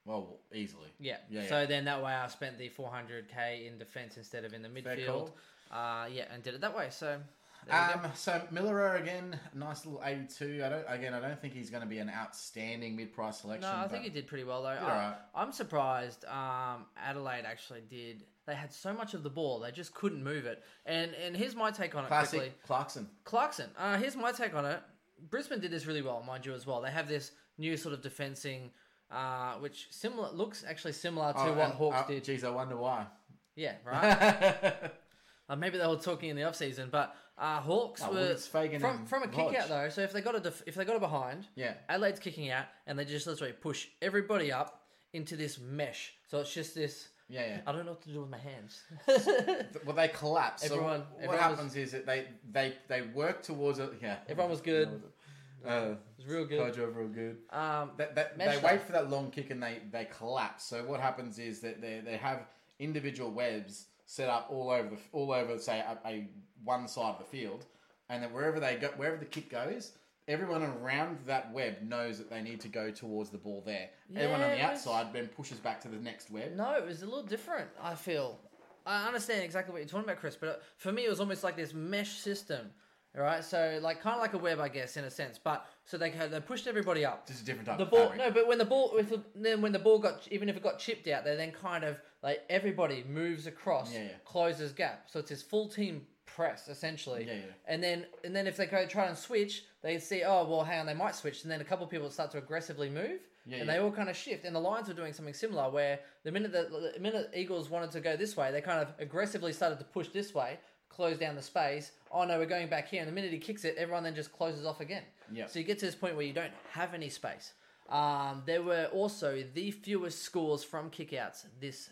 [SPEAKER 3] Well, easily.
[SPEAKER 2] Yeah.
[SPEAKER 3] Yeah.
[SPEAKER 2] So
[SPEAKER 3] yeah.
[SPEAKER 2] then that way I spent the 400k in defence instead of in the midfield.
[SPEAKER 3] call.
[SPEAKER 2] Uh, yeah, and did it that way. So. there you go.
[SPEAKER 3] Um, so Miller again, nice little 82. I don't again. I don't think he's going to be an outstanding mid-price selection.
[SPEAKER 2] No, I
[SPEAKER 3] but-
[SPEAKER 2] think he did pretty well though. I,
[SPEAKER 3] alright.
[SPEAKER 2] I'm surprised. Um, Adelaide actually did. They had so much of the ball, they just couldn't move it. And and here's my take on it
[SPEAKER 3] classic
[SPEAKER 2] quickly.
[SPEAKER 3] Clarkson.
[SPEAKER 2] Clarkson. Uh, here's my take on it. Brisbane did this really well, mind you, as well. They have this new sort of defensing, uh, which similar looks actually similar to
[SPEAKER 3] Oh,
[SPEAKER 2] what
[SPEAKER 3] and-
[SPEAKER 2] Hawks
[SPEAKER 3] oh,
[SPEAKER 2] did.
[SPEAKER 3] Geez, I wonder why.
[SPEAKER 2] Yeah, right. uh, maybe they were talking in the off season, but uh, Hawks
[SPEAKER 3] Oh, well,
[SPEAKER 2] were
[SPEAKER 3] it's Fagan
[SPEAKER 2] from
[SPEAKER 3] and
[SPEAKER 2] from a
[SPEAKER 3] Hodge.
[SPEAKER 2] kick out though. So if they got a def- if they got a behind,
[SPEAKER 3] Yeah.
[SPEAKER 2] Adelaide's kicking out, and they just literally push everybody up into this mesh. So it's just this.
[SPEAKER 3] Yeah, yeah.
[SPEAKER 2] I don't know what to do with my hands.
[SPEAKER 3] Well, they collapse. So
[SPEAKER 2] Everyone-
[SPEAKER 3] what
[SPEAKER 2] everyone was-
[SPEAKER 3] happens is that they they they work towards it. Yeah,
[SPEAKER 2] Everyone was good.
[SPEAKER 3] Uh,
[SPEAKER 2] It's real
[SPEAKER 3] Coach
[SPEAKER 2] good.
[SPEAKER 3] overall good.
[SPEAKER 2] Um,
[SPEAKER 3] That, that, they
[SPEAKER 2] Meshed
[SPEAKER 3] wait
[SPEAKER 2] up.
[SPEAKER 3] for that long kick and they they collapse. So what happens is that they they have individual webs set up all over the f- all over say a, a one side of the field, and then wherever they go wherever the kick goes. Everyone around that web knows that they need to go towards the ball there. Everyone on
[SPEAKER 2] Yeah,
[SPEAKER 3] the
[SPEAKER 2] it was-
[SPEAKER 3] outside then pushes back to the next web.
[SPEAKER 2] No, it was a little different. I feel. I understand exactly what you're talking about, Chris. But for me, it was almost like this mesh system, right? So like kind of like a web, I guess, in a sense. But so they had- they pushed everybody up.
[SPEAKER 3] Just a different type
[SPEAKER 2] The
[SPEAKER 3] of
[SPEAKER 2] ball,
[SPEAKER 3] fabric.
[SPEAKER 2] no, but when the ball, if the, then when the ball got, even if it got chipped out, they then kind of like everybody moves across,
[SPEAKER 3] Yeah, yeah.
[SPEAKER 2] closes gap. So it's this full team press essentially.
[SPEAKER 3] Yeah, yeah.
[SPEAKER 2] And then and then if they go try and switch, they see oh well, hang on, they might switch, and then a couple of people start to aggressively move, and
[SPEAKER 3] Yeah, yeah.
[SPEAKER 2] they all kind of shift. And the Lions were doing something similar, where the minute the, the minute Eagles wanted to go this way, they kind of aggressively started to push this way, close down the space. Oh no, we're going back here, and the minute he kicks it, everyone then just closes off again.
[SPEAKER 3] Yeah.
[SPEAKER 2] So you get to this point where you don't have any space. Um, there were also the fewest scores from kickouts this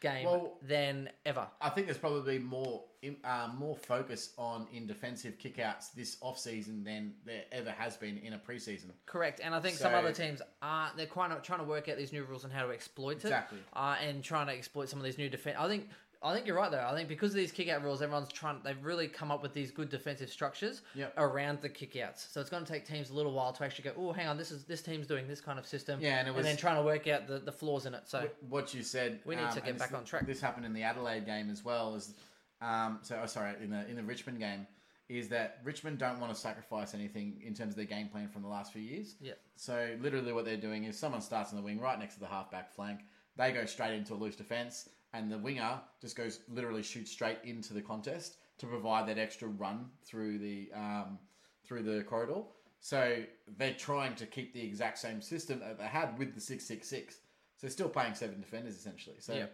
[SPEAKER 2] game
[SPEAKER 3] Well-
[SPEAKER 2] than ever.
[SPEAKER 3] I think there's probably more im- uh, more focus on in defensive kickouts this off season than there ever has been in a preseason.
[SPEAKER 2] Correct, and I think some
[SPEAKER 3] So-
[SPEAKER 2] other teams are they're quite not trying to work out these new rules and how to exploit it,
[SPEAKER 3] Exactly.
[SPEAKER 2] uh, and trying to exploit some of these new defense. I think I think you're right though. I think because of these kick-out rules, everyone's trying. They've really come up with these good defensive structures
[SPEAKER 3] Yep.
[SPEAKER 2] around the kick-outs. So it's going to take teams a little while to actually go. Oh, hang on, this is this team's doing this kind of system.
[SPEAKER 3] Yeah, and it was-
[SPEAKER 2] then trying to work out the, the flaws in it. So
[SPEAKER 3] What you said, um,
[SPEAKER 2] We need to
[SPEAKER 3] and
[SPEAKER 2] get
[SPEAKER 3] this-
[SPEAKER 2] back on track.
[SPEAKER 3] This happened in the Adelaide game as well. Is um, so oh, sorry in the in the Richmond game is that Richmond don't want to sacrifice anything in terms of their game plan from the last few years.
[SPEAKER 2] Yeah.
[SPEAKER 3] So literally, what they're doing is someone starts in the wing right next to the halfback flank. They go straight into a loose defense, and the winger just goes literally shoots straight into the contest to provide that extra run through the um, through the corridor. So they're trying to keep the exact same system that they had with the six six six. So they're still playing seven defenders essentially. So.
[SPEAKER 2] Yeah.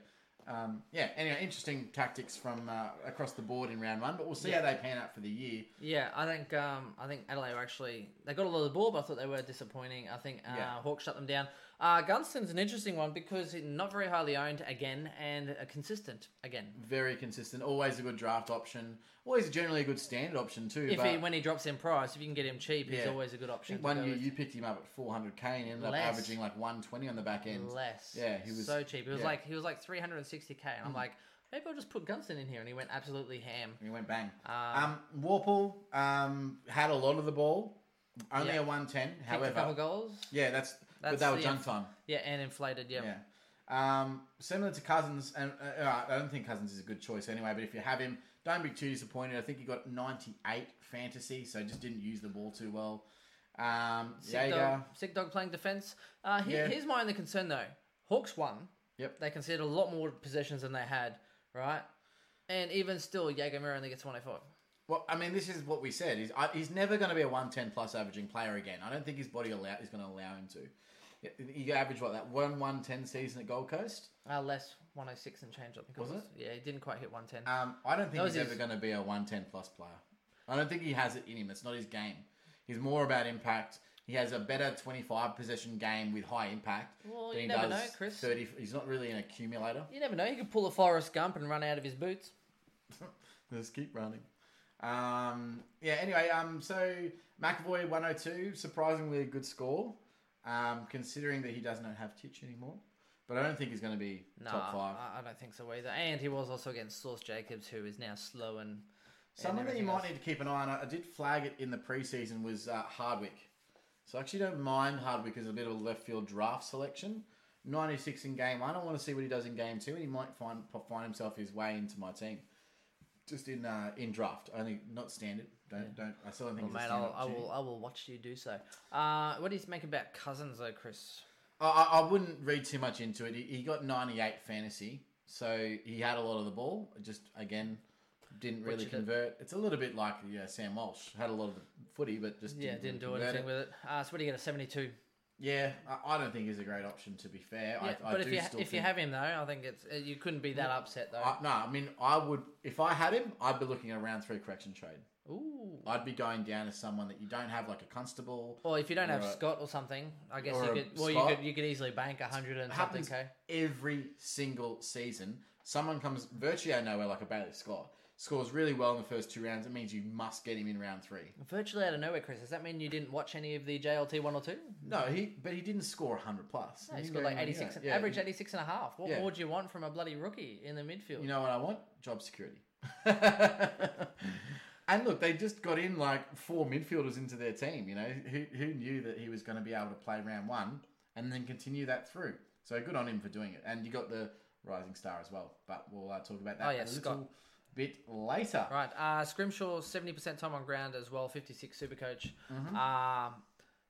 [SPEAKER 3] Um, yeah. Anyway, interesting tactics from uh, across the board in round one, but we'll see how they pan out for the year.
[SPEAKER 2] Yeah, I think um, I think Adelaide were actually they got a lot of the ball, but I thought they were disappointing. I think uh,
[SPEAKER 3] Yeah.
[SPEAKER 2] Hawks shut them down. Uh, Gunston's an interesting one because he's not very highly owned again and uh, consistent again.
[SPEAKER 3] Very consistent. Always a good draft option. Always generally a good standard option too.
[SPEAKER 2] If
[SPEAKER 3] but
[SPEAKER 2] he when he drops in price, if you can get him cheap, he's
[SPEAKER 3] Yeah.
[SPEAKER 2] always a good
[SPEAKER 3] I
[SPEAKER 2] option.
[SPEAKER 3] think
[SPEAKER 2] to
[SPEAKER 3] one
[SPEAKER 2] go
[SPEAKER 3] year
[SPEAKER 2] with.
[SPEAKER 3] you picked him up at 400k and ended
[SPEAKER 2] Less.
[SPEAKER 3] up averaging like 120 on the back end.
[SPEAKER 2] less.
[SPEAKER 3] Yeah, he was
[SPEAKER 2] so cheap. He was
[SPEAKER 3] yeah. Mm.
[SPEAKER 2] like he was like 360k, and I'm like, maybe I'll just put Gunston in here, and he went absolutely ham.
[SPEAKER 3] He went bang.
[SPEAKER 2] Ah.
[SPEAKER 3] Um, Warple um, had a lot of the ball, only
[SPEAKER 2] Yeah.
[SPEAKER 3] a 110.
[SPEAKER 2] Kicked a couple
[SPEAKER 3] However,
[SPEAKER 2] goals.
[SPEAKER 3] yeah, that's,
[SPEAKER 2] That's
[SPEAKER 3] but they were
[SPEAKER 2] the
[SPEAKER 3] junk
[SPEAKER 2] inf-
[SPEAKER 3] time.
[SPEAKER 2] Yeah, and inflated. Yeah.
[SPEAKER 3] Yeah. Um, similar to Cousins, and uh, uh, I don't think Cousins is a good choice anyway. But if you have him, don't be too disappointed. I think he got 98 fantasy, so just didn't use the ball too well. Um,
[SPEAKER 2] Sick
[SPEAKER 3] Jaeger,
[SPEAKER 2] dog, sick dog playing defense. Uh, he-
[SPEAKER 3] Yeah.
[SPEAKER 2] Here's my only concern though. Hawks won.
[SPEAKER 3] Yep.
[SPEAKER 2] They conceded a lot more possessions than they had, right? And even still, Jagamir only gets 105.
[SPEAKER 3] Well, I mean, this is what we said. He's, I, he's never going to be a 110 plus averaging player again. I don't think his body allow, is going to allow him to. He averaged what that one 110 season at Gold Coast.
[SPEAKER 2] Uh, less 106 and change, I think.
[SPEAKER 3] Was
[SPEAKER 2] it? Yeah, he didn't quite hit 110.
[SPEAKER 3] Um, I don't think
[SPEAKER 2] was
[SPEAKER 3] he's
[SPEAKER 2] his-
[SPEAKER 3] ever going to be a 110 plus player. I don't think he has it in him. It's not his game. He's more about impact. He has a better 25 possession game with high impact.
[SPEAKER 2] Well,
[SPEAKER 3] than
[SPEAKER 2] you
[SPEAKER 3] he
[SPEAKER 2] never
[SPEAKER 3] does
[SPEAKER 2] know, Chris.
[SPEAKER 3] 30, he's not really an accumulator.
[SPEAKER 2] you never know. He could pull a Forrest Gump and run out of his boots.
[SPEAKER 3] Just keep running. Um, yeah, anyway, um, so McAvoy 102, surprisingly a good score, um, considering that he does not have Titch anymore. But I don't think he's going to be
[SPEAKER 2] No,
[SPEAKER 3] top five.
[SPEAKER 2] I, I don't think so either. And he was also against Source Jacobs, who is now slow and.
[SPEAKER 3] Someone that you
[SPEAKER 2] everything
[SPEAKER 3] might
[SPEAKER 2] else.
[SPEAKER 3] need to keep an eye on, I did flag it in the preseason, was uh, Hardwick. So I actually don't mind Hardwick as a bit of a left field draft selection. 96 in game one. I want to see what he does in game two, and he might find find himself his way into my team. Just in uh, in draft, only not standard. Don't don't. I still don't think.
[SPEAKER 2] Well,
[SPEAKER 3] he's a
[SPEAKER 2] mate, I'll,
[SPEAKER 3] standard
[SPEAKER 2] I
[SPEAKER 3] option.
[SPEAKER 2] will. I will watch you do so. Uh, what do you make about Cousins though, Chris?
[SPEAKER 3] I, I- I wouldn't read too much into it. He, he got 98 fantasy, so he had a lot of the ball. It Just again, didn't really
[SPEAKER 2] Butchered it.
[SPEAKER 3] convert. It's a little bit like yeah, Sam Walsh had a lot of the footy, but just
[SPEAKER 2] Yeah,
[SPEAKER 3] didn't,
[SPEAKER 2] didn't do
[SPEAKER 3] really convert
[SPEAKER 2] anything
[SPEAKER 3] It.
[SPEAKER 2] with it. Uh, so what do you get? A seventy-two.
[SPEAKER 3] Yeah, I, I don't think he's a great option. To be fair,
[SPEAKER 2] Yeah,
[SPEAKER 3] I, I
[SPEAKER 2] but if
[SPEAKER 3] do
[SPEAKER 2] you ha-
[SPEAKER 3] still
[SPEAKER 2] if you
[SPEAKER 3] think-
[SPEAKER 2] have him though, I think it's uh, you couldn't be that upset though.
[SPEAKER 3] I, no, I mean, I would if I had him, I'd be looking at a round three correction trade.
[SPEAKER 2] Ooh.
[SPEAKER 3] I'd be going down as someone that you don't have, like a constable.
[SPEAKER 2] Or if you don't have
[SPEAKER 3] Or a-
[SPEAKER 2] Scott or something, I guess
[SPEAKER 3] or
[SPEAKER 2] you
[SPEAKER 3] a
[SPEAKER 2] could. Well, you
[SPEAKER 3] Scott.
[SPEAKER 2] could you could easily bank a hundred and something
[SPEAKER 3] happens
[SPEAKER 2] k.
[SPEAKER 3] every single season. Someone comes virtually out of nowhere, like a Bailey Scott, scores really well in the first two rounds. It means you must get him in round three.
[SPEAKER 2] Virtually out of nowhere, Chris. Does that mean you didn't watch any of the JLT one or two?
[SPEAKER 3] No, he but he didn't score 100 plus.
[SPEAKER 2] No,
[SPEAKER 3] He
[SPEAKER 2] he's
[SPEAKER 3] didn't
[SPEAKER 2] got
[SPEAKER 3] go
[SPEAKER 2] like
[SPEAKER 3] anywhere near
[SPEAKER 2] 86,
[SPEAKER 3] that. Yeah,
[SPEAKER 2] average 86 and a half. What
[SPEAKER 3] Yeah.
[SPEAKER 2] more do you want from a bloody rookie in the midfield?
[SPEAKER 3] You know what I want? Job security. and look, they just got in like four midfielders into their team. You know, who, who knew that he was going to be able to play round one and then continue that through? So good on him for doing it. And you got the rising star as well. But we'll uh, talk about that
[SPEAKER 2] Oh, yeah,
[SPEAKER 3] a
[SPEAKER 2] Scott.
[SPEAKER 3] little bit later.
[SPEAKER 2] Right. Uh, Scrimshaw, 70% time on ground as well, 56 super coach. Um,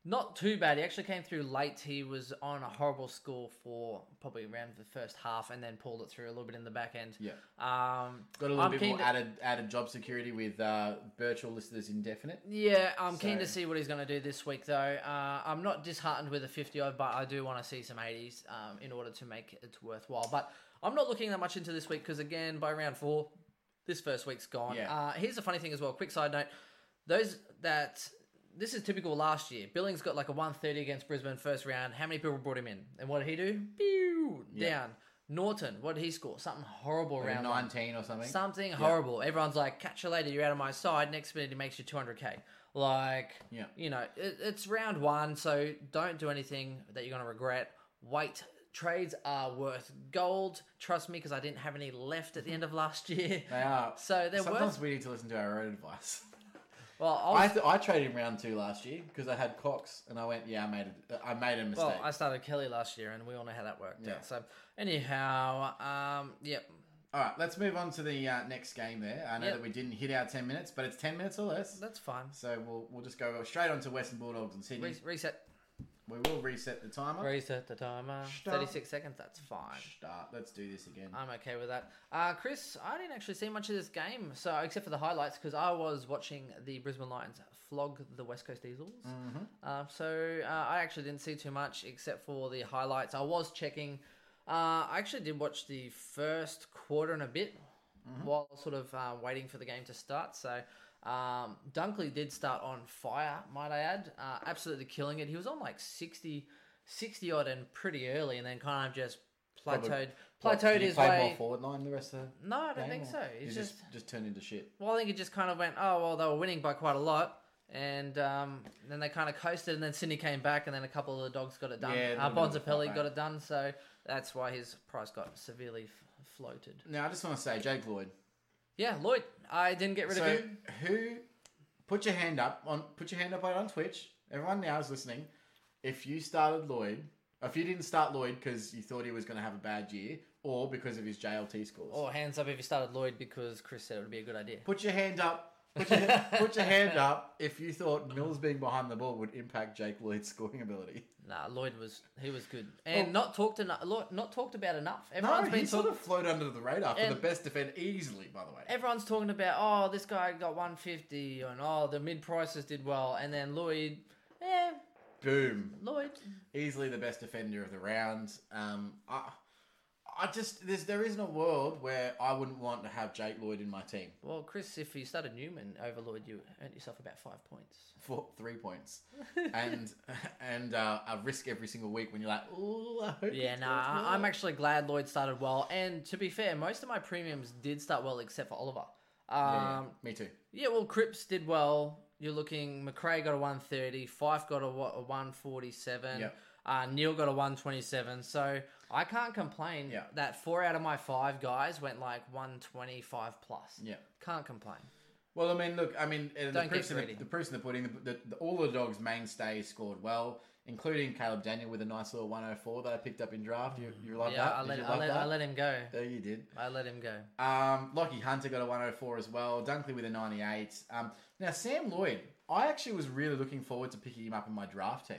[SPEAKER 2] not too bad. He actually came through late. He was on a horrible score for probably around the first half and then pulled it through a little bit in the back end.
[SPEAKER 3] Yeah.
[SPEAKER 2] Um,
[SPEAKER 3] Got a little
[SPEAKER 2] I'm
[SPEAKER 3] bit
[SPEAKER 2] keen
[SPEAKER 3] more
[SPEAKER 2] to-
[SPEAKER 3] added added job security with uh, virtual listed as indefinite.
[SPEAKER 2] Yeah, I'm keen
[SPEAKER 3] So-
[SPEAKER 2] to see what he's going to do this week, though. Uh, I'm not disheartened with a 50 odd, but I do want to see some 80s um, in order to make it worthwhile. But I'm not looking that much into this week because, again, by round four, this first week's gone.
[SPEAKER 3] Yeah.
[SPEAKER 2] Uh, here's the funny thing as well. Quick side note: those that this is typical last year. Billings got like a 130 against Brisbane first round. How many people brought him in, and what did he do? Pew, down. Norton, what did he score? Something horrible round one.
[SPEAKER 3] 19 or something.
[SPEAKER 2] Something horrible. Everyone's like, catch you later, you're out of my side. Next minute, it makes you 200k. Like,
[SPEAKER 3] Yeah.
[SPEAKER 2] you know, it, it's round one, so don't do anything that you're going to regret. Wait, trades are worth gold. Trust me, because I didn't have any left at the end of last year.
[SPEAKER 3] They are.
[SPEAKER 2] So they're
[SPEAKER 3] Sometimes
[SPEAKER 2] worth.
[SPEAKER 3] we need to listen to our own advice.
[SPEAKER 2] Well, I, was,
[SPEAKER 3] I, th- I traded him round two last year because I had Cox and I went, yeah, I made a, I made a mistake.
[SPEAKER 2] well, I started Kelly last year, and we all know how that worked.
[SPEAKER 3] Yeah.
[SPEAKER 2] out. So, anyhow, um, yep.
[SPEAKER 3] All right, let's move on to the uh, next game there. I know
[SPEAKER 2] Yep.
[SPEAKER 3] that we didn't hit our 10 minutes, but it's 10 minutes or less.
[SPEAKER 2] That's fine.
[SPEAKER 3] So we'll, we'll just go straight on to Western Bulldogs and Sydney.
[SPEAKER 2] Re- reset.
[SPEAKER 3] we will reset the timer.
[SPEAKER 2] Reset the timer.
[SPEAKER 3] Stop.
[SPEAKER 2] 36 seconds. That's fine.
[SPEAKER 3] Start. Let's do this again.
[SPEAKER 2] I'm okay with that. Uh, Chris, I didn't actually see much of this game, so except for the highlights, because I was watching the Brisbane Lions flog the West Coast Eagles. Uh, so uh, I actually didn't see too much except for the highlights. I was checking. Uh, I actually did watch the first quarter and a bit while sort of uh, waiting for the game to start. So um, Dunkley did start on fire, might I add, uh, absolutely killing it. He was on like 60, 60 odd and pretty early, and then kind of just
[SPEAKER 3] Probably-
[SPEAKER 2] plateaued.
[SPEAKER 3] What,
[SPEAKER 2] Plateaued
[SPEAKER 3] did you
[SPEAKER 2] his
[SPEAKER 3] play
[SPEAKER 2] way.
[SPEAKER 3] more forward line the rest of the
[SPEAKER 2] No, I don't
[SPEAKER 3] game,
[SPEAKER 2] think
[SPEAKER 3] or
[SPEAKER 2] so.
[SPEAKER 3] you
[SPEAKER 2] It's
[SPEAKER 3] just,
[SPEAKER 2] just,
[SPEAKER 3] just turned into shit.
[SPEAKER 2] well, I think it just kind of went, oh well, they were winning by quite a lot, and um, then they kind of coasted, and then Sydney came back, and then a couple of the dogs got it done.
[SPEAKER 3] Yeah,
[SPEAKER 2] uh,
[SPEAKER 3] a little bit of a
[SPEAKER 2] Bonzapelli
[SPEAKER 3] fight,
[SPEAKER 2] got
[SPEAKER 3] mate.
[SPEAKER 2] it done, so that's why his price got severely f- floated.
[SPEAKER 3] Now I just want to say, Jake Lloyd.
[SPEAKER 2] Yeah, Lloyd. I didn't get rid of
[SPEAKER 3] So
[SPEAKER 2] him.
[SPEAKER 3] who put your hand up on put your hand up on Twitch? Everyone now is listening. If you started Lloyd, if you didn't start Lloyd because you thought he was going to have a bad year, or because of his JLT scores,
[SPEAKER 2] Or Oh, hands up if you started Lloyd because Chris said it would be a good idea.
[SPEAKER 3] put your hand up. Put your, put your hand up if you thought Mills being behind the ball would impact Jake Lloyd's scoring ability.
[SPEAKER 2] Nah, Lloyd was he was good and not talked enough. Lloyd, not talked about enough.
[SPEAKER 3] No,
[SPEAKER 2] Everyone's
[SPEAKER 3] he
[SPEAKER 2] been
[SPEAKER 3] sort
[SPEAKER 2] talk-
[SPEAKER 3] of floated under the radar for the
[SPEAKER 2] And-
[SPEAKER 3] best defender easily. By the way,
[SPEAKER 2] Everyone's talking about oh this guy got 150 and oh the mid prices did well and then Lloyd, yeah
[SPEAKER 3] boom.
[SPEAKER 2] Lloyd.
[SPEAKER 3] easily the best defender of the round. Um, I, I just there's there isn't a world where I wouldn't want to have Jake Lloyd in my team
[SPEAKER 2] Well, Chris, if you started Newman over Lloyd, you earned yourself about five points.
[SPEAKER 3] for three points, and and uh, a risk every single week when you're like, oh, I hope
[SPEAKER 2] Yeah,
[SPEAKER 3] he
[SPEAKER 2] nah,
[SPEAKER 3] scores
[SPEAKER 2] I'm
[SPEAKER 3] well."
[SPEAKER 2] actually glad Lloyd started well. And to be fair, most of my premiums did start well, except for Oliver. Um,
[SPEAKER 3] me too.
[SPEAKER 2] Yeah, well, Cripps did well. You're looking. McRae got a 130. Fife got a, wa- a 147.
[SPEAKER 3] Yep.
[SPEAKER 2] Uh, Neil got a 127. So I can't complain
[SPEAKER 3] Yeah.
[SPEAKER 2] that four out of my five guys went like 125 plus.
[SPEAKER 3] Yeah.
[SPEAKER 2] Can't complain.
[SPEAKER 3] Well, I mean, look, I mean, uh, the
[SPEAKER 2] Don't
[SPEAKER 3] proof's,
[SPEAKER 2] get
[SPEAKER 3] in the,
[SPEAKER 2] greedy.
[SPEAKER 3] the proof's in the pudding. The, the, the, all the dogs' mainstays scored well, including Caleb Daniel with a nice little 104 that I picked up in draft. You, you love
[SPEAKER 2] yeah,
[SPEAKER 3] that?
[SPEAKER 2] I,
[SPEAKER 3] Did
[SPEAKER 2] let,
[SPEAKER 3] you
[SPEAKER 2] I,
[SPEAKER 3] love
[SPEAKER 2] let,
[SPEAKER 3] that?
[SPEAKER 2] I let him go.
[SPEAKER 3] there you did.
[SPEAKER 2] I let him go.
[SPEAKER 3] Um, Lockie Hunter got a 104 as well. Dunkley with a 98. Um, now, Sam Lloyd, I actually was really looking forward to picking him up in my draft team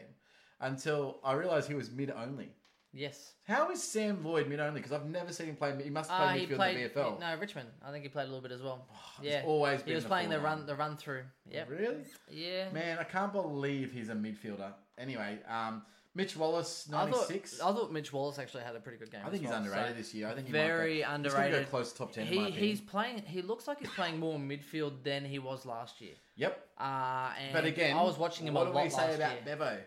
[SPEAKER 3] until I realised he was mid only.
[SPEAKER 2] Yes.
[SPEAKER 3] How is Sam Lloyd mid only? Because I've never seen him play. mid- He must play
[SPEAKER 2] Uh,
[SPEAKER 3] midfield
[SPEAKER 2] he played
[SPEAKER 3] in the VFL.
[SPEAKER 2] no Richmond. I think he played a little bit as well.
[SPEAKER 3] Oh, he's
[SPEAKER 2] yeah,
[SPEAKER 3] always
[SPEAKER 2] he
[SPEAKER 3] been
[SPEAKER 2] was
[SPEAKER 3] the
[SPEAKER 2] playing the
[SPEAKER 3] fullback.
[SPEAKER 2] run the run through. Yep.
[SPEAKER 3] Really?
[SPEAKER 2] Yeah.
[SPEAKER 3] Man, I can't believe he's a midfielder. Anyway, um, Mitch Wallace,
[SPEAKER 2] I thought,
[SPEAKER 3] 96.
[SPEAKER 2] I thought Mitch Wallace actually had a pretty good game.
[SPEAKER 3] I think
[SPEAKER 2] as
[SPEAKER 3] he's
[SPEAKER 2] well,
[SPEAKER 3] underrated
[SPEAKER 2] so-
[SPEAKER 3] this year. I think he
[SPEAKER 2] very
[SPEAKER 3] might go- He's gonna
[SPEAKER 2] underrated.
[SPEAKER 3] go close to top 10 in my
[SPEAKER 2] He
[SPEAKER 3] opinion.
[SPEAKER 2] he's playing. He looks like he's playing more midfield than he was last year.
[SPEAKER 3] Yep.
[SPEAKER 2] Uh, and
[SPEAKER 3] But again,
[SPEAKER 2] I was watching him
[SPEAKER 3] what
[SPEAKER 2] a
[SPEAKER 3] do
[SPEAKER 2] lot
[SPEAKER 3] we say
[SPEAKER 2] last
[SPEAKER 3] about
[SPEAKER 2] year.
[SPEAKER 3] Bevo?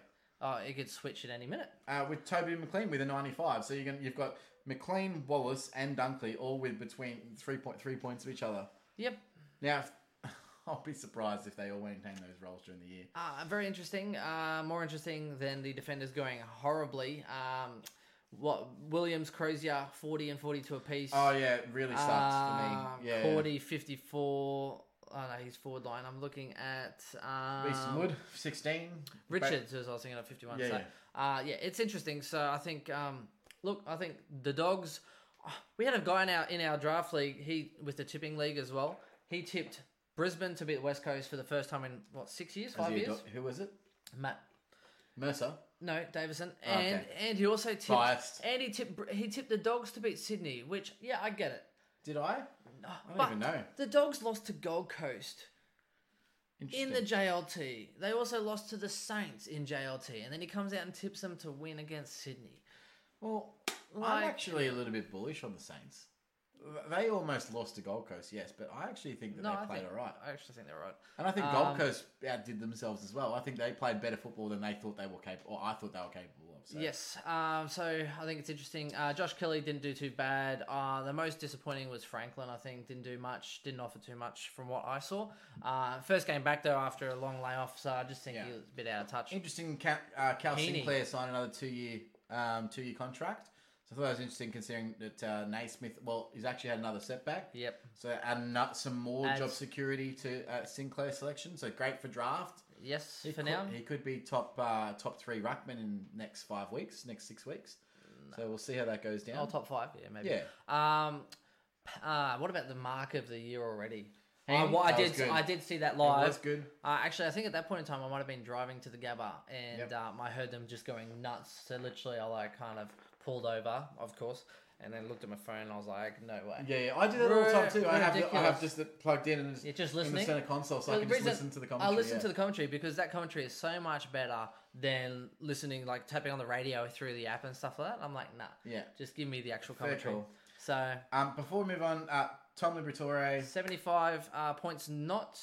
[SPEAKER 2] Oh, it could switch at any minute.
[SPEAKER 3] uh, with Toby McLean with a 95. So you're gonna, you've got McLean, Wallace, and Dunkley all with between three point three points of each other.
[SPEAKER 2] Yep.
[SPEAKER 3] Now, if- I'll be surprised if they all maintain those roles during the year.
[SPEAKER 2] Uh, very interesting. Uh, more interesting than the defenders going horribly. Um, what Williams, Crozier, forty and forty-two apiece. Um,
[SPEAKER 3] Oh yeah, it really sucks for me. Yeah,
[SPEAKER 2] Cordy, fifty-four. Oh no, he's forward line. I'm looking at um,
[SPEAKER 3] Mason Wood 16.
[SPEAKER 2] Richards, as I was thinking of 51.
[SPEAKER 3] Yeah,
[SPEAKER 2] so,
[SPEAKER 3] yeah.
[SPEAKER 2] Uh, yeah, it's interesting. So I think, um, look, I think the dogs. We had a guy in our in our draft league. He with the tipping league as well. He tipped Brisbane to beat West Coast for the first time in what six years,
[SPEAKER 3] Ba-
[SPEAKER 2] five
[SPEAKER 3] Is he a
[SPEAKER 2] years.
[SPEAKER 3] do- Who was it?
[SPEAKER 2] Matt,
[SPEAKER 3] Mercer.
[SPEAKER 2] no, Davison,
[SPEAKER 3] okay.
[SPEAKER 2] and and he also tipped.
[SPEAKER 3] Biased.
[SPEAKER 2] And he tipped. Br- He tipped the dogs to beat Sydney, which yeah, I get it.
[SPEAKER 3] Did I?
[SPEAKER 2] I
[SPEAKER 3] don't even know.
[SPEAKER 2] The dogs lost to Gold Coast. in
[SPEAKER 3] Interesting.
[SPEAKER 2] the JLT. They also lost to the Saints in JLT, and then he comes out and tips them to win against Sydney.
[SPEAKER 3] well, I'm
[SPEAKER 2] Like-
[SPEAKER 3] actually a little bit bullish on the Saints. They almost lost to Gold Coast, yes, but I actually think that
[SPEAKER 2] No,
[SPEAKER 3] they
[SPEAKER 2] I
[SPEAKER 3] played
[SPEAKER 2] think
[SPEAKER 3] all right.
[SPEAKER 2] I actually think they're right.
[SPEAKER 3] And I think Gold
[SPEAKER 2] Um,
[SPEAKER 3] Coast outdid themselves as well. I think they played better football than they thought they were capable, or I thought they were capable of. So.
[SPEAKER 2] Yes. Um, so I think it's interesting. Uh, Josh Kelly didn't do too bad. Uh, the most disappointing was Franklin. I think didn't do much. Didn't offer too much from what I saw. Uh, first game back though after a long layoff, so I just think
[SPEAKER 3] Yeah.
[SPEAKER 2] he was a bit out of touch.
[SPEAKER 3] Interesting. Ca- uh, Cal
[SPEAKER 2] Heaney.
[SPEAKER 3] Sinclair signed another two-year, um, two-year contract. So I thought that was interesting, considering that uh, Naismith. Well, he's actually had another setback.
[SPEAKER 2] Yep.
[SPEAKER 3] So add ano- some more
[SPEAKER 2] Adds-
[SPEAKER 3] job security to uh, Sinclair selection. So great for draft.
[SPEAKER 2] Yes,
[SPEAKER 3] He
[SPEAKER 2] for
[SPEAKER 3] could,
[SPEAKER 2] now.
[SPEAKER 3] he could be top uh, top three ruckman in next five weeks, next six weeks. So we'll see how that goes down.
[SPEAKER 2] Oh, top five, yeah, maybe.
[SPEAKER 3] Yeah.
[SPEAKER 2] Um, uh, what about the mark of the year already? I,
[SPEAKER 3] Haney?
[SPEAKER 2] well, I
[SPEAKER 3] That was
[SPEAKER 2] did.
[SPEAKER 3] good.
[SPEAKER 2] I did see that live.
[SPEAKER 3] That's good.
[SPEAKER 2] Uh, actually, I think at that point in time, I might have been driving to the Gabba, and
[SPEAKER 3] Yep.
[SPEAKER 2] um, I heard them just going nuts. So literally, I like kind of pulled over, of course, and then looked at my phone. and I was like, no way.
[SPEAKER 3] Yeah, yeah, I do that all the time too. I have, the, I have
[SPEAKER 2] Ridiculous.
[SPEAKER 3] just it plugged in and it's
[SPEAKER 2] You're just
[SPEAKER 3] in the
[SPEAKER 2] listening?
[SPEAKER 3] center console, so I
[SPEAKER 2] Well,
[SPEAKER 3] can
[SPEAKER 2] the
[SPEAKER 3] just
[SPEAKER 2] reason-
[SPEAKER 3] listen to the commentary.
[SPEAKER 2] I listen
[SPEAKER 3] yeah.
[SPEAKER 2] to the commentary because that commentary is so much better than listening, like tapping on the radio through the app and stuff like that. I'm like, nah.
[SPEAKER 3] Yeah.
[SPEAKER 2] Just give me the actual
[SPEAKER 3] Fair
[SPEAKER 2] commentary.
[SPEAKER 3] call.
[SPEAKER 2] So
[SPEAKER 3] Um, before we move on, uh, Tom Liberatore.
[SPEAKER 2] 75 uh, points, not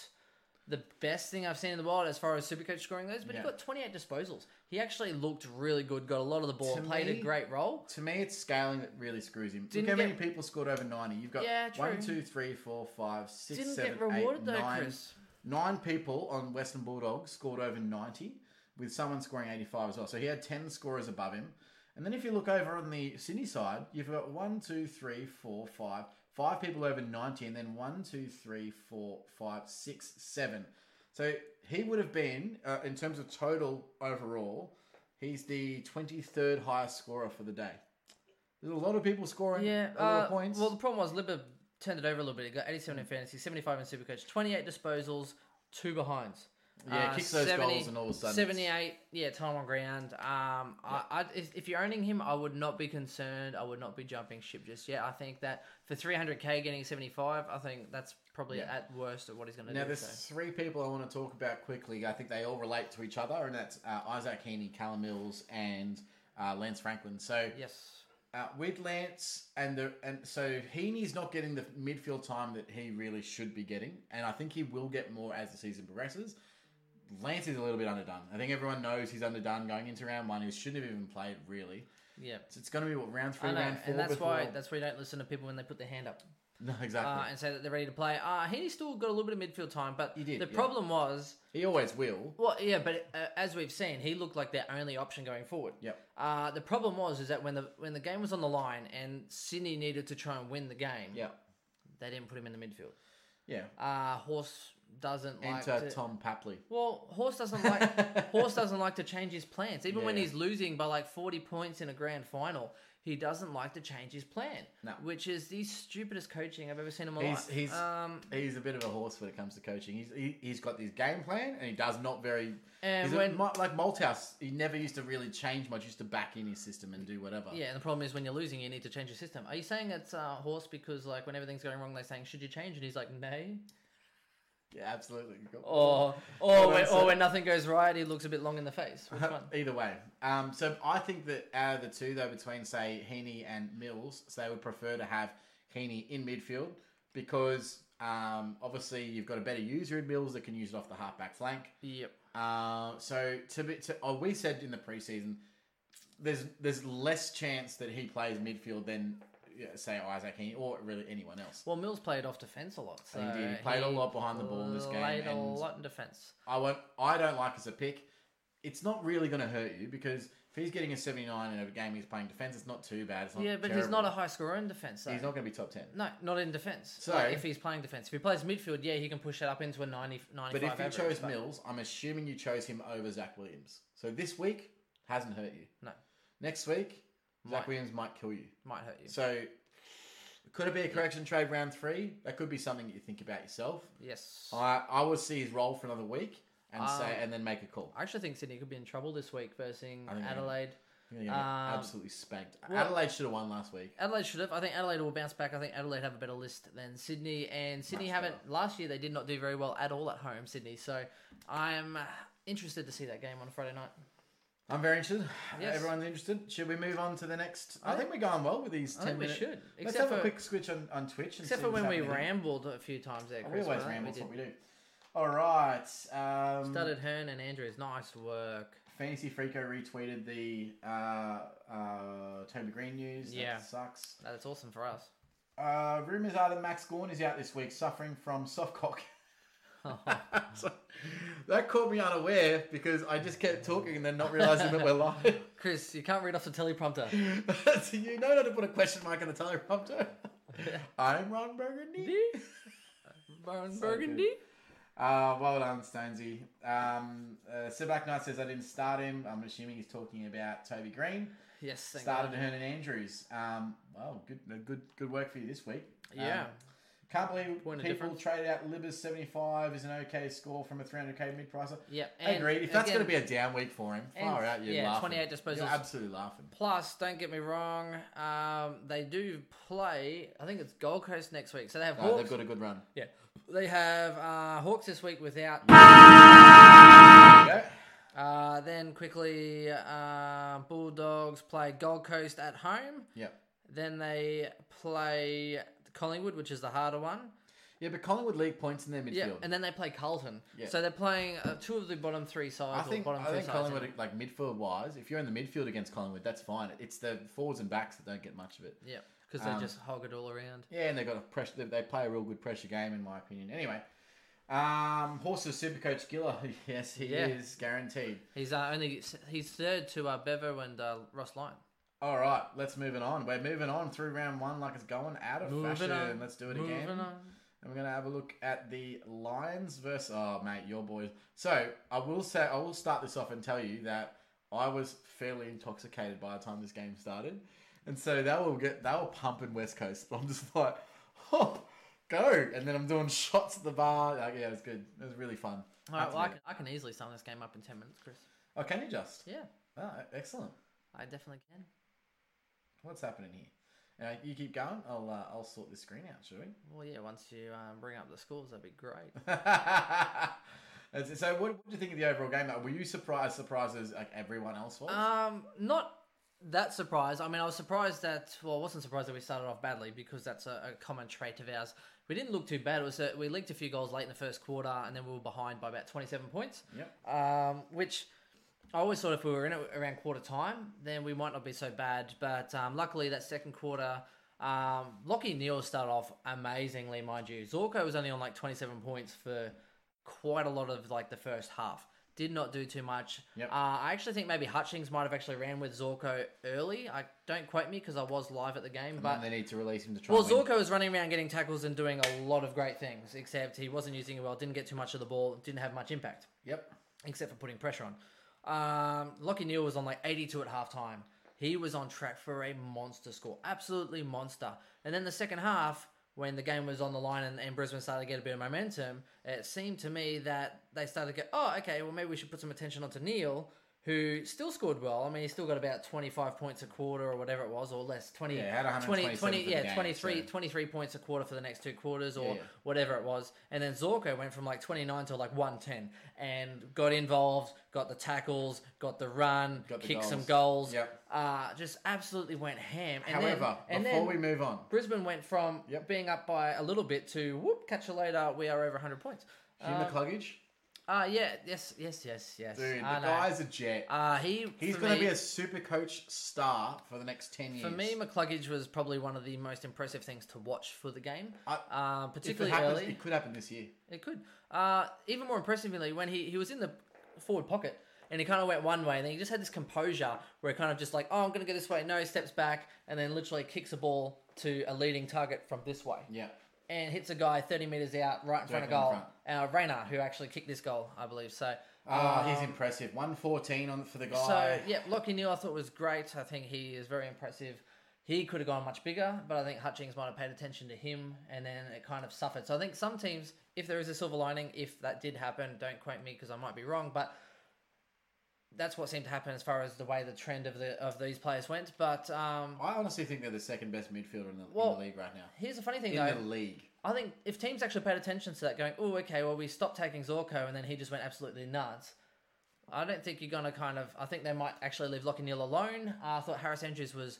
[SPEAKER 2] the best thing I've seen in the world as far as Supercoach scoring goes, but
[SPEAKER 3] Yeah.
[SPEAKER 2] he got 28 disposals. He actually looked really good, got a lot of the ball,
[SPEAKER 3] To
[SPEAKER 2] played
[SPEAKER 3] me-
[SPEAKER 2] a great role.
[SPEAKER 3] To me, it's scaling that really screws him.
[SPEAKER 2] Didn't
[SPEAKER 3] Look how
[SPEAKER 2] get-
[SPEAKER 3] many people scored over ninety. You've got
[SPEAKER 2] Yeah, true.
[SPEAKER 3] one, two, three, four, five, six,
[SPEAKER 2] Didn't
[SPEAKER 3] seven,
[SPEAKER 2] get rewarded
[SPEAKER 3] eight,
[SPEAKER 2] though,
[SPEAKER 3] nine-
[SPEAKER 2] Chris.
[SPEAKER 3] nine people on Western Bulldogs scored over ninety, with someone scoring eighty-five as well. So he had ten scorers above him, And then if you look over on the Sydney side, you've got one, two, three, four, five, five people over 90, and then one, two, three, four, five, six, seven. So he would have been, uh, in terms of total overall, he's the 23rd highest scorer for the day. There's a lot of people scoring
[SPEAKER 2] Yeah.
[SPEAKER 3] a lot
[SPEAKER 2] uh,
[SPEAKER 3] of points.
[SPEAKER 2] Well, the problem was Libba turned it over a little bit. He got 87 in fantasy, 75 in Supercoach, 28 disposals, two behinds.
[SPEAKER 3] Yeah, kicks those goals and all of a sudden it's-
[SPEAKER 2] 78, yeah, time on ground. Um, I, I, if, if you're owning him, I would not be concerned. I would not be jumping ship just yet. I think that for 300k getting 75, I think that's probably
[SPEAKER 3] Yeah.
[SPEAKER 2] at worst of what he's going to
[SPEAKER 3] Now,
[SPEAKER 2] do.
[SPEAKER 3] there's
[SPEAKER 2] so.
[SPEAKER 3] three people I want to talk about quickly. I think they all relate to each other, and that's uh, Isaac Heaney, Callum Mills, and uh, Lance Franklin. So,
[SPEAKER 2] Yes.
[SPEAKER 3] uh, with Lance and the and so Heaney's not getting the midfield time that he really should be getting, and I think he will get more as the season progresses. Lance is a little bit underdone. I think everyone knows he's underdone going into round one. He shouldn't have even played really.
[SPEAKER 2] Yeah.
[SPEAKER 3] So it's going to be what round three,
[SPEAKER 2] I know,
[SPEAKER 3] round four.
[SPEAKER 2] and that's
[SPEAKER 3] before-
[SPEAKER 2] why that's why you don't listen to people when they put their hand up.
[SPEAKER 3] no exactly.
[SPEAKER 2] uh, and say that they're ready to play. Uh, Heaney still got a little bit of midfield time, but
[SPEAKER 3] He did,
[SPEAKER 2] the
[SPEAKER 3] yeah.
[SPEAKER 2] problem was,
[SPEAKER 3] he always will.
[SPEAKER 2] well, yeah, but uh, as we've seen, he looked like their only option going forward.
[SPEAKER 3] Yep.
[SPEAKER 2] Uh, the problem was is that when the when the game was on the line and Sydney needed to try and win the game,
[SPEAKER 3] Yeah,
[SPEAKER 2] they didn't put him in the midfield.
[SPEAKER 3] yeah.
[SPEAKER 2] Uh, Horse doesn't like
[SPEAKER 3] Enter
[SPEAKER 2] to-
[SPEAKER 3] Tom Papley.
[SPEAKER 2] well, horse doesn't like horse doesn't like to change his plans. Even when
[SPEAKER 3] Yeah.
[SPEAKER 2] he's losing by like forty points in a grand final, he doesn't like to change his plan.
[SPEAKER 3] No.
[SPEAKER 2] Which is the stupidest coaching I've ever seen in my
[SPEAKER 3] He's
[SPEAKER 2] life.
[SPEAKER 3] he's
[SPEAKER 2] um,
[SPEAKER 3] he's a bit of a horse when it comes to coaching. He's he, he's got this game plan and he does not very.
[SPEAKER 2] And
[SPEAKER 3] he's a-
[SPEAKER 2] when-
[SPEAKER 3] mu- like Malthouse, he never used to really change much. He used to back in his system and do whatever.
[SPEAKER 2] yeah, and the problem is when you're losing, you need to change your system. Are you saying it's uh, horse because like when everything's going wrong, they're saying should you change, and he's like nay,
[SPEAKER 3] Yeah, absolutely. Cool.
[SPEAKER 2] or or when,
[SPEAKER 3] that's
[SPEAKER 2] or
[SPEAKER 3] it.
[SPEAKER 2] when nothing goes right, he looks a bit long in the face. Which one?
[SPEAKER 3] Uh, Either way, um, so I think that out of the two though, between say Heaney and Mills, so they would prefer to have Heaney in midfield because um, obviously you've got a better user in Mills that can use it off the halfback flank.
[SPEAKER 2] Yep.
[SPEAKER 3] Uh, so to be, to, oh, we said in the preseason, there's there's less chance that he plays midfield than yeah, say Isaac Heaney or really anyone else.
[SPEAKER 2] Well, Mills played off defense a lot. So
[SPEAKER 3] He did. He played a lot behind the ball in this game
[SPEAKER 2] Played a
[SPEAKER 3] and-
[SPEAKER 2] lot in defense.
[SPEAKER 3] I won't, I don't like as a pick. It's not really going to hurt you because if he's getting a 79 in a game he's playing defense, it's not too bad. It's not
[SPEAKER 2] Yeah, but he's
[SPEAKER 3] terrible.
[SPEAKER 2] not a high scorer in defense. Though.
[SPEAKER 3] he's not going to be top 10.
[SPEAKER 2] No, not in defense.
[SPEAKER 3] So-
[SPEAKER 2] Like, if he's playing defense, if he plays midfield, yeah, he can push that up into a 90, 95
[SPEAKER 3] But if you
[SPEAKER 2] average,
[SPEAKER 3] chose
[SPEAKER 2] but-
[SPEAKER 3] Mills, I'm assuming you chose him over Zach Williams. So this week hasn't hurt you.
[SPEAKER 2] no,
[SPEAKER 3] Next week, Zach
[SPEAKER 2] Might.
[SPEAKER 3] Williams might kill you.
[SPEAKER 2] might hurt you.
[SPEAKER 3] So could it be a correction trade round three? That could be something that you think about yourself.
[SPEAKER 2] yes, I,
[SPEAKER 3] I I would see his role for another week and
[SPEAKER 2] Um,
[SPEAKER 3] say and then make a call.
[SPEAKER 2] actually think Sydney could be in trouble this week versus
[SPEAKER 3] think they-
[SPEAKER 2] Adelaide.
[SPEAKER 3] You're gonna get
[SPEAKER 2] um,
[SPEAKER 3] absolutely spanked.
[SPEAKER 2] well-
[SPEAKER 3] Adelaide should have won last week.
[SPEAKER 2] Adelaide should have. I think Adelaide will bounce back. I think Adelaide have a better list than Sydney, and Sydney
[SPEAKER 3] Much
[SPEAKER 2] haven't.
[SPEAKER 3] better.
[SPEAKER 2] Last year they did not do very well at all at home, Sydney. So I'm uh, interested to see that game on Friday night.
[SPEAKER 3] I'm very interested.
[SPEAKER 2] Yes.
[SPEAKER 3] Everyone's interested. Should we move on to the next? I think we're going well with these. 10
[SPEAKER 2] I think we
[SPEAKER 3] minute-
[SPEAKER 2] should,
[SPEAKER 3] Let's
[SPEAKER 2] except
[SPEAKER 3] have
[SPEAKER 2] for-
[SPEAKER 3] a quick switch on, on Twitch. And
[SPEAKER 2] Except
[SPEAKER 3] see
[SPEAKER 2] for
[SPEAKER 3] what's
[SPEAKER 2] when we
[SPEAKER 3] happening.
[SPEAKER 2] rambled a few times there.
[SPEAKER 3] We
[SPEAKER 2] Chris,
[SPEAKER 3] always
[SPEAKER 2] but
[SPEAKER 3] ramble. That's
[SPEAKER 2] did.
[SPEAKER 3] what we do. All right. Um,
[SPEAKER 2] Studded Hearn and Andrews, nice work.
[SPEAKER 3] Fantasy Freako retweeted the uh, uh, Toby Green news.
[SPEAKER 2] Yeah.
[SPEAKER 3] That sucks.
[SPEAKER 2] That's awesome for us.
[SPEAKER 3] Uh, rumors are that Max Gorn is out this week, suffering from soft cock. So, that caught me unaware because I just kept talking and then not realizing that we're live.
[SPEAKER 2] Chris, you can't read off the teleprompter.
[SPEAKER 3] so you know not to put a question mark on the teleprompter. I'm Ron Burgundy.
[SPEAKER 2] Baron
[SPEAKER 3] Burgundy? Uh, well done, Stonesy. Um, uh, Sebak Knight says I didn't start him. I'm assuming he's talking about Toby Green.
[SPEAKER 2] Yes, thank
[SPEAKER 3] Started
[SPEAKER 2] God.
[SPEAKER 3] Hearn and Andrews. Um, well, good, good, good work for you this week. Um,
[SPEAKER 2] Yeah.
[SPEAKER 3] Can't believe
[SPEAKER 2] Point of
[SPEAKER 3] people
[SPEAKER 2] difference.
[SPEAKER 3] traded out Libba's 75 is an okay score from a 300k mid pricer.
[SPEAKER 2] yeah.
[SPEAKER 3] Agreed. If that's
[SPEAKER 2] again,
[SPEAKER 3] going to be a down week for him,
[SPEAKER 2] and-
[SPEAKER 3] far out, you're
[SPEAKER 2] yeah,
[SPEAKER 3] laughing.
[SPEAKER 2] 28 disposals.
[SPEAKER 3] You're absolutely laughing.
[SPEAKER 2] Plus, don't get me wrong, um, they do play. I think it's Gold Coast next week, so they have
[SPEAKER 3] No,
[SPEAKER 2] Hawks.
[SPEAKER 3] Oh, they've got a good run.
[SPEAKER 2] yeah, they have uh, Hawks this week without.
[SPEAKER 3] Yeah.
[SPEAKER 2] Uh, then quickly, uh, Bulldogs play Gold Coast at home.
[SPEAKER 3] Yep.
[SPEAKER 2] Then they play Collingwood, which is the harder one.
[SPEAKER 3] Yeah, but Collingwood league points in their midfield.
[SPEAKER 2] Yeah, and then they play Carlton.
[SPEAKER 3] Yeah.
[SPEAKER 2] So they're playing uh, two of the bottom three
[SPEAKER 3] I
[SPEAKER 2] sides.
[SPEAKER 3] think
[SPEAKER 2] or bottom
[SPEAKER 3] I
[SPEAKER 2] three
[SPEAKER 3] think
[SPEAKER 2] sides
[SPEAKER 3] Collingwood,
[SPEAKER 2] anyway.
[SPEAKER 3] like midfield wise, if you're in the midfield against Collingwood, that's fine. It's the forwards and backs that don't get much of it.
[SPEAKER 2] Yeah, because they
[SPEAKER 3] Um,
[SPEAKER 2] just hog it all around.
[SPEAKER 3] Yeah, and they got a pressure. They, they play a real good pressure game, in my opinion. Anyway, um, horses supercoach Giller. Yes, he
[SPEAKER 2] Yeah.
[SPEAKER 3] is guaranteed.
[SPEAKER 2] He's uh, only he's third to uh, Bevo and uh, Ross Lyon.
[SPEAKER 3] All right, let's move it on. We're moving on through round one like it's going out of
[SPEAKER 2] Moving
[SPEAKER 3] fashion.
[SPEAKER 2] on.
[SPEAKER 3] Let's do it
[SPEAKER 2] Moving
[SPEAKER 3] again.
[SPEAKER 2] on.
[SPEAKER 3] And we're gonna have a look at the Lions versus oh mate, your boys. So I will say I will start this off and tell you that I was fairly intoxicated by the time this game started. And so they will get they were pumping West Coast. But I'm just like, oh, go. And then I'm doing shots at the bar. Like, yeah, it was good. It was really fun.
[SPEAKER 2] All right,
[SPEAKER 3] That's
[SPEAKER 2] well, I
[SPEAKER 3] good.
[SPEAKER 2] can, I can easily sum this game up in 10 minutes, Chris.
[SPEAKER 3] Oh, can you just?
[SPEAKER 2] Yeah,
[SPEAKER 3] Oh, excellent.
[SPEAKER 2] I definitely can.
[SPEAKER 3] What's happening here? Uh, you keep going. I'll uh, I'll sort this screen out, shall we?
[SPEAKER 2] Well, yeah, once you um, bring up the scores, that'd be great.
[SPEAKER 3] That's it. so, what, what do you think of the overall game? Were you surprised? Surprised as like everyone else was?
[SPEAKER 2] Um, not that surprised. I mean, I was surprised that well, I wasn't surprised that we started off badly because that's a, a common trait of ours. We didn't look too bad. It was a, we leaked a few goals late in the first quarter, and then we were behind by about twenty-seven points.
[SPEAKER 3] Yep.
[SPEAKER 2] Um, which I always thought if we were in it around quarter time, then we might not be so bad. But um, luckily, that second quarter, um, Lockie Neal started off amazingly, mind you. Zorko was only on like 27 points for quite a lot of like the first half. Did not do too much.
[SPEAKER 3] Yep.
[SPEAKER 2] Uh, I actually think maybe Hutchings might have actually ran with Zorko early. I don't quote me because I was live at the game, but
[SPEAKER 3] and they need to release him to try.
[SPEAKER 2] well,
[SPEAKER 3] and win.
[SPEAKER 2] Zorko was running around getting tackles and doing a lot of great things, except he wasn't using it well, didn't get too much of the ball, didn't have much impact
[SPEAKER 3] Yep.
[SPEAKER 2] except for putting pressure on. Um, Lockie Neal was on like 82 at halftime. He was on track for a monster score, absolutely monster. And then the second half, when the game was on the line and, and Brisbane started to get a bit of momentum, it seemed to me that they started to go, oh, okay, well, maybe we should put some attention onto Neal, who still scored well. I mean, he still got about 25 points a quarter or whatever it was, or less, 20,
[SPEAKER 3] Yeah, had
[SPEAKER 2] 20,
[SPEAKER 3] 127 for the
[SPEAKER 2] yeah,
[SPEAKER 3] game,
[SPEAKER 2] 23,
[SPEAKER 3] so-
[SPEAKER 2] 23 points a quarter for the next two quarters or
[SPEAKER 3] Yeah.
[SPEAKER 2] whatever it was. And then Zorko went from like 29 to like 110 and got involved, got the tackles, got the run,
[SPEAKER 3] Got the
[SPEAKER 2] kicked some goals.
[SPEAKER 3] goals. Yep.
[SPEAKER 2] Uh, just absolutely went ham. And then-
[SPEAKER 3] However,
[SPEAKER 2] and
[SPEAKER 3] before
[SPEAKER 2] then
[SPEAKER 3] we move on,
[SPEAKER 2] Brisbane went from
[SPEAKER 3] Yep.
[SPEAKER 2] being up by a little bit to whoop, catch you later, we are over 100 points.
[SPEAKER 3] Hugh
[SPEAKER 2] Uh,
[SPEAKER 3] McCluggage,
[SPEAKER 2] uh, yeah, yes, yes, yes, yes.
[SPEAKER 3] dude, the
[SPEAKER 2] I know.
[SPEAKER 3] guy's a jet.
[SPEAKER 2] uh, he,
[SPEAKER 3] He's
[SPEAKER 2] for
[SPEAKER 3] going to
[SPEAKER 2] me-
[SPEAKER 3] be a super coach star for the next ten years.
[SPEAKER 2] For me, McCluggage was probably one of the most impressive things to watch for the game,
[SPEAKER 3] I-
[SPEAKER 2] uh,
[SPEAKER 3] if it
[SPEAKER 2] particularly
[SPEAKER 3] happens,
[SPEAKER 2] early.
[SPEAKER 3] it could happen this year.
[SPEAKER 2] It could. Uh, even more impressively, when he, he was in the forward pocket and he kind of went one way, and then he just had this composure where he kind of just like, oh, I'm going to go this way. No, steps back, and then literally kicks a ball to a leading target from this way
[SPEAKER 3] Yeah.
[SPEAKER 2] and hits a guy 30 metres out right in front of
[SPEAKER 3] Directly in
[SPEAKER 2] goal. Uh, Reina, who actually kicked this goal, I believe. So,
[SPEAKER 3] Ah, he's impressive. One fourteen on for the guy.
[SPEAKER 2] Uh, so yeah, Lockie Neal I thought was great. I think he is very impressive. He could have gone much bigger, but I think Hutchings might have paid attention to him, and then it kind of suffered. So I think some teams, if there is a silver lining, if that did happen, don't quote me because I might be wrong, but that's what seemed to happen as far as the way the trend of the of these players went. But um,
[SPEAKER 3] I honestly think they're the second best midfielder in the,
[SPEAKER 2] Well,
[SPEAKER 3] in the league right now.
[SPEAKER 2] here's the funny thing,
[SPEAKER 3] In
[SPEAKER 2] though.
[SPEAKER 3] the league.
[SPEAKER 2] I think if teams actually paid attention to that, going, oh, okay, well, we stopped taking Zorko and then he just went absolutely nuts. I don't think you're going to kind of. I think they might actually leave Lockie Neal alone. Uh, I thought Harris Andrews was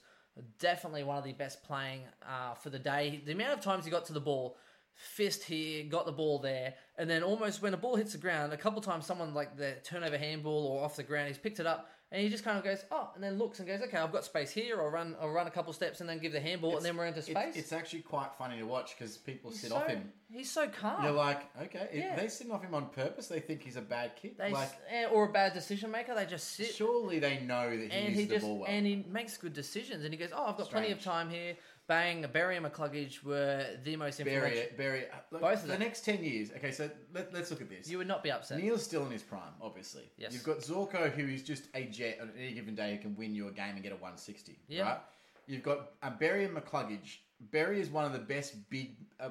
[SPEAKER 2] definitely one of the best playing uh, for the day. The amount of times he got to the ball, fist here, got the ball there, and then almost when a ball hits the ground, a couple times someone like the turnover handball or off the ground, he's picked it up. And he just kind of goes, oh, and then looks and goes, okay, I've got space here. I'll run, I'll run a couple steps and then give the handball, and then we're into space.
[SPEAKER 3] It's, it's actually quite funny to watch because people sit
[SPEAKER 2] so,
[SPEAKER 3] off him.
[SPEAKER 2] He's so calm.
[SPEAKER 3] You're like, okay, if
[SPEAKER 2] Yeah.
[SPEAKER 3] they sit off him on purpose. They think he's a bad kid.
[SPEAKER 2] They
[SPEAKER 3] like,
[SPEAKER 2] s- eh, or a bad decision maker. They just sit
[SPEAKER 3] surely they know that he
[SPEAKER 2] and
[SPEAKER 3] uses
[SPEAKER 2] he
[SPEAKER 3] the
[SPEAKER 2] just
[SPEAKER 3] ball well.
[SPEAKER 2] and he makes good decisions. And he goes, "Oh, I've got plenty of
[SPEAKER 3] Strange.
[SPEAKER 2] time here." Bang, Barry and McCluggage were the most influential.
[SPEAKER 3] bury it, bury it. uh, Look,
[SPEAKER 2] Both of
[SPEAKER 3] the
[SPEAKER 2] them.
[SPEAKER 3] next ten years. Okay, so let, let's look at this.
[SPEAKER 2] You would not be upset.
[SPEAKER 3] Neil's still in his prime, obviously.
[SPEAKER 2] Yes.
[SPEAKER 3] You've got Zorko, who is just a jet on any given day who can win you a game and get a 160.
[SPEAKER 2] Yeah.
[SPEAKER 3] Right? You've got uh, Berry and McCluggage. Berry is one of the best big, uh,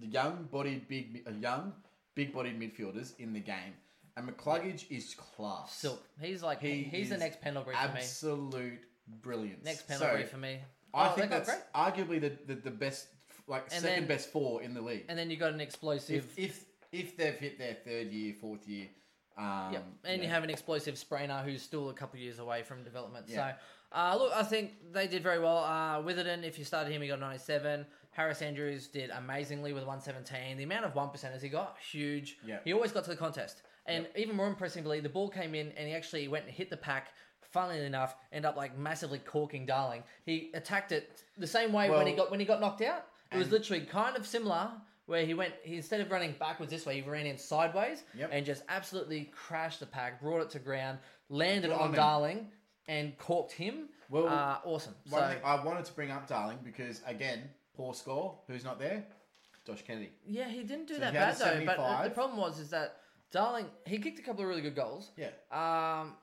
[SPEAKER 3] young bodied big, uh, young big bodied midfielders in the game, and McCluggage is class.
[SPEAKER 2] Silk. He's like he's the
[SPEAKER 3] is
[SPEAKER 2] next Pendlebury for me.
[SPEAKER 3] Absolute brilliance.
[SPEAKER 2] Next
[SPEAKER 3] So,
[SPEAKER 2] Pendlebury for me.
[SPEAKER 3] I
[SPEAKER 2] Oh,
[SPEAKER 3] think
[SPEAKER 2] they got
[SPEAKER 3] that's arguably the, the, the best, like
[SPEAKER 2] And
[SPEAKER 3] second
[SPEAKER 2] then-
[SPEAKER 3] best four in the league
[SPEAKER 2] And then you got an explosive.
[SPEAKER 3] if if if they've hit their third year, fourth year, um,
[SPEAKER 2] Yep. And
[SPEAKER 3] yeah.
[SPEAKER 2] you have an explosive sprainer who's still a couple years away from development.
[SPEAKER 3] Yeah.
[SPEAKER 2] So, uh, look, I think they did very well. Uh, Witherden, if you started him, he got 97. Harris Andrews did amazingly with 117. The amount of one percenters he got, huge.
[SPEAKER 3] Yeah.
[SPEAKER 2] He always got to the contest. And even more impressively, the ball came in and he actually went and hit the pack. Funnily enough, ended up like massively corking Darling. He attacked it the same way when he
[SPEAKER 3] Well-
[SPEAKER 2] got when he got knocked out. It was
[SPEAKER 3] And-
[SPEAKER 2] literally kind of similar, where he went he, instead of running backwards this way, he ran in sideways
[SPEAKER 3] Yep.
[SPEAKER 2] and just absolutely crashed the pack, brought it to ground, landed
[SPEAKER 3] Blimey.
[SPEAKER 2] on Darling, and corked him.
[SPEAKER 3] Well,
[SPEAKER 2] uh, awesome. So
[SPEAKER 3] One thing I wanted to bring up, darling, because again, poor score. Who's not there? Josh Kennedy.
[SPEAKER 2] yeah, he didn't do that
[SPEAKER 3] he had
[SPEAKER 2] bad
[SPEAKER 3] a
[SPEAKER 2] though. But the- the
[SPEAKER 3] 75.
[SPEAKER 2] problem was is that Darling he kicked a couple of really good goals.
[SPEAKER 3] Yeah.
[SPEAKER 2] Um,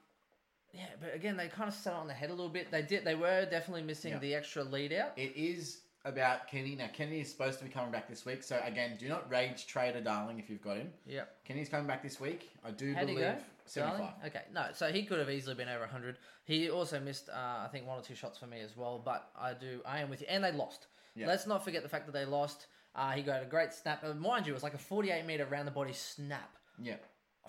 [SPEAKER 2] yeah, but again, they kind of sat on the head a little bit. They did. They were definitely missing
[SPEAKER 3] Yeah.
[SPEAKER 2] the extra lead out.
[SPEAKER 3] It is about Kennedy. Now, Kennedy is supposed to be coming back this week. So, again, do not rage trader, darling, if you've got him.
[SPEAKER 2] Yeah.
[SPEAKER 3] Kennedy's coming back this week. I do
[SPEAKER 2] How'd he
[SPEAKER 3] believe
[SPEAKER 2] go?
[SPEAKER 3] 75.
[SPEAKER 2] Darling? Okay, no, so he could have easily been over 100. He also missed, uh, I think, one or two shots for me as well, but I do, I am with you. And they lost.
[SPEAKER 3] Yeah.
[SPEAKER 2] Let's not forget the fact that they lost. Uh, he got a great snap. Uh, mind you, it was like a 48 metre round the body snap
[SPEAKER 3] Yeah.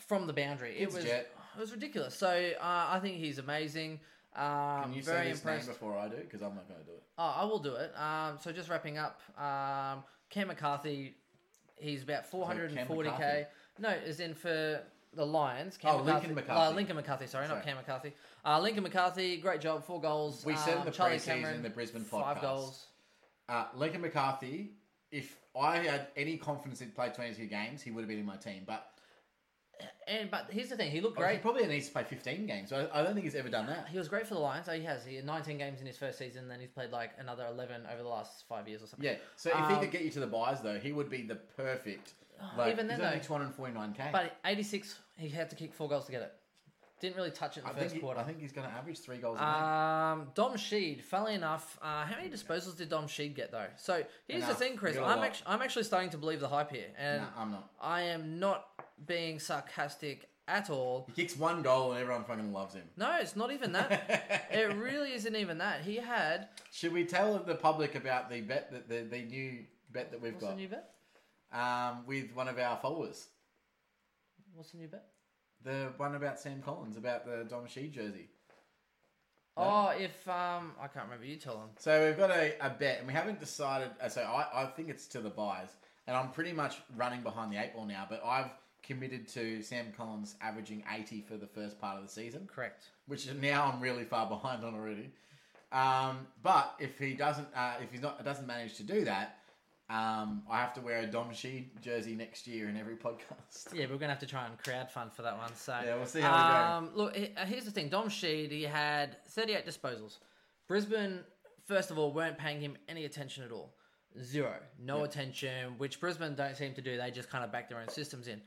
[SPEAKER 2] from the boundary. It
[SPEAKER 3] It's
[SPEAKER 2] was,
[SPEAKER 3] jet.
[SPEAKER 2] it was ridiculous. So uh, I think he's amazing. Um,
[SPEAKER 3] Can you
[SPEAKER 2] very
[SPEAKER 3] say his
[SPEAKER 2] impressed.
[SPEAKER 3] name before I do? Because I'm not going to do it.
[SPEAKER 2] Oh, I will do it. Um, so just wrapping up, um, Cam McCarthy, he's about 440k.
[SPEAKER 3] McCarthy?
[SPEAKER 2] No, is in for the Lions. Cam
[SPEAKER 3] Oh, Lincoln McCarthy.
[SPEAKER 2] Uh, Lincoln McCarthy, sorry, not
[SPEAKER 3] Sorry.
[SPEAKER 2] Cam McCarthy. Uh, Lincoln McCarthy, great job, four goals.
[SPEAKER 3] We said in
[SPEAKER 2] Um,
[SPEAKER 3] the
[SPEAKER 2] Charlie
[SPEAKER 3] preseason,
[SPEAKER 2] Cameron,
[SPEAKER 3] the Brisbane podcast.
[SPEAKER 2] Five goals.
[SPEAKER 3] Uh, Lincoln McCarthy, if I had any confidence he'd play 22 games, he would have been in my team. But
[SPEAKER 2] And but here's the thing, he looked
[SPEAKER 3] Oh, he
[SPEAKER 2] great.
[SPEAKER 3] probably needs to play 15 games. I, I don't think he's ever done that.
[SPEAKER 2] He was great for the Lions. Oh, he has. He had 19 games in his first season, then he's played like another 11 over the last five years or something.
[SPEAKER 3] Yeah. So if he
[SPEAKER 2] Um,
[SPEAKER 3] could get you to the buys, though, he would be the perfect. Like,
[SPEAKER 2] even then,
[SPEAKER 3] he's only
[SPEAKER 2] though-
[SPEAKER 3] 249k.
[SPEAKER 2] But 86, he had to kick four goals to get it. Didn't really touch it in the
[SPEAKER 3] I
[SPEAKER 2] first
[SPEAKER 3] think, he-
[SPEAKER 2] quarter.
[SPEAKER 3] I think he's going to average three goals a game.
[SPEAKER 2] Um, Dom Sheed, funnily enough, uh, how many disposals did Dom Sheed get though? So here's the
[SPEAKER 3] Enough.
[SPEAKER 2] thing, Chris.
[SPEAKER 3] Got a
[SPEAKER 2] I'm
[SPEAKER 3] lot.
[SPEAKER 2] actually, I'm actually starting to believe the hype here, and
[SPEAKER 3] No, I'm not.
[SPEAKER 2] I am not being sarcastic at all.
[SPEAKER 3] He kicks one goal and everyone fucking loves him.
[SPEAKER 2] No, it's not even that. it really isn't even that. He had
[SPEAKER 3] Should we tell the public about the bet that the, the new bet that we've
[SPEAKER 2] what's the new bet?
[SPEAKER 3] got um, with one of our followers?
[SPEAKER 2] What's the new bet?
[SPEAKER 3] The one about Sam Collins about the Dom Sheed jersey.
[SPEAKER 2] Oh, if um, I can't remember. You tell him.
[SPEAKER 3] So we've got a, a bet, and we haven't decided. uh, So I, I think it's to the buys, and I'm pretty much running behind the eight ball now. But I've committed to Sam Collins averaging 80 for the first part of the season,
[SPEAKER 2] Correct.
[SPEAKER 3] which is- now I'm really far behind on already. Um, but if he doesn't, uh, if he's not, doesn't manage to do that, um, I have to wear a Dom Sheed jersey next year in every podcast.
[SPEAKER 2] Yeah, we're gonna have to try and crowdfund for that one. So
[SPEAKER 3] Yeah, we'll see how
[SPEAKER 2] um, we go. Look, he- uh, here's the thing: Dom Sheed, he had 38 disposals. Brisbane, first of all, weren't paying him any attention at all. Zero, no attention, which Brisbane don't seem to do. They just kind of back their own systems in.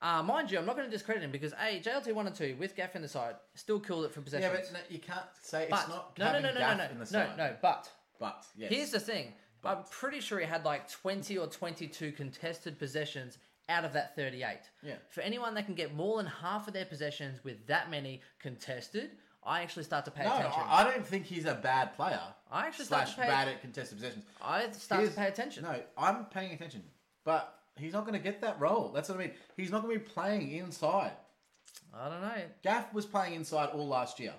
[SPEAKER 2] Uh, mind you, I'm not going to discredit him because a JLT one and two with Gaff in the side still killed it from possession.
[SPEAKER 3] Yeah, but no, you can't say it's not
[SPEAKER 2] no, no,
[SPEAKER 3] having
[SPEAKER 2] no, no, no,
[SPEAKER 3] Gaff
[SPEAKER 2] no,
[SPEAKER 3] in the
[SPEAKER 2] no,
[SPEAKER 3] side.
[SPEAKER 2] no. But
[SPEAKER 3] But yes,
[SPEAKER 2] Here's the thing. I'm pretty sure he had like 20 or 22 contested possessions out of that 38.
[SPEAKER 3] Yeah.
[SPEAKER 2] For anyone that can get more than half of their possessions with that many contested, I actually start to pay
[SPEAKER 3] no,
[SPEAKER 2] attention.
[SPEAKER 3] I, I don't think he's a bad player.
[SPEAKER 2] I actually start
[SPEAKER 3] slash
[SPEAKER 2] to pay-
[SPEAKER 3] bad at contested possessions.
[SPEAKER 2] I start
[SPEAKER 3] Here's-
[SPEAKER 2] to pay attention.
[SPEAKER 3] No, I'm paying attention, but he's not going to get that role. That's what I mean. He's not going to be playing inside.
[SPEAKER 2] I don't know.
[SPEAKER 3] Gaff was playing inside all last year.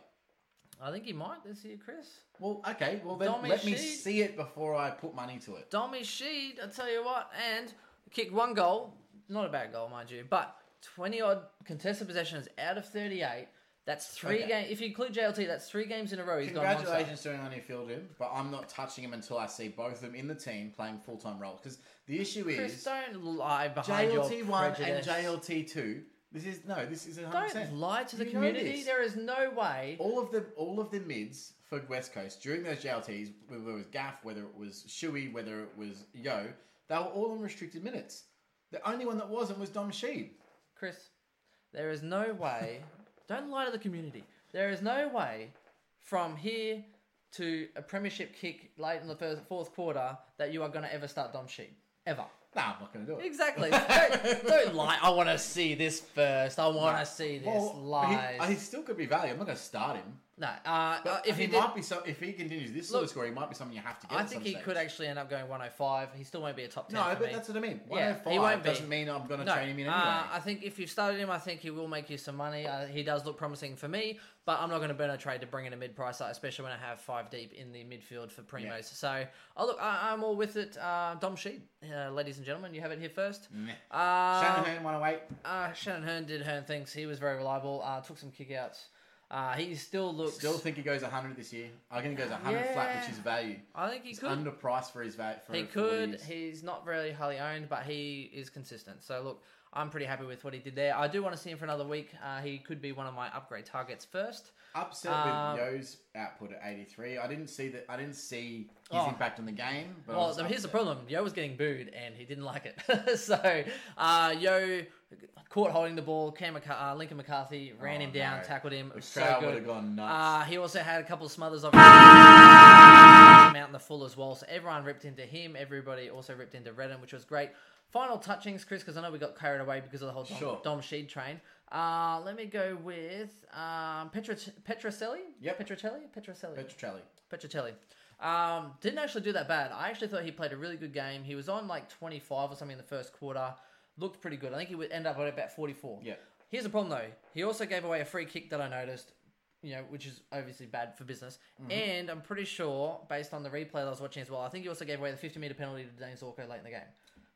[SPEAKER 2] I think he might this year, Chris.
[SPEAKER 3] Well, okay. Well, then
[SPEAKER 2] Dommy
[SPEAKER 3] let me
[SPEAKER 2] Sheed.
[SPEAKER 3] see it before I put money to it.
[SPEAKER 2] Domi Sheed, I tell you what, and kicked one goal. Not a bad goal, mind you, but 20 odd contested possessions out of 38. That's three
[SPEAKER 3] Okay.
[SPEAKER 2] games. If you include JLT, that's three games in a row. He's gone monster.
[SPEAKER 3] Congratulations to anyone who fielded him, but I'm not touching him until I see both of them in the team playing full time roles. Because the issue
[SPEAKER 2] Chris,
[SPEAKER 3] is
[SPEAKER 2] don't lie behind
[SPEAKER 3] JLT
[SPEAKER 2] your
[SPEAKER 3] one and
[SPEAKER 2] prejudice.
[SPEAKER 3] JLT two. This is no. This is 100.
[SPEAKER 2] Don't lie to the community. There is no way.
[SPEAKER 3] all of the all of the mids for West Coast during those JLTs, whether it was Gaff, whether it was Shuey, whether it was Yo, they were all on restricted minutes. The only one that wasn't was Dom Sheed.
[SPEAKER 2] Chris, there is no way. don't lie to the community. There is no way from here to a premiership kick late in the first, fourth quarter that you are going to ever start Dom Sheed. Ever.
[SPEAKER 3] Nah, I'm not going to do it.
[SPEAKER 2] Exactly. don't, don't lie. I want to see this first. I want to see this.
[SPEAKER 3] but he-
[SPEAKER 2] Lies.
[SPEAKER 3] He, still could be value. I'm not going to start him.
[SPEAKER 2] no. Uh, uh, if
[SPEAKER 3] he,
[SPEAKER 2] you did,
[SPEAKER 3] might be so, if he continues this sort of
[SPEAKER 2] Look,
[SPEAKER 3] score, he might be something you have to get.
[SPEAKER 2] I
[SPEAKER 3] at
[SPEAKER 2] think
[SPEAKER 3] some
[SPEAKER 2] he
[SPEAKER 3] stage.
[SPEAKER 2] could actually end up going 105. He still won't be a top 10
[SPEAKER 3] No,
[SPEAKER 2] for
[SPEAKER 3] but
[SPEAKER 2] me.
[SPEAKER 3] that's what I mean.
[SPEAKER 2] Yeah, he
[SPEAKER 3] 105
[SPEAKER 2] won't be.
[SPEAKER 3] doesn't mean I'm going to train him in anyway.
[SPEAKER 2] uh, I think if you've started him, I think he will make you some money. Uh, he does look promising for me, but I'm not going to burn a trade to bring in a mid pricer, especially when I have five deep in the midfield for primos.
[SPEAKER 3] Yeah.
[SPEAKER 2] So, oh look, I, I'm all with it. Uh, Dom Sheed, uh, ladies and gentlemen, you have it here first.
[SPEAKER 3] Mm.
[SPEAKER 2] Uh,
[SPEAKER 3] Shannon Hearn 108.
[SPEAKER 2] uh, Shannon Hearn did Hearn things. He was very reliable. Uh, took some kickouts. Uh, he still looks.
[SPEAKER 3] Still think he goes 100 this year. I think he goes 100 flat,
[SPEAKER 2] Yeah.
[SPEAKER 3] which is value.
[SPEAKER 2] I think he
[SPEAKER 3] He's
[SPEAKER 2] could.
[SPEAKER 3] underpriced for his value. For
[SPEAKER 2] He
[SPEAKER 3] for what
[SPEAKER 2] could.
[SPEAKER 3] is.
[SPEAKER 2] He's not really highly owned, but he is consistent. So look, I'm pretty happy with what he did there. I do want to see him for another week. Uh, he could be one of my upgrade targets first.
[SPEAKER 3] Upset
[SPEAKER 2] Um,
[SPEAKER 3] with Yo's output at 83. I didn't see that. I didn't see his
[SPEAKER 2] Oh.
[SPEAKER 3] impact on the game. But I
[SPEAKER 2] Well,
[SPEAKER 3] was
[SPEAKER 2] I mean, here's the
[SPEAKER 3] upset.
[SPEAKER 2] problem. Yo was getting booed, and he didn't like it. so, uh, Yo caught holding the ball. Cam McCa- uh, Lincoln McCarthy ran
[SPEAKER 3] Oh,
[SPEAKER 2] him down,
[SPEAKER 3] no.
[SPEAKER 2] tackled him. It
[SPEAKER 3] The
[SPEAKER 2] was so
[SPEAKER 3] crowd
[SPEAKER 2] good.
[SPEAKER 3] would have gone nuts.
[SPEAKER 2] Uh, he also had a couple of smothers of out in the full as well. So everyone ripped into him. Everybody also ripped into Redden, which was great. Final touchings, Chris, because I know we got carried away because of the whole Dom,
[SPEAKER 3] Sure.
[SPEAKER 2] Dom Sheed train. Uh, let me go with um, Petra, Petrocelli.
[SPEAKER 3] Yep.
[SPEAKER 2] Petrocelli? Petrocelli.
[SPEAKER 3] Petrocelli.
[SPEAKER 2] Petrocelli. Um, didn't actually do that bad. I actually thought he played a really good game. He was on like 25 or something in the first quarter. Looked pretty good. I think he would end up at about 44.
[SPEAKER 3] Yeah.
[SPEAKER 2] Here's the problem though. He also gave away a free kick that I noticed, you know, which is obviously bad for business.
[SPEAKER 3] Mm-hmm.
[SPEAKER 2] And I'm pretty sure, based on the replay that I was watching as well, I think he also gave away the 50 meter penalty to Dane Zorko late in the game.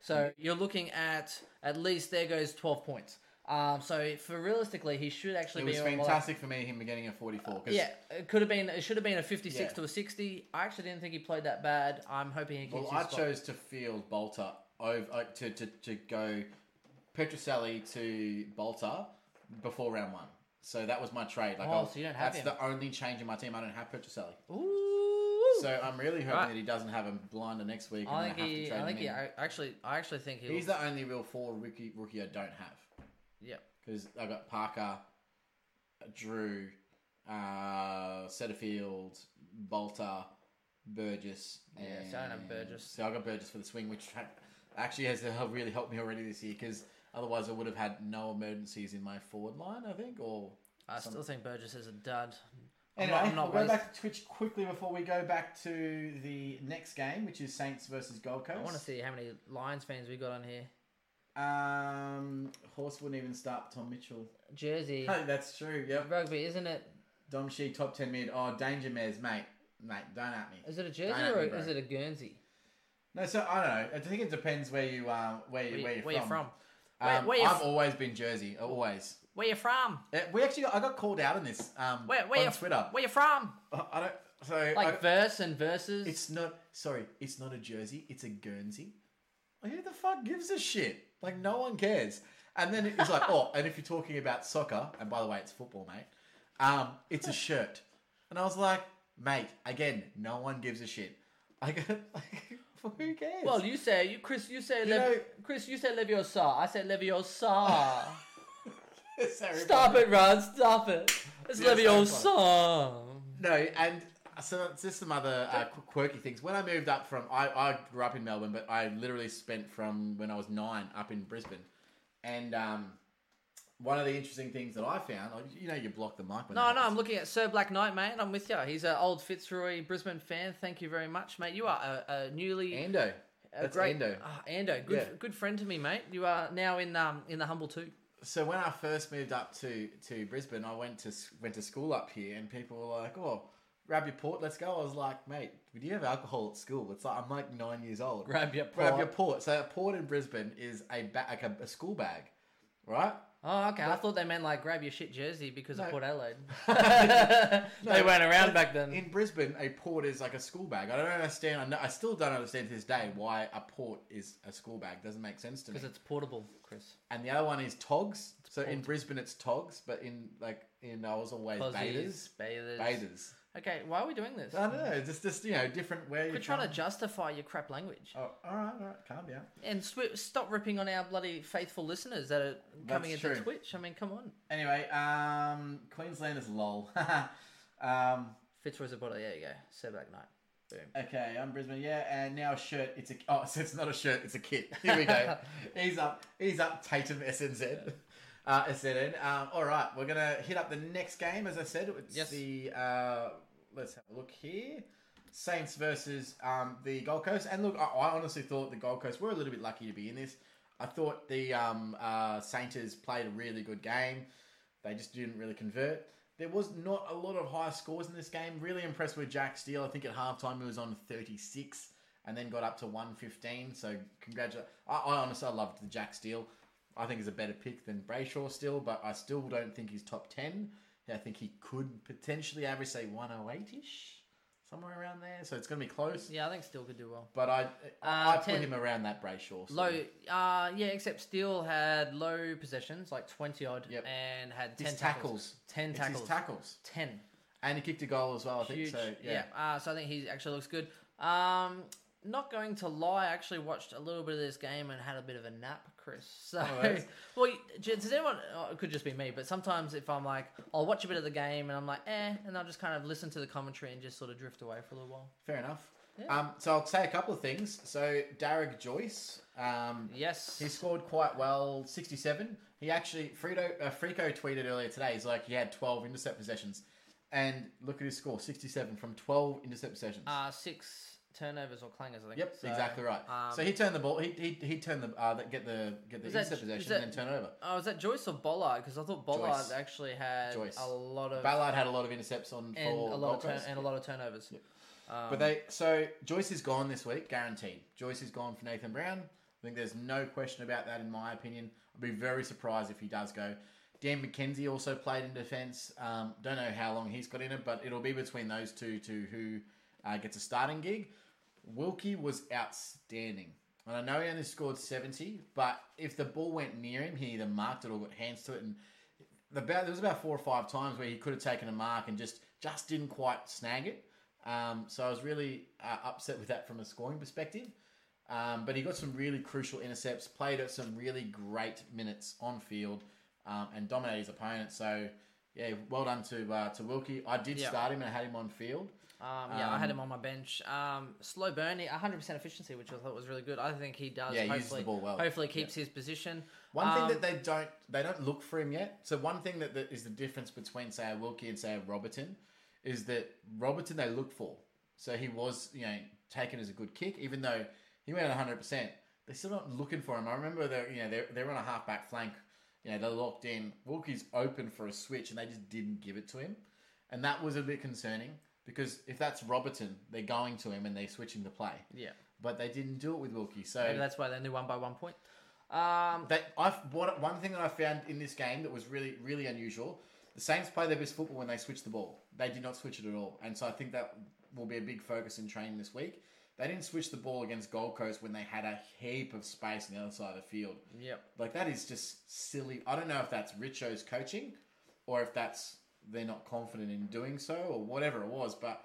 [SPEAKER 2] So
[SPEAKER 3] Mm-hmm.
[SPEAKER 2] you're looking at at least there goes 12 points. Um, so for realistically, he should actually
[SPEAKER 3] It
[SPEAKER 2] be
[SPEAKER 3] was
[SPEAKER 2] on, like,
[SPEAKER 3] fantastic for me, him getting a 44. 'cause
[SPEAKER 2] yeah, it could have been. It should have been a fifty-six
[SPEAKER 3] Yeah.
[SPEAKER 2] to a sixty. I actually didn't think he played that bad. I'm hoping he keeps.
[SPEAKER 3] Well,
[SPEAKER 2] his
[SPEAKER 3] I
[SPEAKER 2] spot.
[SPEAKER 3] chose to field Bolter over uh, to, to, to go Petroselli to Bolter before round one. So that was my trade. Like,
[SPEAKER 2] Oh,
[SPEAKER 3] I'll-
[SPEAKER 2] so you don't have
[SPEAKER 3] that's
[SPEAKER 2] him.
[SPEAKER 3] the only change in my team. I don't have Petroselli.
[SPEAKER 2] Ooh.
[SPEAKER 3] So I'm really hoping
[SPEAKER 2] Right.
[SPEAKER 3] that he doesn't have him blinder next week.
[SPEAKER 2] I
[SPEAKER 3] and
[SPEAKER 2] think
[SPEAKER 3] I have
[SPEAKER 2] he.
[SPEAKER 3] to trade
[SPEAKER 2] I think
[SPEAKER 3] him
[SPEAKER 2] he.
[SPEAKER 3] in.
[SPEAKER 2] I actually. I actually think he.
[SPEAKER 3] He's the only real four rookie rookie I don't have
[SPEAKER 2] Yeah.
[SPEAKER 3] because I've got Parker, Drew, uh, Setterfield, Bolter, Burgess.
[SPEAKER 2] Yeah, so I don't have
[SPEAKER 3] and-
[SPEAKER 2] Burgess.
[SPEAKER 3] So I got Burgess for the swing, which ha- actually has uh, really helped me already this year because otherwise I would have had no emergencies in my forward line, I think. Or
[SPEAKER 2] I still think Burgess is a dud. I'm
[SPEAKER 3] anyway,
[SPEAKER 2] not- I'm not
[SPEAKER 3] we'll
[SPEAKER 2] worth-
[SPEAKER 3] go back to Twitch quickly before we go back to the next game, which is Saints versus Gold Coast.
[SPEAKER 2] I want to see how many Lions fans we got on here.
[SPEAKER 3] Um, Horse wouldn't even start Tom Mitchell.
[SPEAKER 2] Jersey
[SPEAKER 3] That's true. Yep.
[SPEAKER 2] rugby, isn't it?
[SPEAKER 3] Dom Shee, top 10 mid. Oh, Danger Mares, mate. Mate, don't at me.
[SPEAKER 2] Is it a
[SPEAKER 3] Don't
[SPEAKER 2] Jersey
[SPEAKER 3] at
[SPEAKER 2] or
[SPEAKER 3] me, bro.
[SPEAKER 2] is it a Guernsey?
[SPEAKER 3] No, so I don't know. I think it depends where you um where
[SPEAKER 2] Where,
[SPEAKER 3] you where
[SPEAKER 2] you-
[SPEAKER 3] you're
[SPEAKER 2] where you
[SPEAKER 3] from.
[SPEAKER 2] from? Where,
[SPEAKER 3] Um,
[SPEAKER 2] where you
[SPEAKER 3] I've
[SPEAKER 2] f-
[SPEAKER 3] always been Jersey, always.
[SPEAKER 2] where you from?
[SPEAKER 3] Uh, We actually got, I got called out on this um
[SPEAKER 2] Where where
[SPEAKER 3] on
[SPEAKER 2] you f-
[SPEAKER 3] Twitter.
[SPEAKER 2] Where you from?
[SPEAKER 3] I I don't so
[SPEAKER 2] Like
[SPEAKER 3] I-
[SPEAKER 2] verse and verses.
[SPEAKER 3] it's not sorry, it's not a jersey, it's a Guernsey. Like, who the fuck gives a shit? Like no one cares. And then it's like, oh, and if you're talking about soccer, and by the way, it's football, mate. Um, it's a shirt. And I was like, mate, again, no one gives a shit. I go, like, who cares?
[SPEAKER 2] Well, you say you, Chris. You say
[SPEAKER 3] You
[SPEAKER 2] Lev-
[SPEAKER 3] know-
[SPEAKER 2] Chris. You say Leviosa. I said Leviosa.
[SPEAKER 3] Sorry,
[SPEAKER 2] stop it, Ron. Stop it. It's
[SPEAKER 3] Yeah, so
[SPEAKER 2] Leviosa.
[SPEAKER 3] No, and so that's just some other uh, qu- quirky things. When I moved up from, I, I grew up in Melbourne, but I literally spent from when I was nine up in Brisbane. And um, one of the interesting things that I found, oh, you know, you block the mic.
[SPEAKER 2] No,
[SPEAKER 3] When that
[SPEAKER 2] no. I'm
[SPEAKER 3] happens.
[SPEAKER 2] looking at Sir Black Knight, mate. I'm with you. He's an old Fitzroy Brisbane fan. Thank you very much, mate. You are a, a newly
[SPEAKER 3] Ando.
[SPEAKER 2] a
[SPEAKER 3] That's
[SPEAKER 2] great
[SPEAKER 3] Ando.
[SPEAKER 2] Ah, Ando, good,
[SPEAKER 3] Yeah.
[SPEAKER 2] good friend to me, mate. You are now in um in the humble two.
[SPEAKER 3] so when I first moved up to to Brisbane, I went to s- went to school up here, and people were like, "Oh, grab your port, let's go." I was like, "Mate, do you have alcohol at school?" It's like I'm like nine years old.
[SPEAKER 2] Grab your
[SPEAKER 3] grab
[SPEAKER 2] port.
[SPEAKER 3] your port. So a port in Brisbane is a ba- like a, a school bag, right?
[SPEAKER 2] Oh, okay. I thought they meant like grab your shit jersey because of
[SPEAKER 3] No.
[SPEAKER 2] Port Adelaide.
[SPEAKER 3] No,
[SPEAKER 2] they weren't around
[SPEAKER 3] but
[SPEAKER 2] back then.
[SPEAKER 3] In Brisbane, a port is like a school bag. I don't understand. I, know, I still don't understand to this day why a port is a school bag. Doesn't make sense to me.
[SPEAKER 2] Because it's portable, Chris.
[SPEAKER 3] And the other one is togs. So in
[SPEAKER 2] port.
[SPEAKER 3] Brisbane, it's togs, but in like in I was always
[SPEAKER 2] Aussies,
[SPEAKER 3] bathers.
[SPEAKER 2] bathers.
[SPEAKER 3] Bathers.
[SPEAKER 2] Okay, why are we doing this?
[SPEAKER 3] I don't know. It's just, just you know, different where you're
[SPEAKER 2] We're trying to
[SPEAKER 3] from.
[SPEAKER 2] justify your crap language
[SPEAKER 3] Oh, all right, all right, calm down.
[SPEAKER 2] and sw- stop ripping on our bloody faithful listeners that are coming
[SPEAKER 3] That's
[SPEAKER 2] into
[SPEAKER 3] true.
[SPEAKER 2] Twitch. I mean, come on.
[SPEAKER 3] Anyway, um, Queensland is lol. um,
[SPEAKER 2] Fitzroy's a bottle. There you go. Sir Black Knight. Boom.
[SPEAKER 3] Okay, I'm Brisbane, yeah, and now a shirt. It's a oh, so it's not a shirt, it's a kit. Here we go. he's up, he's up. Tatum SNZ, uh, SNN. Um, all right, we're gonna hit up the next game. As I said, it's
[SPEAKER 2] Yes.
[SPEAKER 3] the uh, let's have a look here. Saints versus um, the Gold Coast, and look, I, I honestly thought the Gold Coast were a little bit lucky to be in this. I thought the um, uh, Sainters played a really good game. They just didn't really convert. There was not a lot of high scores in this game. Really impressed with Jack Steele. I think at halftime he was on 36 and then got up to 115. So congratulations. I, I honestly I loved the Jack Steele. I think he's a better pick than Brayshaw still, but I still don't think he's top 10. I think he could potentially average, say, 108 ish, oh somewhere around there. So it's going to be close.
[SPEAKER 2] Yeah, I think Steel could do well.
[SPEAKER 3] But I, I, I put
[SPEAKER 2] 10
[SPEAKER 3] him around that Brayshaw. sort of.
[SPEAKER 2] Low, uh, yeah, except Steele had low possessions, like 20 odd,
[SPEAKER 3] Yep.
[SPEAKER 2] and had 10
[SPEAKER 3] His tackles.
[SPEAKER 2] tackles. 10
[SPEAKER 3] It's
[SPEAKER 2] tackles.
[SPEAKER 3] His tackles.
[SPEAKER 2] 10.
[SPEAKER 3] And he kicked a goal as well, I think.
[SPEAKER 2] Huge.
[SPEAKER 3] So, yeah.
[SPEAKER 2] yeah. Uh, so I think he actually looks good. Um, not going to lie, I actually watched a little bit of this game and had a bit of a nap, Chris. So,
[SPEAKER 3] that's-
[SPEAKER 2] well, you- j- does anyone? oh, It could just be me, but sometimes if I'm like, I'll watch a bit of the game and I'm like, eh, and I'll just kind of listen to the commentary and just sort of drift away for a little while.
[SPEAKER 3] Fair enough. Um, so I'll say a couple of things. So Derek Joyce, um,
[SPEAKER 2] Yes.
[SPEAKER 3] he scored quite well, 67. He actually, Frito, uh, Frico tweeted earlier today, he's like, he had 12 intercept possessions. And look at his score, 67 from 12 intercept possessions.
[SPEAKER 2] uh, six turnovers or clangers, I think.
[SPEAKER 3] yep,
[SPEAKER 2] So,
[SPEAKER 3] exactly right.
[SPEAKER 2] um,
[SPEAKER 3] so he turned the ball, he, he, he turned the, uh, get the, get the
[SPEAKER 2] Is that- is
[SPEAKER 3] intercept possession
[SPEAKER 2] that-
[SPEAKER 3] and then turn it over.
[SPEAKER 2] Oh, is that Joyce or Bollard? Because I thought Bollard
[SPEAKER 3] Joyce.
[SPEAKER 2] actually had
[SPEAKER 3] Joyce.
[SPEAKER 2] a lot of
[SPEAKER 3] Ballard had a lot of intercepts on
[SPEAKER 2] and
[SPEAKER 3] for
[SPEAKER 2] a lot of
[SPEAKER 3] Gold
[SPEAKER 2] turn-
[SPEAKER 3] Coast.
[SPEAKER 2] and a lot of turnovers.
[SPEAKER 3] But they so Joyce is gone this week, guaranteed. Joyce is gone for Nathan Brown. I think there's no question about that in my opinion. I'd be very surprised if he does go. Dan McKenzie also played in defence. Um, don't know how long he's got in it, but it'll be between those two to who uh, gets a starting gig. Wilkie was outstanding. And I know he only scored 70, but if the ball went near him, he either marked it or got hands to it. And the ba- there was about four or five times where he could have taken a mark and just just didn't quite snag it. Um, so I was really uh, upset with that from a scoring perspective. Um, but he got some really crucial intercepts, played at some really great minutes on field, um, and dominated his opponent. So yeah, well done to uh, to Wilkie. I did
[SPEAKER 2] Yeah.
[SPEAKER 3] start him and I had him on field.
[SPEAKER 2] Um, yeah, I had him on my bench. Um, slow burning, 100% efficiency, which I thought was really good. I think he does.
[SPEAKER 3] Yeah, he uses
[SPEAKER 2] hopefully,
[SPEAKER 3] the ball well.
[SPEAKER 2] Hopefully, keeps his position.
[SPEAKER 3] One
[SPEAKER 2] Um,
[SPEAKER 3] thing that they don't they don't look for him yet. So one thing that, that is the difference between say a Wilkie and say a Robertson is that Robertson they look for. So he was you know taken as a good kick, even though he went 100. percent They're still not looking for him. I remember they're you know they're they're on a half back flank. You know they're locked in. Wilkie's open for a switch, and they just didn't give it to him, and that was a bit concerning because if that's Robertson, they're going to him and they're switching the play.
[SPEAKER 2] Yeah.
[SPEAKER 3] But they didn't do it with Wilkie, so
[SPEAKER 2] Maybe that's why they only won by one point. Um,
[SPEAKER 3] that I what one thing that I found in this game that was really really unusual. The Saints play their best football when they switch the ball. They did not switch it at all, and so I think that will be a big focus in training this week. They didn't switch the ball against Gold Coast when they had a heap of space on the other side of the field.
[SPEAKER 2] Yep.
[SPEAKER 3] Like that is just silly. I don't know if that's Richo's coaching, or if that's they're not confident in doing so, or whatever it was. But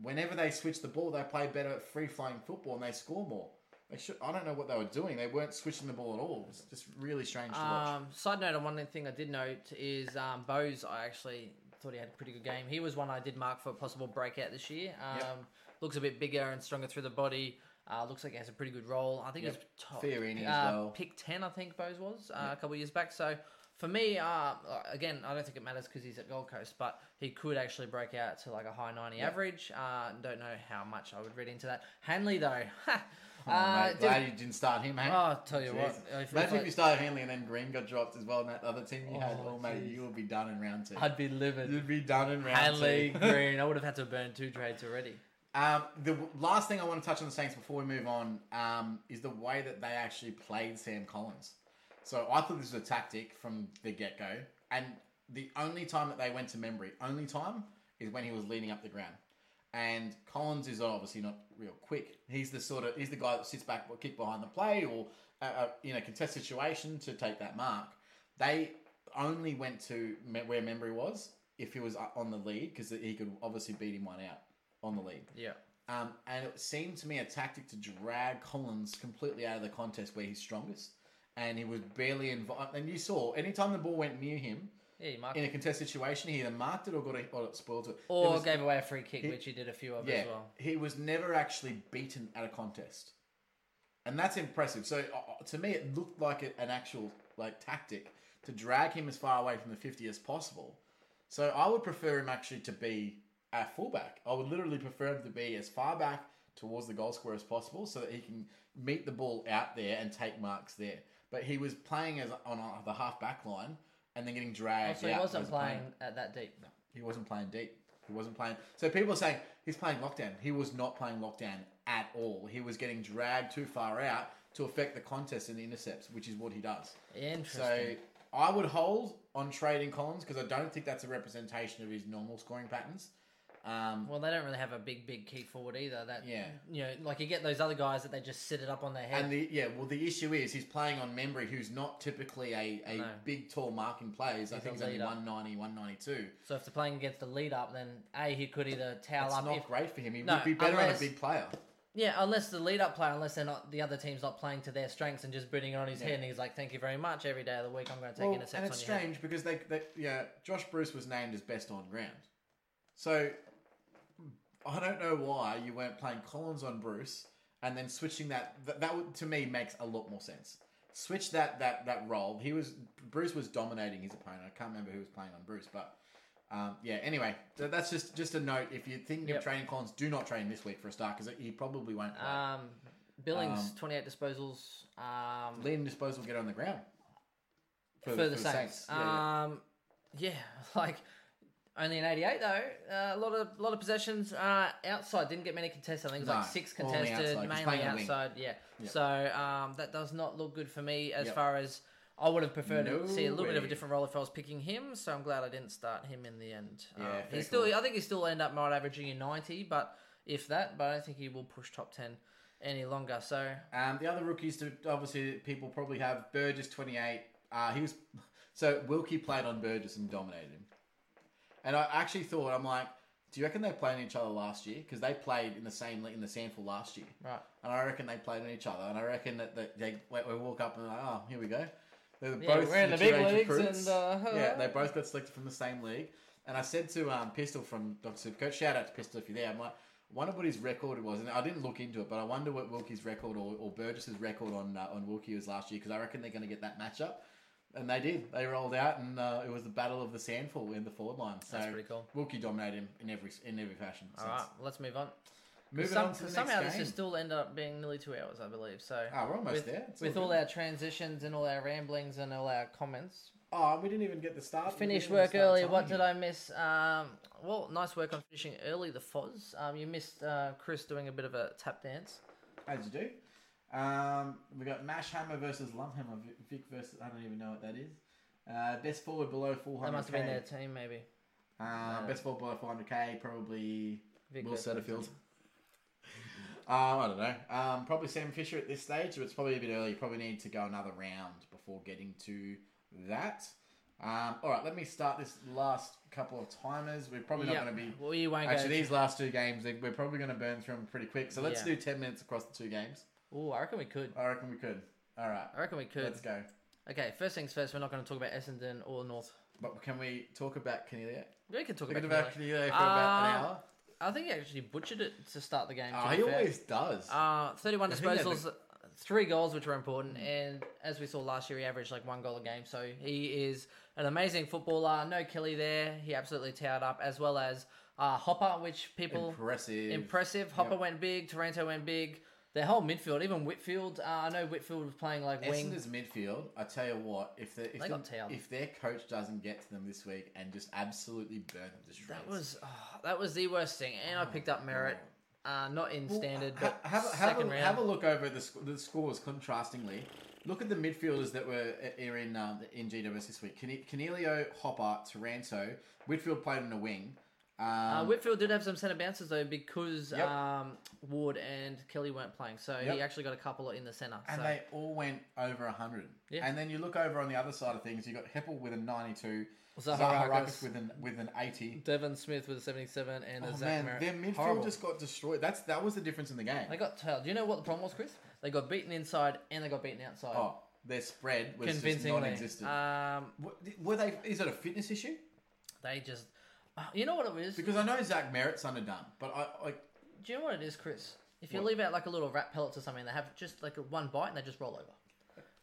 [SPEAKER 3] whenever they switch the ball, they play better at free flowing football and they score more. They should. I don't know what they were doing. They weren't switching the ball at all. It's just really strange to watch.
[SPEAKER 2] Um, side note, and one thing I did note is um, Bose. I actually thought he had a pretty good game. He was one I did mark for a possible breakout this year. Um,
[SPEAKER 3] Yep.
[SPEAKER 2] Looks a bit bigger and stronger through the body. Uh, looks like he has a pretty good role. I think
[SPEAKER 3] Yep.
[SPEAKER 2] he's top
[SPEAKER 3] Fiorini as
[SPEAKER 2] uh,
[SPEAKER 3] well.
[SPEAKER 2] Pick ten, I think Bose was uh, a couple of years back. So for me, uh, again, I don't think it matters because he's at Gold Coast, but he could actually break out to like a high ninety average. Uh, don't know how much I would read into that. Hanley though.
[SPEAKER 3] Oh,
[SPEAKER 2] uh,
[SPEAKER 3] mate,
[SPEAKER 2] did-
[SPEAKER 3] glad you didn't start him, mate.
[SPEAKER 2] Oh, I'll tell you
[SPEAKER 3] Jesus.
[SPEAKER 2] what. if-
[SPEAKER 3] Imagine
[SPEAKER 2] if
[SPEAKER 3] if
[SPEAKER 2] I-
[SPEAKER 3] you started Hanley and then Green got dropped as well, and that other team you had.
[SPEAKER 2] Oh,
[SPEAKER 3] Oh, mate,
[SPEAKER 2] jeez.
[SPEAKER 3] you would be done in round two.
[SPEAKER 2] I'd be livid.
[SPEAKER 3] You'd be done in round
[SPEAKER 2] Hanley,
[SPEAKER 3] two.
[SPEAKER 2] Green. I would have had to burn two trades already.
[SPEAKER 3] Um, the w- last thing I want to touch on the Saints before we move on um, is the way that they actually played Sam Collins. So I thought this was a tactic from the get go, and the only time that they went to memory, only time, is when he was leading up the ground. And Collins is obviously not real quick. He's the sort of he's the guy that sits back, will kick behind the play, or uh, uh, in a contested situation to take that mark. They only went to me- where memory was if he was uh, on the lead because he could obviously beat him one out on the lead.
[SPEAKER 2] Yeah.
[SPEAKER 3] Um, and it seemed to me a tactic to drag Collins completely out of the contest where he's strongest. And he was barely involved. And you saw, anytime the ball went near him
[SPEAKER 2] Yeah, you marked
[SPEAKER 3] in a contested situation, he either marked it or got it, or it spoiled it.
[SPEAKER 2] Or
[SPEAKER 3] There was-
[SPEAKER 2] gave away a free kick, which he did a few of
[SPEAKER 3] yeah,
[SPEAKER 2] as well.
[SPEAKER 3] he was never actually beaten at a contest. And that's impressive. So uh, to me, it looked like a, an actual like tactic to drag him as far away from the 50 as possible. So I would prefer him actually to be a fullback. I would literally prefer him to be as far back towards the goal square as possible so that he can meet the ball out there and take marks there. But he was playing as on uh, the half back line and then getting dragged.
[SPEAKER 2] Oh, So he
[SPEAKER 3] out
[SPEAKER 2] wasn't
[SPEAKER 3] as a player.
[SPEAKER 2] playing at that deep.
[SPEAKER 3] He wasn't playing deep. He wasn't playing. So people are saying he's playing lockdown. He was not playing lockdown at all. He was getting dragged too far out to affect the contest and the intercepts, which is what he does. So
[SPEAKER 2] Interesting.
[SPEAKER 3] I would hold on trading Collins because I don't think that's a representation of his normal scoring patterns. Um,
[SPEAKER 2] Well, they don't really have a big, big key forward either. That
[SPEAKER 3] Yeah.
[SPEAKER 2] you know, like you get those other guys that they just sit it up on their head.
[SPEAKER 3] and the yeah, well, the issue is he's playing on Membry, who's not typically a, a
[SPEAKER 2] No.
[SPEAKER 3] big, tall marking player. He's, I
[SPEAKER 2] He's
[SPEAKER 3] think
[SPEAKER 2] a
[SPEAKER 3] he's only
[SPEAKER 2] leader.
[SPEAKER 3] 190, 192.
[SPEAKER 2] so if they're playing against the lead up, then a he could either towel
[SPEAKER 3] That's
[SPEAKER 2] up.
[SPEAKER 3] not
[SPEAKER 2] if,
[SPEAKER 3] great for him. He
[SPEAKER 2] No,
[SPEAKER 3] would be better
[SPEAKER 2] unless-
[SPEAKER 3] on a big player.
[SPEAKER 2] yeah, unless the lead up player, unless they're not the other team's not playing to their strengths and just bidding it on his head, and he's like, "Thank you very much. Every day of the week, I'm going to take
[SPEAKER 3] Well,
[SPEAKER 2] intercepts
[SPEAKER 3] and
[SPEAKER 2] on
[SPEAKER 3] it's
[SPEAKER 2] your head."
[SPEAKER 3] strange because they, they yeah Josh Bruce was named as best on ground, so I don't know why you weren't playing Collins on Bruce and then switching that that, that would- to me makes a lot more sense. Switch that that that role. He was Bruce was dominating his opponent. I can't remember who was playing on Bruce, but. Um, yeah. Anyway, so that's just just a note. If you think
[SPEAKER 2] Yep.
[SPEAKER 3] of trading Collins, do not train this week for a start because he probably won't. Play.
[SPEAKER 2] Um, Billings,
[SPEAKER 3] Um,
[SPEAKER 2] 28 disposals. Um,
[SPEAKER 3] Leading disposal get on the ground
[SPEAKER 2] for, the Saints.
[SPEAKER 3] Yeah, yeah.
[SPEAKER 2] Um, yeah, like only an 88 though. Uh, a lot of lot of possessions uh, outside. Didn't get many contested. I think it was
[SPEAKER 3] No,
[SPEAKER 2] like six
[SPEAKER 3] all on the
[SPEAKER 2] contested,
[SPEAKER 3] outside. He's
[SPEAKER 2] mainly
[SPEAKER 3] playing on the wing.
[SPEAKER 2] outside. Yeah. So um, that does not look good for me as
[SPEAKER 3] Yep.
[SPEAKER 2] far as I would have preferred
[SPEAKER 3] No
[SPEAKER 2] to see a little bit of a
[SPEAKER 3] way.
[SPEAKER 2] different role if I was picking him. So I'm glad I didn't start him in the end. Um,
[SPEAKER 3] Yeah, fair
[SPEAKER 2] he's still.
[SPEAKER 3] call.
[SPEAKER 2] I think he still end up might averaging a 90, but if that. But I don't think he will push top 10 any longer. So
[SPEAKER 3] Um, the other rookies, to obviously, people probably have Burgess, twenty eight. Uh, he was so Wilkie played on Burgess and dominated him. And I actually thought, I'm like, do you reckon they played on each other last year? Because they played in the same in the sample last year,
[SPEAKER 2] Right.
[SPEAKER 3] And I reckon they played on each other, and I reckon that that they we we walk up and like, oh, here we go. They're
[SPEAKER 2] Yeah, we're in the big
[SPEAKER 3] matured
[SPEAKER 2] leagues
[SPEAKER 3] recruits.
[SPEAKER 2] and, uh,
[SPEAKER 3] yeah, they both got selected from the same league. And I said to um, Pistol from Dr. Supercoach, shout out to Pistol if you're there. I'm like, I wonder what his record was. And I didn't look into it, but I wonder what Wilkie's record or, or Burgess's record on uh, on Wilkie was last year because I reckon they're going to get that matchup. And they did. They rolled out, and uh, it was the battle of the sandfall in the forward line. So
[SPEAKER 2] That's pretty cool.
[SPEAKER 3] Wilkie dominated him in every in every fashion.
[SPEAKER 2] all
[SPEAKER 3] since.
[SPEAKER 2] right, let's move on.
[SPEAKER 3] Moving
[SPEAKER 2] Some-
[SPEAKER 3] on to the
[SPEAKER 2] somehow
[SPEAKER 3] next
[SPEAKER 2] this
[SPEAKER 3] game.
[SPEAKER 2] has still ended up being nearly two hours, I believe. So
[SPEAKER 3] Ah, we're almost
[SPEAKER 2] with,
[SPEAKER 3] there. It's
[SPEAKER 2] with
[SPEAKER 3] all
[SPEAKER 2] all
[SPEAKER 3] good.
[SPEAKER 2] our transitions and all our ramblings and all our comments,
[SPEAKER 3] Oh, we didn't even get the start.
[SPEAKER 2] finish work early. What did I miss? Um, well, nice work on finishing early. The Foz. Um, you missed uh, Chris doing a bit of a tap dance.
[SPEAKER 3] As you do. Um, we got Mash Hammer versus Lumhammer. Vi- Vic versus I don't even know what that is. Uh, best forward below 400k.
[SPEAKER 2] That must have been their team, maybe.
[SPEAKER 3] Uh, best forward below 400k. Probably
[SPEAKER 2] Vic
[SPEAKER 3] Will
[SPEAKER 2] versus-
[SPEAKER 3] Setterfield. um, I don't know. Um, probably Sam Fisher at this stage, but it's probably a bit early. You probably need to go another round before getting to that. Um, all right, let me start this last couple of timers. We're probably
[SPEAKER 2] Yep.
[SPEAKER 3] not going to be
[SPEAKER 2] Well, you won't
[SPEAKER 3] Actually,
[SPEAKER 2] go.
[SPEAKER 3] these last two games, they- we're probably going to burn through them pretty quick. So let's
[SPEAKER 2] Yeah.
[SPEAKER 3] do 10 minutes across the two games.
[SPEAKER 2] Oh, I reckon we could.
[SPEAKER 3] I reckon we could. All right,
[SPEAKER 2] I reckon we could.
[SPEAKER 3] let's go.
[SPEAKER 2] Okay, first things first. We're not going to talk about Essendon or North.
[SPEAKER 3] But can we talk about Cornelia?
[SPEAKER 2] We can talk
[SPEAKER 3] We
[SPEAKER 2] about.
[SPEAKER 3] can talk about
[SPEAKER 2] Canelo.
[SPEAKER 3] Cornelia for about an
[SPEAKER 2] Uh,
[SPEAKER 3] hour.
[SPEAKER 2] I think he actually butchered it to start the game. to
[SPEAKER 3] Oh,
[SPEAKER 2] be
[SPEAKER 3] he
[SPEAKER 2] fair.
[SPEAKER 3] always does.
[SPEAKER 2] Uh, 31
[SPEAKER 3] I think they had
[SPEAKER 2] disposals, three goals, which were important. And as we saw last year, he averaged like one goal a game. So he is an amazing footballer. No Kelly there. He absolutely towered up, as well as uh, Hopper, which people.
[SPEAKER 3] Impressive.
[SPEAKER 2] Impressive. Hopper
[SPEAKER 3] Yep.
[SPEAKER 2] went big. Toronto went big. Their whole midfield, even Whitfield. Uh, I know Whitfield was playing like wing.
[SPEAKER 3] Essendon's midfield, I tell you what, if, the, if,
[SPEAKER 2] They
[SPEAKER 3] the-
[SPEAKER 2] got tailed.
[SPEAKER 3] if their coach doesn't get to them this week and just absolutely burn them to shreds.
[SPEAKER 2] That was oh, that was the worst thing. And I picked up Merritt. Uh, not in standard,
[SPEAKER 3] Oh, Ha-
[SPEAKER 2] but
[SPEAKER 3] have, a- have
[SPEAKER 2] second
[SPEAKER 3] a,
[SPEAKER 2] round.
[SPEAKER 3] Have a look over the, sc- the scores contrastingly. Look at the midfielders that were are in um, in GWS this week. Cane- Canelio, Hopper, Taranto, Whitfield played on the wing. Um,
[SPEAKER 2] Uh, Whitfield did have some centre bounces though because
[SPEAKER 3] Yep.
[SPEAKER 2] um, Ward and Kelly weren't playing, so
[SPEAKER 3] Yep.
[SPEAKER 2] he actually got a couple in the centre.
[SPEAKER 3] and
[SPEAKER 2] so
[SPEAKER 3] they all went over 100.
[SPEAKER 2] Yeah.
[SPEAKER 3] And then you look over on the other side of things, you got Heppel with a 92,
[SPEAKER 2] Zaharakis.
[SPEAKER 3] Zaharakis with an with an 80.
[SPEAKER 2] Devon Smith with a seventy-seven and a
[SPEAKER 3] Oh,
[SPEAKER 2] Zach
[SPEAKER 3] man,
[SPEAKER 2] Merritt.
[SPEAKER 3] their midfield
[SPEAKER 2] Horrible.
[SPEAKER 3] just got destroyed. That's That was the difference in the game.
[SPEAKER 2] They got tailed. Do you know what the problem was, Chris? They got beaten inside and they got beaten outside.
[SPEAKER 3] oh, their spread was just
[SPEAKER 2] Convincingly,
[SPEAKER 3] non-existent.
[SPEAKER 2] um,
[SPEAKER 3] What- were they? Is it a fitness issue?
[SPEAKER 2] they just. Uh, you know what it is?
[SPEAKER 3] Because I know Zach Merritt's underdone, but I like
[SPEAKER 2] Do you know what it is, Chris? If you
[SPEAKER 3] What?
[SPEAKER 2] leave out like a little rat pellets or something, they have just like a one bite and they just roll over.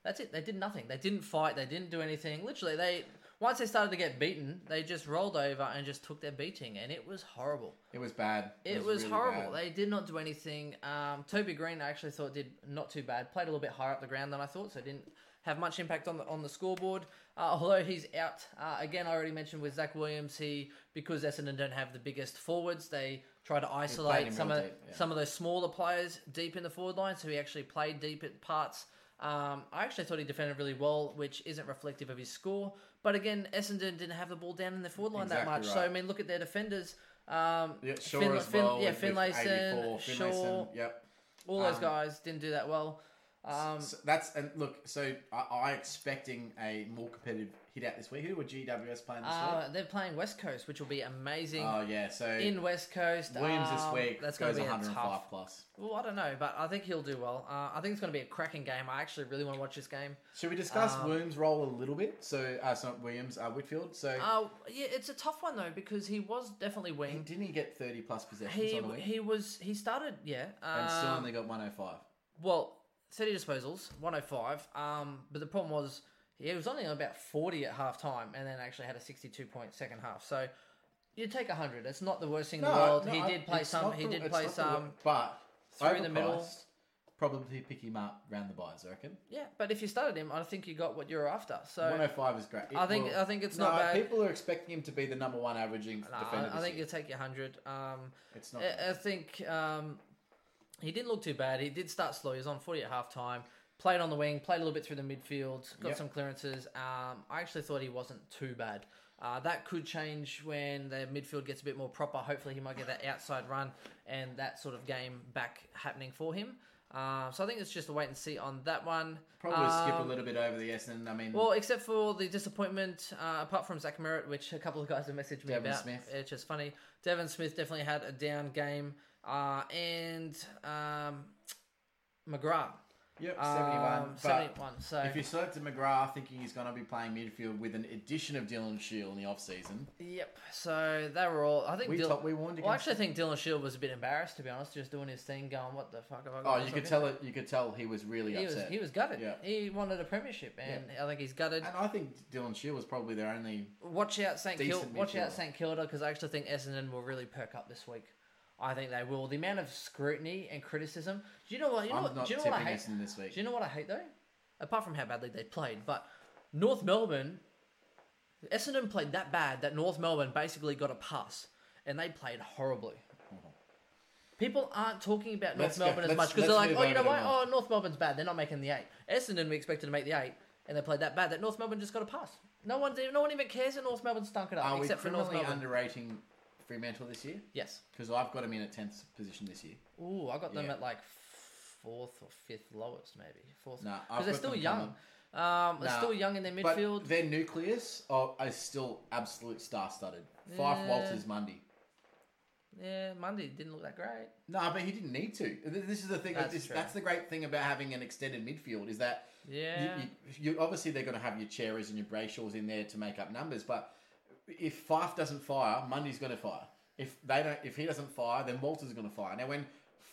[SPEAKER 2] That's it. They did nothing. They didn't fight. They didn't do anything. Literally, they once they started to get beaten, they just rolled over and just took their beating, and it was horrible.
[SPEAKER 3] It was bad.
[SPEAKER 2] It, was,
[SPEAKER 3] really
[SPEAKER 2] horrible.
[SPEAKER 3] bad.
[SPEAKER 2] They did not do anything. Um, Toby Green, I actually thought did not too bad. Played a little bit higher up the ground than I thought, so didn't have much impact on the on the scoreboard. Uh, although he's out uh, again, I already mentioned with Zach Williams, he because Essendon don't have the biggest forwards, they try to isolate
[SPEAKER 3] him
[SPEAKER 2] some
[SPEAKER 3] real
[SPEAKER 2] of
[SPEAKER 3] deep, yeah.
[SPEAKER 2] some of those smaller players deep in the forward line. So he actually played deep at parts. Um, I actually thought he defended really well, which isn't reflective of his score. But again, Essendon didn't have the ball down in the forward line that
[SPEAKER 3] Exactly
[SPEAKER 2] much, so
[SPEAKER 3] right.
[SPEAKER 2] I mean, look at their defenders. Um,
[SPEAKER 3] Yeah, Shaw
[SPEAKER 2] Finla-
[SPEAKER 3] as well.
[SPEAKER 2] Fin- yeah,
[SPEAKER 3] with- with
[SPEAKER 2] Finlayson,
[SPEAKER 3] 84,
[SPEAKER 2] Shaw.
[SPEAKER 3] Yep.
[SPEAKER 2] all those
[SPEAKER 3] Um,
[SPEAKER 2] guys didn't do that well. Um,
[SPEAKER 3] So that's and look. So are, are you expecting a more competitive hit out this week? Who were GWS playing this
[SPEAKER 2] uh,
[SPEAKER 3] week?
[SPEAKER 2] they're playing West Coast, which will be amazing.
[SPEAKER 3] Oh yeah. So
[SPEAKER 2] in West Coast,
[SPEAKER 3] Williams
[SPEAKER 2] um,
[SPEAKER 3] this week
[SPEAKER 2] That's going
[SPEAKER 3] goes
[SPEAKER 2] to be a
[SPEAKER 3] 105
[SPEAKER 2] tough.
[SPEAKER 3] plus.
[SPEAKER 2] Well, I don't know, but I think he'll do well. Uh, I think it's going to be a cracking game. I actually really want to watch this game.
[SPEAKER 3] Should we discuss
[SPEAKER 2] Um,
[SPEAKER 3] Williams' role a little bit? So uh, so not Williams, uh, Whitfield. So
[SPEAKER 2] Uh, yeah, it's a tough one though because he was definitely winged.
[SPEAKER 3] didn't he get 30 plus possessions
[SPEAKER 2] He
[SPEAKER 3] on the week?
[SPEAKER 2] he was he started yeah.
[SPEAKER 3] and still
[SPEAKER 2] um,
[SPEAKER 3] only got 105.
[SPEAKER 2] Well, 30 disposals, 105. Um, but the problem was he was only on about 40 at half time and then actually had a 62 point second half. So you take 100. It's not the worst thing in the world. he
[SPEAKER 3] I-
[SPEAKER 2] did play
[SPEAKER 3] it's
[SPEAKER 2] some.
[SPEAKER 3] not
[SPEAKER 2] He
[SPEAKER 3] the-
[SPEAKER 2] did
[SPEAKER 3] it's
[SPEAKER 2] play
[SPEAKER 3] not the wor-
[SPEAKER 2] some.
[SPEAKER 3] but
[SPEAKER 2] through the middle.
[SPEAKER 3] overpriced, Probably pick him up round the buys, I reckon.
[SPEAKER 2] Yeah, but if you started him, I think you got what you were after. So
[SPEAKER 3] 105 is great. It
[SPEAKER 2] I think-
[SPEAKER 3] will-
[SPEAKER 2] I think it's
[SPEAKER 3] no,
[SPEAKER 2] not bad.
[SPEAKER 3] People are expecting him to be the number one averaging
[SPEAKER 2] nah,
[SPEAKER 3] defender.
[SPEAKER 2] I, I
[SPEAKER 3] this
[SPEAKER 2] think you
[SPEAKER 3] year.
[SPEAKER 2] take your 100. Um,
[SPEAKER 3] it's not.
[SPEAKER 2] I, I think um, he didn't look too bad. He did start slow. He was on 40 at half time. Played on the wing, played a little bit through the midfield, got
[SPEAKER 3] Yep.
[SPEAKER 2] some clearances. Um, I actually thought he wasn't too bad. Uh, that could change when the midfield gets a bit more proper. Hopefully, he might get that outside run and that sort of game back happening for him. Uh, so I think it's just a wait and see on that one.
[SPEAKER 3] probably skip a
[SPEAKER 2] Um,
[SPEAKER 3] little bit over the Essendon. I mean,
[SPEAKER 2] well, except for the disappointment, uh, apart from Zach Merritt, which a couple of guys have messaged me
[SPEAKER 3] Devon
[SPEAKER 2] about,
[SPEAKER 3] Smith.
[SPEAKER 2] which is funny. Devon Smith definitely had a down game, uh, and um, McGrath,
[SPEAKER 3] yep,
[SPEAKER 2] um,
[SPEAKER 3] 71. But
[SPEAKER 2] 71. So
[SPEAKER 3] if you selected McGrath thinking he's going to be playing midfield with an addition of Dylan Shield in the offseason,
[SPEAKER 2] yep, so they were all. I think
[SPEAKER 3] we,
[SPEAKER 2] Dylan.
[SPEAKER 3] top, we warned
[SPEAKER 2] well, I
[SPEAKER 3] against
[SPEAKER 2] actually think Dylan Shield was a bit embarrassed, to be honest, just doing his thing, going, "What the fuck have I?" got
[SPEAKER 3] Oh, you
[SPEAKER 2] myself
[SPEAKER 3] could
[SPEAKER 2] in?"
[SPEAKER 3] tell it. You could tell he was really
[SPEAKER 2] He was
[SPEAKER 3] upset.
[SPEAKER 2] he was gutted.
[SPEAKER 3] Yeah.
[SPEAKER 2] He wanted a premiership, and I think he's gutted.
[SPEAKER 3] and I think Dylan Shield was probably their only.
[SPEAKER 2] Watch out, St. Kilda.
[SPEAKER 3] Decent
[SPEAKER 2] Watch out,
[SPEAKER 3] midfielder.
[SPEAKER 2] St. Kilda, because I actually think Essendon will really perk up this week. I think they will. The amount of scrutiny and criticism. Do you know what? You know
[SPEAKER 3] I'm
[SPEAKER 2] what?
[SPEAKER 3] not
[SPEAKER 2] do you know
[SPEAKER 3] tipping
[SPEAKER 2] what I hate?
[SPEAKER 3] Essendon this week.
[SPEAKER 2] Do you know what I hate though? Apart from how badly they played, but North Melbourne, Essendon played that bad that North Melbourne basically got a pass, and they played horribly. People aren't talking about North
[SPEAKER 3] Mm-hmm. Let's go-
[SPEAKER 2] Melbourne as
[SPEAKER 3] let's-
[SPEAKER 2] much because
[SPEAKER 3] let's
[SPEAKER 2] they're like,
[SPEAKER 3] move
[SPEAKER 2] oh, you
[SPEAKER 3] over
[SPEAKER 2] know
[SPEAKER 3] to
[SPEAKER 2] what? Oh,
[SPEAKER 3] North."
[SPEAKER 2] North Melbourne's bad. They're not making the eight. Essendon, we expected to make the eight, and they played that bad that North Melbourne just got a pass. No one, no one even cares that North Melbourne stunk it up,
[SPEAKER 3] Are we
[SPEAKER 2] except for North
[SPEAKER 3] criminally
[SPEAKER 2] Melbourne.
[SPEAKER 3] underrating Fremantle this year?
[SPEAKER 2] yes.
[SPEAKER 3] Because I've got him in at tenth position this year.
[SPEAKER 2] Ooh, I got them
[SPEAKER 3] Yeah.
[SPEAKER 2] at like fourth or fifth lowest, maybe fourth.
[SPEAKER 3] Nah,
[SPEAKER 2] because
[SPEAKER 3] I've
[SPEAKER 2] they're
[SPEAKER 3] got
[SPEAKER 2] still
[SPEAKER 3] them
[SPEAKER 2] young. Um, they're
[SPEAKER 3] Nah,
[SPEAKER 2] still young in their
[SPEAKER 3] But
[SPEAKER 2] midfield.
[SPEAKER 3] their nucleus are, are still absolute star-studded. Fife,
[SPEAKER 2] Yeah.
[SPEAKER 3] Walters, Mundy.
[SPEAKER 2] Yeah, Monday didn't look that great.
[SPEAKER 3] No, but he didn't need to. Th- This is the thing.
[SPEAKER 2] That's
[SPEAKER 3] That's, this,
[SPEAKER 2] true.
[SPEAKER 3] that's the great thing about having an extended midfield is that
[SPEAKER 2] Yeah.
[SPEAKER 3] you, you, you obviously they're going to have your Cherries and your Brayshaws in there to make up numbers. But if Fife doesn't fire, Mundy's going to fire. If they don't, if he doesn't fire, then Walters is going to fire. Now, when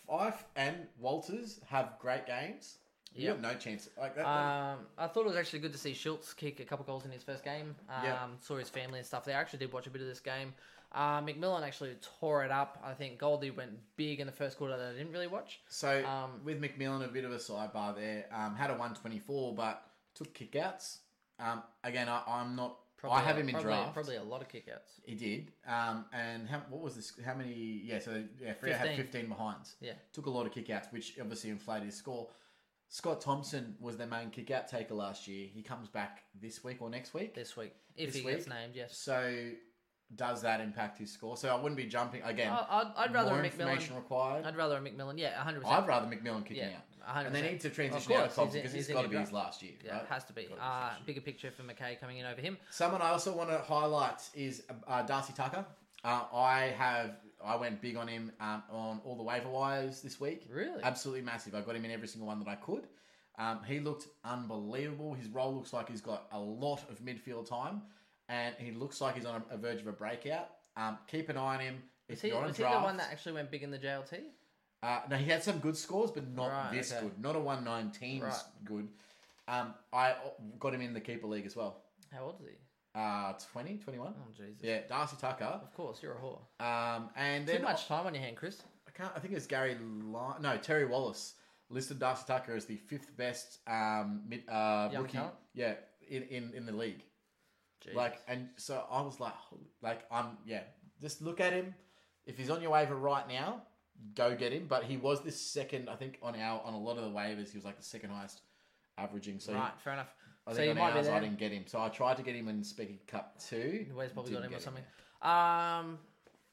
[SPEAKER 3] Fife and Walters have great games, you
[SPEAKER 2] Yep.
[SPEAKER 3] have no chance. Like that,
[SPEAKER 2] Um, I thought it was actually good to see Schultz kick a couple goals in his first game. Um,
[SPEAKER 3] Yeah.
[SPEAKER 2] Saw his family and stuff. They actually did watch a bit of this game. Uh, McMillan actually tore it up. I think Goldie went big in the first quarter that I didn't really watch.
[SPEAKER 3] So
[SPEAKER 2] Um,
[SPEAKER 3] with McMillan, a bit of a sidebar there. Um, had a one twenty four, but took kickouts. Um, again, I, I'm not. I have him in
[SPEAKER 2] probably,
[SPEAKER 3] draft.
[SPEAKER 2] Probably a lot of kickouts.
[SPEAKER 3] He did. Um, and how, what was this? How many? Yeah, so yeah, Freo had
[SPEAKER 2] 15.
[SPEAKER 3] fifteen behinds.
[SPEAKER 2] Yeah.
[SPEAKER 3] took a lot of kickouts, which obviously inflated his score. Scott Thompson was their main kickout taker last year. He comes back this week or next week.
[SPEAKER 2] This week, if he
[SPEAKER 3] This
[SPEAKER 2] gets
[SPEAKER 3] week?
[SPEAKER 2] named, yes.
[SPEAKER 3] So does that impact his score? So I wouldn't be jumping again.
[SPEAKER 2] I- Oh, I'd- I'd rather
[SPEAKER 3] more
[SPEAKER 2] McMillan-
[SPEAKER 3] information required.
[SPEAKER 2] I'd rather a McMillan. Yeah, hundred percent.
[SPEAKER 3] I'd rather McMillan kicking
[SPEAKER 2] Yeah,
[SPEAKER 3] out.
[SPEAKER 2] 100%.
[SPEAKER 3] And they need to transition
[SPEAKER 2] Of
[SPEAKER 3] out
[SPEAKER 2] course,
[SPEAKER 3] of Thompson
[SPEAKER 2] he's in-
[SPEAKER 3] because it's
[SPEAKER 2] he's in
[SPEAKER 3] got to
[SPEAKER 2] your
[SPEAKER 3] be his
[SPEAKER 2] draft.
[SPEAKER 3] last year.
[SPEAKER 2] Yeah,
[SPEAKER 3] right?
[SPEAKER 2] it has to be.
[SPEAKER 3] Gotta
[SPEAKER 2] Uh,
[SPEAKER 3] his last year.
[SPEAKER 2] bigger picture for McKay coming in over him.
[SPEAKER 3] Someone I also want to highlight is uh, Darcy Tucker. Uh, I have I went big on him um, on all the waiver wires this week.
[SPEAKER 2] Really?
[SPEAKER 3] absolutely massive. I got him in every single one that I could. Um, he looked unbelievable. His role looks like he's got a lot of midfield time, and he looks like he's on a, a verge of a breakout. Um, keep an eye on him. If
[SPEAKER 2] Is he,
[SPEAKER 3] you're on
[SPEAKER 2] was he
[SPEAKER 3] draft,
[SPEAKER 2] the one that actually went big in the JLT?
[SPEAKER 3] uh, no, he had some good scores, but not
[SPEAKER 2] Right,
[SPEAKER 3] this
[SPEAKER 2] okay.
[SPEAKER 3] good. Not a 119
[SPEAKER 2] Right.
[SPEAKER 3] good. Um, I got him in the keeper league as well.
[SPEAKER 2] How old is he?
[SPEAKER 3] Uh, 20, 21?
[SPEAKER 2] Oh Jesus!
[SPEAKER 3] Yeah, Darcy Tucker.
[SPEAKER 2] Of course, you're a whore.
[SPEAKER 3] Um, and then
[SPEAKER 2] Too much time on your hand, Chris.
[SPEAKER 3] I can't. I think it's Gary. Ly- no, Terry Wallace listed Darcy Tucker as the fifth best um, mid, uh,
[SPEAKER 2] Young
[SPEAKER 3] rookie.
[SPEAKER 2] talent?
[SPEAKER 3] Yeah, in, in in the league.
[SPEAKER 2] Jesus.
[SPEAKER 3] Like, and so I was like, holy- like I'm yeah. Just look at him. If he's on your waiver right now, go get him. But he was the second, I think, on our on a lot of the waivers. He was like the second highest averaging. So
[SPEAKER 2] right, fair enough.
[SPEAKER 3] I
[SPEAKER 2] So
[SPEAKER 3] think
[SPEAKER 2] you
[SPEAKER 3] on
[SPEAKER 2] might be
[SPEAKER 3] ours I
[SPEAKER 2] there.
[SPEAKER 3] didn't get him. So I tried to get him in Speaky Cup two.
[SPEAKER 2] Wes probably got
[SPEAKER 3] Didn't
[SPEAKER 2] him or
[SPEAKER 3] get
[SPEAKER 2] something.
[SPEAKER 3] yeah.
[SPEAKER 2] Um,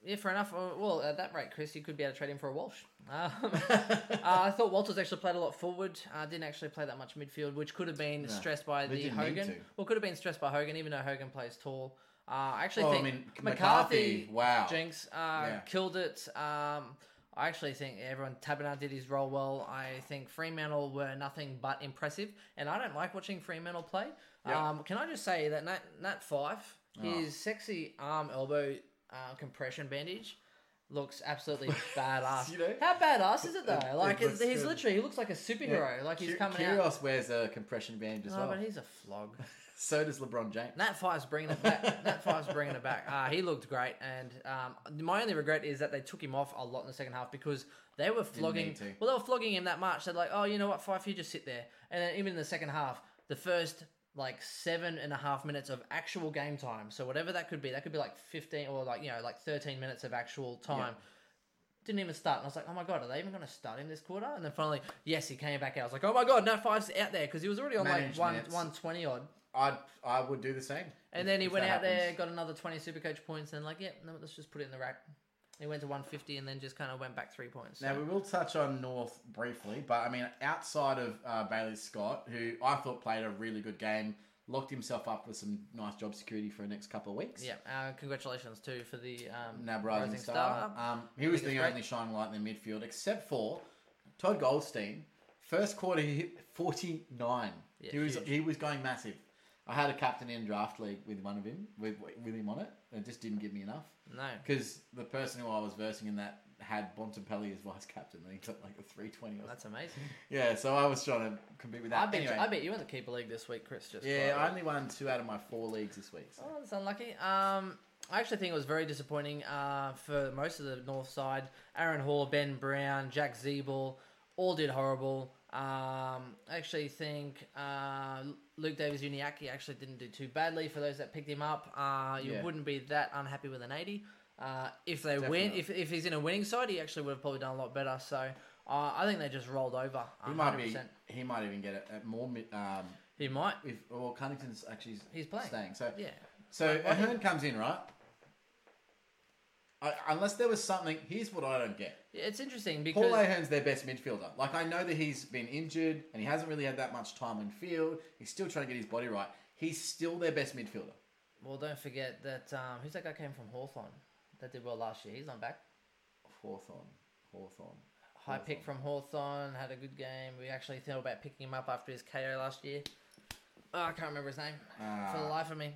[SPEAKER 2] Yeah, fair enough. Uh, Well, at that rate, Chris, you could be able to trade him for a Walsh. Um, uh, I thought Walters actually played a lot forward. Uh, didn't actually play that much midfield, which could have been stressed by
[SPEAKER 3] They
[SPEAKER 2] the
[SPEAKER 3] didn't need
[SPEAKER 2] Hogan.
[SPEAKER 3] to.
[SPEAKER 2] Well, could have been stressed by Hogan, even though Hogan plays tall. Uh, I actually
[SPEAKER 3] Well, Oh, I
[SPEAKER 2] think
[SPEAKER 3] mean,
[SPEAKER 2] McCarthy,
[SPEAKER 3] McCarthy, wow.
[SPEAKER 2] Jinx, uh,
[SPEAKER 3] Yeah.
[SPEAKER 2] killed it. Um, I actually think everyone Tabernar did his role well. I think Fremantle were nothing but impressive, and I don't like watching Fremantle play.
[SPEAKER 3] Yeah. Oh.
[SPEAKER 2] Um, can I just say that Nat, Nat Fife, his sexy arm elbow uh, compression bandage looks absolutely badass.
[SPEAKER 3] You know?
[SPEAKER 2] How badass is it though? like
[SPEAKER 3] looks
[SPEAKER 2] it's, he's
[SPEAKER 3] good.
[SPEAKER 2] literally he looks like a superhero. Like he's
[SPEAKER 3] Ki-
[SPEAKER 2] coming out.
[SPEAKER 3] Kyrgios wears a compression band as
[SPEAKER 2] No,
[SPEAKER 3] well.
[SPEAKER 2] Oh, but he's a flog.
[SPEAKER 3] So does LeBron James.
[SPEAKER 2] Nat Five's bringing it back. Nat Five's bringing it back. Uh, he looked great, and um, my only regret is that they took him off a lot in the second half because they were flogging.
[SPEAKER 3] need to.
[SPEAKER 2] Well, they were flogging him that much. They're like, oh, you know what, Five, you just sit there. And then even in the second half, the first like seven and a half minutes of actual game time. So whatever that could be, that could be like fifteen or like you know like thirteen minutes of actual time. Didn't even start, and I was like, "Oh my god, are they even going to start him this quarter?" And then finally, yes, he came back out. I was like, "Oh my god, Nat Five's out there" because he was already on
[SPEAKER 3] Managed
[SPEAKER 2] like one
[SPEAKER 3] minutes.
[SPEAKER 2] one twenty odd.
[SPEAKER 3] I'd, I would do the same.
[SPEAKER 2] And
[SPEAKER 3] if-
[SPEAKER 2] then he
[SPEAKER 3] if
[SPEAKER 2] went
[SPEAKER 3] that
[SPEAKER 2] out there,
[SPEAKER 3] happens.
[SPEAKER 2] got another 20 Supercoach points, and like, yep, no, let's just put it in the rack. He went to 150 and then just kind of went back three points.
[SPEAKER 3] Now, we will touch on North briefly, but I mean, outside of uh, Bailey Scott, who I thought played a really good game, locked himself up with some nice job security for the next couple of weeks.
[SPEAKER 2] yeah, uh, congratulations too for the um,
[SPEAKER 3] Nab Rising, Star. Um, he was
[SPEAKER 2] think
[SPEAKER 3] the
[SPEAKER 2] it's great.
[SPEAKER 3] only shining light in the midfield, except for Todd Goldstein. First quarter, he hit 49.
[SPEAKER 2] Yeah,
[SPEAKER 3] he, was,
[SPEAKER 2] huge.
[SPEAKER 3] he was going massive. I had a captain in draft league with one of him, with, with him on it, and it just didn't give me enough.
[SPEAKER 2] no,
[SPEAKER 3] Because the person who I was versing in that had Bontempelli as vice captain, and he got like a 320 or something.
[SPEAKER 2] that's amazing.
[SPEAKER 3] Yeah, so I was trying to compete with that.
[SPEAKER 2] I bet,
[SPEAKER 3] anyway,
[SPEAKER 2] you, I bet you won the keeper league this week, Chris. Just
[SPEAKER 3] yeah,
[SPEAKER 2] by-
[SPEAKER 3] I only won two out of my four leagues this week. So.
[SPEAKER 2] Oh, that's unlucky. Um, I actually think it was very disappointing uh, for most of the North side. Aaron Hall, Ben Brown, Jack Zeeble, all did horrible. Um, I actually think uh, Luke Davis Uniacke actually didn't do too badly for those that picked him up. Uh, you
[SPEAKER 3] Yeah.
[SPEAKER 2] wouldn't be that unhappy with an 80. Uh, if they win,
[SPEAKER 3] Definitely.
[SPEAKER 2] if, if he's in a winning side, he actually would have probably done a lot better. So uh, I think they just rolled over.
[SPEAKER 3] He
[SPEAKER 2] 100%.
[SPEAKER 3] might be. He might even get it at more. mi- Um,
[SPEAKER 2] He might.
[SPEAKER 3] if well, Cunnington's actually
[SPEAKER 2] He's playing.
[SPEAKER 3] staying. So
[SPEAKER 2] Yeah.
[SPEAKER 3] So Ahern comes in, right? I, unless there was something, here's what I don't get.
[SPEAKER 2] It's interesting because.
[SPEAKER 3] Paul Ahern's their best midfielder. Like I know that he's been injured and he hasn't really had that much time in field. He's still trying to get his body right. He's still their best midfielder.
[SPEAKER 2] Well, don't forget that um, who's that guy came from Hawthorn that did well last year. He's not back.
[SPEAKER 3] Hawthorn. Hawthorn.
[SPEAKER 2] High pick from Hawthorn had a good game. We actually thought about picking him up after his KO last year. Oh, I can't remember his name for the
[SPEAKER 3] Ah.
[SPEAKER 2] life of me.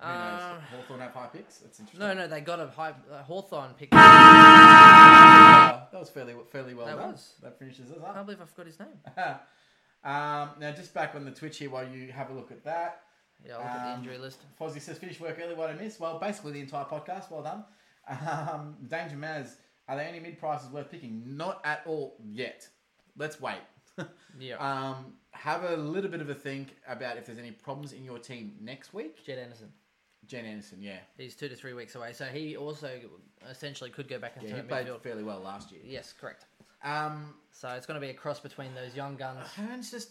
[SPEAKER 3] Who knows?
[SPEAKER 2] Um,
[SPEAKER 3] Hawthorn have high picks. That's interesting.
[SPEAKER 2] no, no, they got a high uh, Hawthorn pick. I
[SPEAKER 3] Uh, that was fairly fairly well
[SPEAKER 2] That
[SPEAKER 3] done.
[SPEAKER 2] was.
[SPEAKER 3] That finishes us
[SPEAKER 2] can't
[SPEAKER 3] up.
[SPEAKER 2] believe I forgot his name.
[SPEAKER 3] um, now just back on the Twitch here while you have a look at that.
[SPEAKER 2] Yeah, I'll look at the
[SPEAKER 3] Um,
[SPEAKER 2] injury list.
[SPEAKER 3] Fozzie says finish work early. What I miss? Well, basically the entire podcast. Well done. Um, Danger Maz, are there any mid prices worth picking? Not at all yet. Let's wait.
[SPEAKER 2] Yeah.
[SPEAKER 3] um, have a little bit of a think about if there's any problems in your team next week.
[SPEAKER 2] Jed Anderson.
[SPEAKER 3] Jen Anderson, yeah,
[SPEAKER 2] He's two to three weeks away, so he also essentially could go back into
[SPEAKER 3] yeah, he
[SPEAKER 2] midfield.
[SPEAKER 3] played fairly well last year.
[SPEAKER 2] Yes, correct.
[SPEAKER 3] Um,
[SPEAKER 2] So it's going to be a cross between those young guns.
[SPEAKER 3] Hearn's just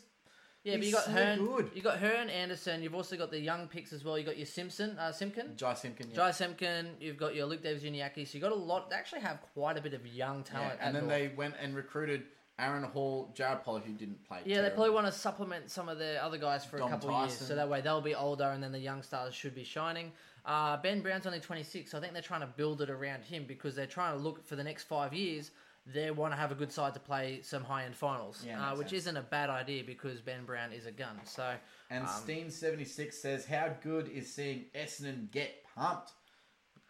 [SPEAKER 2] Yeah, but
[SPEAKER 3] He's
[SPEAKER 2] you got
[SPEAKER 3] so
[SPEAKER 2] Hearn.
[SPEAKER 3] good.
[SPEAKER 2] You got Hearn Anderson. You've also got the young picks as well. You got your Simpson, uh, Simkin,
[SPEAKER 3] Jai Simpkin. yeah.
[SPEAKER 2] Jai Simkin. You've got your Luke Davis Uniacke. So you got a lot. They actually have quite a bit of young
[SPEAKER 3] Yeah,
[SPEAKER 2] talent.
[SPEAKER 3] and
[SPEAKER 2] at
[SPEAKER 3] then
[SPEAKER 2] North.
[SPEAKER 3] they went and recruited Aaron Hall, Jared Pollock, who didn't play.
[SPEAKER 2] Yeah, they
[SPEAKER 3] terribly.
[SPEAKER 2] probably want to supplement some of the other guys for
[SPEAKER 3] Dom
[SPEAKER 2] a couple of years, so
[SPEAKER 3] Tyson.
[SPEAKER 2] that way they'll be older, and then the young stars should be shining. Uh, ben Brown's only 26, so I think they're trying to build it around him because they're trying to look for the next five years. They want to have a good side to play some high end finals,
[SPEAKER 3] Yeah,
[SPEAKER 2] uh,
[SPEAKER 3] makes
[SPEAKER 2] which
[SPEAKER 3] sense.
[SPEAKER 2] isn't a bad idea because Ben Brown is a gun. So
[SPEAKER 3] And
[SPEAKER 2] Um,
[SPEAKER 3] Steen seventy six says, "How good is seeing Essendon get pumped?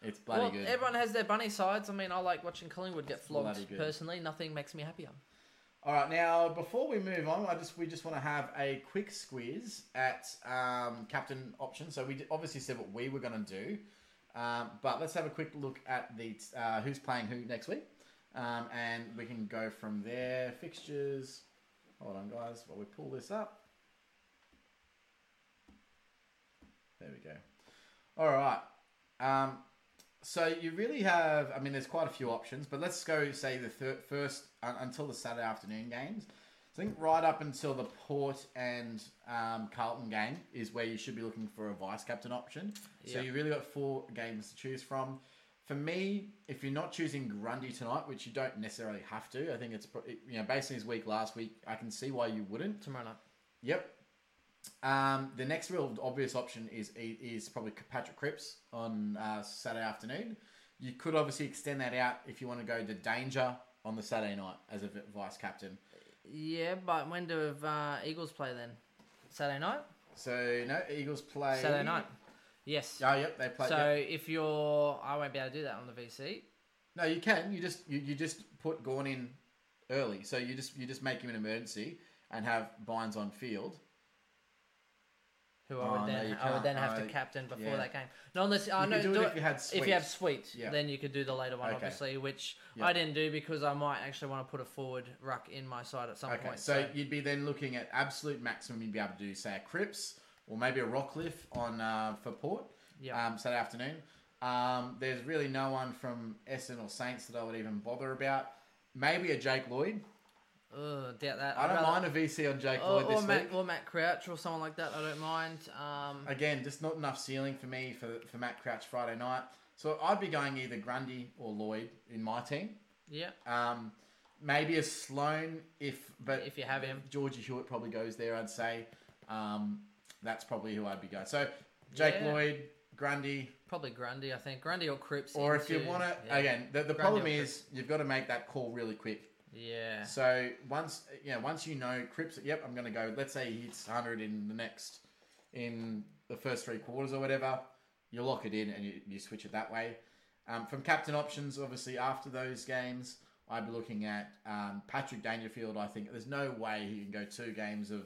[SPEAKER 3] It's bloody
[SPEAKER 2] Well,
[SPEAKER 3] good.
[SPEAKER 2] everyone has their bunny sides. I mean, I like watching Collingwood get
[SPEAKER 3] bloody
[SPEAKER 2] flogged.
[SPEAKER 3] good.
[SPEAKER 2] Personally, nothing makes me happier.
[SPEAKER 3] All right, now before we move on, I just we just want to have a quick squeeze at um, captain option. So we d- obviously said what we were going to do, um, but let's have a quick look at the t- uh, who's playing who next week, um, and we can go from there. Fixtures. Hold on, guys, while we pull this up. There we go. All right. Um, so you really have, I mean, there's quite a few options, but let's go say the thir- first un- until the Saturday afternoon games. So I think right up until the Port and um, Carlton game is where you should be looking for a vice captain option. So
[SPEAKER 2] Yeah.
[SPEAKER 3] you really got four games to choose from. For me, if you're not choosing Grundy tonight, which you don't necessarily have to, I think it's pro- you know based on his week last week, I can see why you wouldn't.
[SPEAKER 2] tomorrow night.
[SPEAKER 3] Yep. Um, the next real obvious option is is probably Patrick Cripps on uh, Saturday afternoon. You could obviously extend that out if you want to go to Danger on the Saturday night as a v- vice captain.
[SPEAKER 2] Yeah, but when do uh, Eagles play then? Saturday night.
[SPEAKER 3] So no, Eagles play
[SPEAKER 2] Saturday night. Yes.
[SPEAKER 3] Oh, yep, they play.
[SPEAKER 2] So
[SPEAKER 3] yep.
[SPEAKER 2] if you're, I won't be able to do that on the VC.
[SPEAKER 3] No, you can. You just you, you just put Gorn in early. So you just you just make him an emergency and have Bynes on field.
[SPEAKER 2] Who
[SPEAKER 3] Oh,
[SPEAKER 2] I would
[SPEAKER 3] no,
[SPEAKER 2] then
[SPEAKER 3] you
[SPEAKER 2] I would
[SPEAKER 3] can't.
[SPEAKER 2] then have to
[SPEAKER 3] Oh,
[SPEAKER 2] captain before
[SPEAKER 3] yeah.
[SPEAKER 2] that game. No, unless I
[SPEAKER 3] You
[SPEAKER 2] no,
[SPEAKER 3] can do, it if you had
[SPEAKER 2] if
[SPEAKER 3] sweet.
[SPEAKER 2] you have sweet,
[SPEAKER 3] Yeah.
[SPEAKER 2] then you could do the later one,
[SPEAKER 3] Okay.
[SPEAKER 2] obviously, which
[SPEAKER 3] Yeah.
[SPEAKER 2] I didn't do because I might actually want to put a forward ruck in my side at some
[SPEAKER 3] okay,
[SPEAKER 2] point.
[SPEAKER 3] so, you'd be then looking at absolute maximum you'd be able to do, say a Cripps or maybe a Rockcliffe on uh, for Port.
[SPEAKER 2] Yeah.
[SPEAKER 3] Um, Saturday afternoon. Um, there's really no one from Essendon or Saints that I would even bother about. Maybe a Jake Lloyd.
[SPEAKER 2] Ugh, doubt that.
[SPEAKER 3] I
[SPEAKER 2] I'd
[SPEAKER 3] don't
[SPEAKER 2] rather-
[SPEAKER 3] mind a VC on Jake
[SPEAKER 2] Or,
[SPEAKER 3] Lloyd this
[SPEAKER 2] or Matt
[SPEAKER 3] week.
[SPEAKER 2] or Matt Crouch or someone like that. I don't mind. Um,
[SPEAKER 3] Again, just not enough ceiling for me for, for Matt Crouch Friday night. So I'd be going either Grundy or Lloyd in my team.
[SPEAKER 2] yeah.
[SPEAKER 3] Um, maybe a Sloan if but
[SPEAKER 2] If you have him.
[SPEAKER 3] Georgie Hewitt probably goes there. I'd say um, that's probably who I'd be going. So Jake
[SPEAKER 2] Yeah.
[SPEAKER 3] Lloyd, Grundy,
[SPEAKER 2] Probably Grundy, I think. Grundy or Cripps.
[SPEAKER 3] or if you
[SPEAKER 2] into-
[SPEAKER 3] want to
[SPEAKER 2] yeah.
[SPEAKER 3] again, the, the
[SPEAKER 2] Grundy
[SPEAKER 3] problem
[SPEAKER 2] or
[SPEAKER 3] is you've got to make that call really quick.
[SPEAKER 2] Yeah.
[SPEAKER 3] So once you know, once you know Cripps, yep, I'm going to go. Let's say he hits 100 in the next in the first three quarters or whatever. You lock it in and you, you switch it that way. Um, from captain options, obviously after those games, I'd be looking at um, Patrick Dangerfield. I think there's no way he can go two games of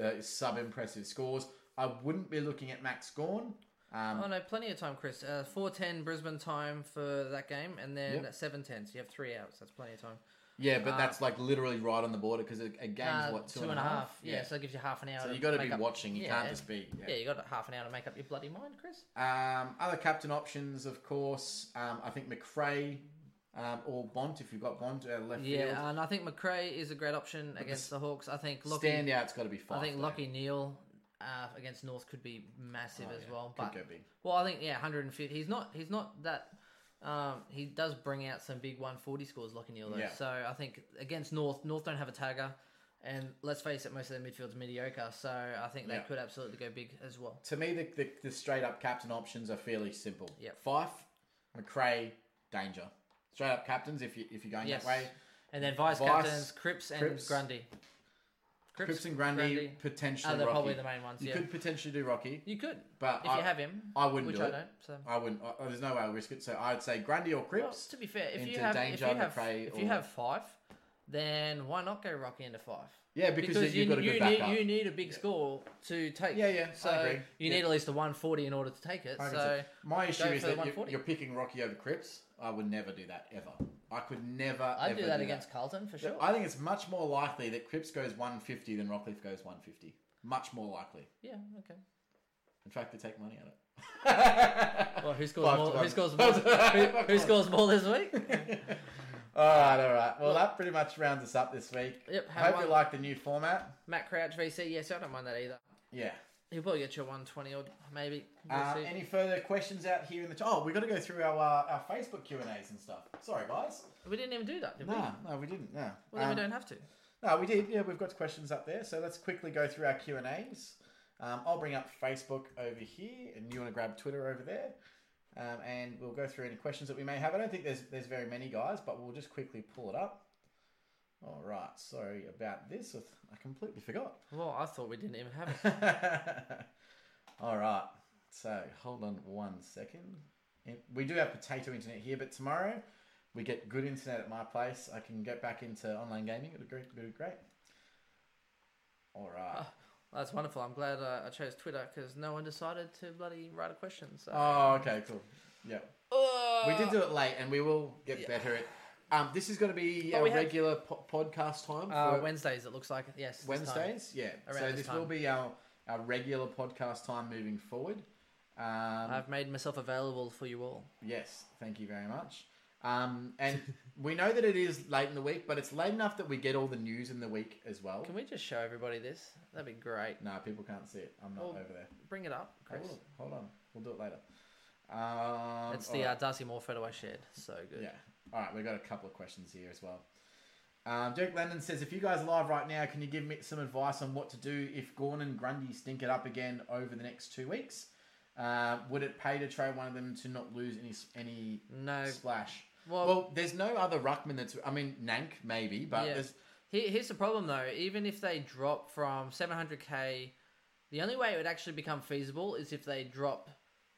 [SPEAKER 3] uh, sub impressive scores. I wouldn't be looking at Max Gorn. Um,
[SPEAKER 2] Oh no, plenty of time, Chris. Uh, four ten Brisbane time for that game, and then
[SPEAKER 3] Yep.
[SPEAKER 2] seven ten. So you have three hours. That's plenty of time.
[SPEAKER 3] yeah, but that's like literally right on the border because a, a game's
[SPEAKER 2] Uh,
[SPEAKER 3] what two
[SPEAKER 2] two and a half. Yeah. so that gives you half an hour.
[SPEAKER 3] So
[SPEAKER 2] to
[SPEAKER 3] you got to
[SPEAKER 2] make
[SPEAKER 3] be
[SPEAKER 2] up-
[SPEAKER 3] watching. You
[SPEAKER 2] yeah.
[SPEAKER 3] can't just be.
[SPEAKER 2] Yeah, you got half an hour to make up your bloody mind, Chris.
[SPEAKER 3] Um, other captain options, of course. Um, I think McRae um, or Bont, if you've got Bont uh, left
[SPEAKER 2] Yeah,
[SPEAKER 3] field.
[SPEAKER 2] and I think McRae is a great option against the Hawks. I think Lockie,
[SPEAKER 3] Standout's got to be five.
[SPEAKER 2] I think
[SPEAKER 3] though.
[SPEAKER 2] Lockie Neal uh, against North could be massive as
[SPEAKER 3] Oh, yeah.
[SPEAKER 2] well.
[SPEAKER 3] Could
[SPEAKER 2] But
[SPEAKER 3] go big.
[SPEAKER 2] well, I think yeah, 150. He's not. He's not that. Um, he does bring out some big 140 scores, Lockie Neal. Though,
[SPEAKER 3] Yeah.
[SPEAKER 2] so I think against North, North don't have a tagger, and let's face it, most of their midfield's mediocre. So I think they
[SPEAKER 3] Yeah.
[SPEAKER 2] could absolutely go big as well.
[SPEAKER 3] To me, the, the, the straight up captain options are fairly simple.
[SPEAKER 2] Yep.
[SPEAKER 3] Fife, McRae, Danger. Straight up captains, if, you, if you're going
[SPEAKER 2] Yes.
[SPEAKER 3] that way.
[SPEAKER 2] And then vice,
[SPEAKER 3] Vice,
[SPEAKER 2] captains Cripps and
[SPEAKER 3] Cripps.
[SPEAKER 2] Grundy.
[SPEAKER 3] Cripps and Grundy, potentially
[SPEAKER 2] Oh, they're
[SPEAKER 3] Rocky.
[SPEAKER 2] probably the main ones,
[SPEAKER 3] You
[SPEAKER 2] yeah.
[SPEAKER 3] could potentially do Rocky,
[SPEAKER 2] You could,
[SPEAKER 3] but
[SPEAKER 2] if
[SPEAKER 3] I,
[SPEAKER 2] you have him,
[SPEAKER 3] I wouldn't
[SPEAKER 2] which
[SPEAKER 3] do
[SPEAKER 2] I
[SPEAKER 3] it.
[SPEAKER 2] don't. So.
[SPEAKER 3] I wouldn't. I, there's no way I'll risk it. So I'd say Grundy or
[SPEAKER 2] Well,
[SPEAKER 3] Cripps.
[SPEAKER 2] to be fair, if you
[SPEAKER 3] into
[SPEAKER 2] have
[SPEAKER 3] danger,
[SPEAKER 2] if you have
[SPEAKER 3] McRae,
[SPEAKER 2] if you
[SPEAKER 3] or-
[SPEAKER 2] have five, then why not go Rocky into five?
[SPEAKER 3] yeah, because, then
[SPEAKER 2] you,
[SPEAKER 3] you've got a good
[SPEAKER 2] you
[SPEAKER 3] backup.
[SPEAKER 2] need you need a big score to take.
[SPEAKER 3] Yeah, yeah, I
[SPEAKER 2] So
[SPEAKER 3] agree.
[SPEAKER 2] you
[SPEAKER 3] Yeah.
[SPEAKER 2] need at least a one forty in order to take it. So
[SPEAKER 3] 100%. my issue
[SPEAKER 2] go
[SPEAKER 3] is
[SPEAKER 2] for the
[SPEAKER 3] that you-
[SPEAKER 2] 140.
[SPEAKER 3] you're picking Rocky over Cripps. I would never do that ever. I could never.
[SPEAKER 2] I'd
[SPEAKER 3] ever
[SPEAKER 2] do that against Carlton for sure.
[SPEAKER 3] I think it's much more likely that Cripps goes 150 than Rockcliffe goes 150. Much more likely.
[SPEAKER 2] yeah. Okay.
[SPEAKER 3] In fact, they take money on it.
[SPEAKER 2] Well, who scores
[SPEAKER 3] Five to
[SPEAKER 2] more?
[SPEAKER 3] one.
[SPEAKER 2] Who scores more? who, who scores more this week?
[SPEAKER 3] All right, all right. Well, that pretty much rounds us up this week.
[SPEAKER 2] Yep,
[SPEAKER 3] I
[SPEAKER 2] have
[SPEAKER 3] hope
[SPEAKER 2] one.
[SPEAKER 3] you like the new format.
[SPEAKER 2] Matt Crouch VC. Yes, I don't mind that either.
[SPEAKER 3] Yeah.
[SPEAKER 2] He'll probably get you one twenty or maybe. We'll
[SPEAKER 3] Uh,
[SPEAKER 2] see.
[SPEAKER 3] any further questions out here in the? Oh, we got to go through our uh, our Facebook Q and A's and stuff. Sorry, guys.
[SPEAKER 2] we didn't even do that, did we?
[SPEAKER 3] No, no, we didn't. No.
[SPEAKER 2] Well, then
[SPEAKER 3] Um,
[SPEAKER 2] we don't have to.
[SPEAKER 3] No, we did. Yeah, we've got questions up there. So let's quickly go through our Q and A's. Um, I'll bring up Facebook over here, and you want to grab Twitter over there, um, and we'll go through any questions that we may have. I don't think there's there's very many guys, but we'll just quickly pull it up. All right, sorry about this. I completely forgot.
[SPEAKER 2] Well, I thought we didn't even have it.
[SPEAKER 3] All right. So hold on one second. And We do have potato internet here, but tomorrow we get good internet at my place. I can get back into online gaming. It'll be great. It'll be great. All right.
[SPEAKER 2] Oh, That's wonderful. I'm glad uh, I chose Twitter because no one decided to bloody write a question. So
[SPEAKER 3] Oh, okay, cool. Yeah,
[SPEAKER 2] Uh,
[SPEAKER 3] we did do it late, and we will get better at. Um, this is going to be a
[SPEAKER 2] we have-
[SPEAKER 3] regular po- podcast time
[SPEAKER 2] uh,
[SPEAKER 3] for
[SPEAKER 2] Wednesdays. It looks like yes. this time.
[SPEAKER 3] Wednesdays. Yeah, so
[SPEAKER 2] Around
[SPEAKER 3] this,
[SPEAKER 2] this
[SPEAKER 3] will
[SPEAKER 2] time.
[SPEAKER 3] be our our regular podcast time moving forward. Um,
[SPEAKER 2] I've made myself available for you all.
[SPEAKER 3] Yes, thank you very much. Um, and we know that it is late in the week, but it's late enough that we get all the news in the week as well.
[SPEAKER 2] Can we just show everybody this? That'd be great.
[SPEAKER 3] No, people can't see it. I'm not
[SPEAKER 2] Well,
[SPEAKER 3] over there.
[SPEAKER 2] Bring it up,
[SPEAKER 3] I
[SPEAKER 2] Chris.
[SPEAKER 3] will. Hold on. We'll do it later. Um,
[SPEAKER 2] It's the
[SPEAKER 3] all
[SPEAKER 2] uh,
[SPEAKER 3] right.
[SPEAKER 2] Darcy Moore photo I shared. So good.
[SPEAKER 3] yeah. All right, we've got a couple of questions here as well. Um, Derek Landon says, if you guys are live right now, can you give me some advice on what to do if Gorn and Grundy stink it up again over the next two weeks? Uh, would it pay to trade one of them to not lose any any
[SPEAKER 2] No.
[SPEAKER 3] splash?
[SPEAKER 2] Well-
[SPEAKER 3] Well, there's no other ruckman that's. I mean, Nank maybe, but
[SPEAKER 2] Yeah.
[SPEAKER 3] there's
[SPEAKER 2] Here, here's the problem though. Even if they drop from 700k, the only way it would actually become feasible is if they drop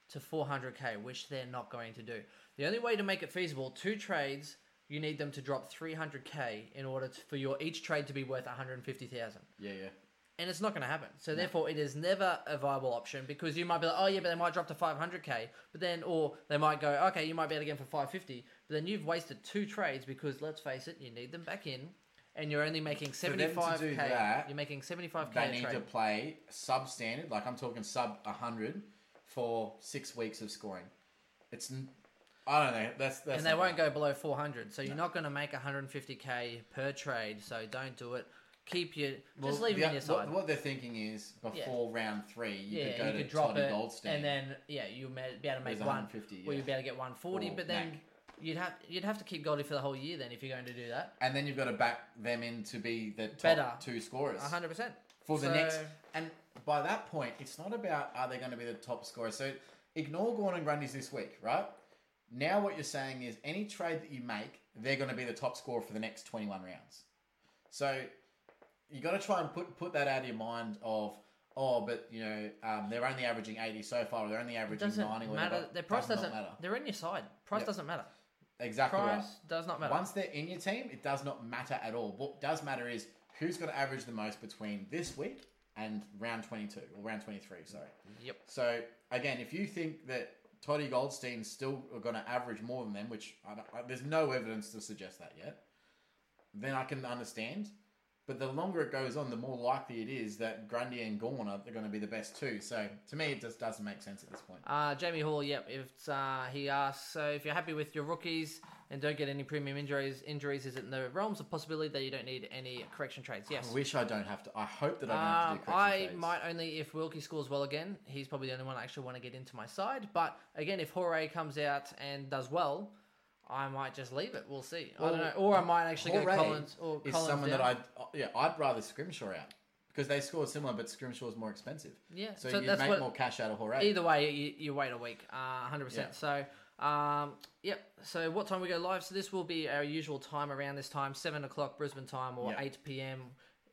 [SPEAKER 2] to 400k, which they're not going to do. The only way to make it feasible, two trades, you need them to drop 300k in order to, for your each trade to be worth 150,000.
[SPEAKER 3] yeah, yeah.
[SPEAKER 2] And it's not going to happen. So therefore, it is never a viable option because you might be like, oh yeah, but they might drop to 500k, but then or they might go, okay, you might be able to get them for 550, but then you've wasted two trades because let's face it, you need them back in, and you're only making
[SPEAKER 3] them to do
[SPEAKER 2] 75k.
[SPEAKER 3] that,
[SPEAKER 2] you're making 75k
[SPEAKER 3] They
[SPEAKER 2] a
[SPEAKER 3] need
[SPEAKER 2] trade.
[SPEAKER 3] to play substandard, like I'm talking sub 100 for six weeks of scoring. It's, n- I don't know. That's that's.
[SPEAKER 2] and they
[SPEAKER 3] not
[SPEAKER 2] won't
[SPEAKER 3] right.
[SPEAKER 2] go below 400. So you're not going to make 150k per trade. So don't do it. Keep your just
[SPEAKER 3] Well,
[SPEAKER 2] leave
[SPEAKER 3] the-
[SPEAKER 2] it in your side.
[SPEAKER 3] What, what they're thinking is before round three, you
[SPEAKER 2] yeah,
[SPEAKER 3] could go
[SPEAKER 2] you
[SPEAKER 3] to
[SPEAKER 2] could drop
[SPEAKER 3] Toddy
[SPEAKER 2] it,
[SPEAKER 3] Goldstein.
[SPEAKER 2] and then yeah, you may be able to make
[SPEAKER 3] There's
[SPEAKER 2] one.
[SPEAKER 3] 150,
[SPEAKER 2] Or
[SPEAKER 3] yeah.
[SPEAKER 2] you'd be able to get 140,
[SPEAKER 3] Or
[SPEAKER 2] but then
[SPEAKER 3] Mac.
[SPEAKER 2] you'd have you'd have to keep Goldie for the whole year then if you're going to do that.
[SPEAKER 3] And then you've got to back them in to be the top
[SPEAKER 2] Better.
[SPEAKER 3] two scorers
[SPEAKER 2] 100 percent
[SPEAKER 3] for the next. And by that point, it's not about are they going to be the top scorers. So ignore Gordon Grundy's this week, right? Now what you're saying is any trade that you make, they're going to be the top scorer for the next 21 rounds. So you got to try and put put that out of your mind of oh, but you know um, they're only averaging 80 so far, or they're only averaging
[SPEAKER 2] doesn't
[SPEAKER 3] 90 or
[SPEAKER 2] matter.
[SPEAKER 3] whatever.
[SPEAKER 2] Their price
[SPEAKER 3] Does not
[SPEAKER 2] doesn't. They're in your side. Price
[SPEAKER 3] Yep.
[SPEAKER 2] doesn't matter.
[SPEAKER 3] Exactly. right.
[SPEAKER 2] Price does not matter.
[SPEAKER 3] Once they're in your team, it does not matter at all. What does matter is who's going to average the most between this week and round 22 or round 23, sorry.
[SPEAKER 2] Yep.
[SPEAKER 3] So, again, if you think that Toddy Goldstein's still going to average more than them, which I don't, I, there's no evidence to suggest that yet, then I can understand. But the longer it goes on, the more likely it is that Grundy and Gorn are going to be the best two. So, to me, it just doesn't make sense at this point.
[SPEAKER 2] Uh, Jamie Hall, yep. If uh, he asks, so if you're happy with your rookies and don't get any premium injuries, injuries is it in the realms of possibility that you don't need any correction trades? Yes.
[SPEAKER 3] I wish I don't have to. I hope that I don't have to
[SPEAKER 2] Um,
[SPEAKER 3] do correction
[SPEAKER 2] I
[SPEAKER 3] trades.
[SPEAKER 2] might only if Wilkie scores well again. He's probably the only one I actually want to get into my side. But again, if Horay comes out and does well, I might just leave it. We'll see. I don't know. Or I might actually
[SPEAKER 3] Jorge
[SPEAKER 2] go Collins or
[SPEAKER 3] is
[SPEAKER 2] Collins
[SPEAKER 3] someone
[SPEAKER 2] down.
[SPEAKER 3] that I yeah I'd rather Scrimshaw out because they score similar, but Scrimshaw is more expensive.
[SPEAKER 2] Yeah,
[SPEAKER 3] so,
[SPEAKER 2] so
[SPEAKER 3] you
[SPEAKER 2] that's
[SPEAKER 3] make
[SPEAKER 2] what-
[SPEAKER 3] more cash out of Horay.
[SPEAKER 2] Either way, you, you wait a week. Uh, 100%.
[SPEAKER 3] Yeah.
[SPEAKER 2] So, um, yep. So, what time we go live? So, this will be our usual time around this time 7 o'clock Brisbane time or
[SPEAKER 3] Yeah.
[SPEAKER 2] 8 p.m.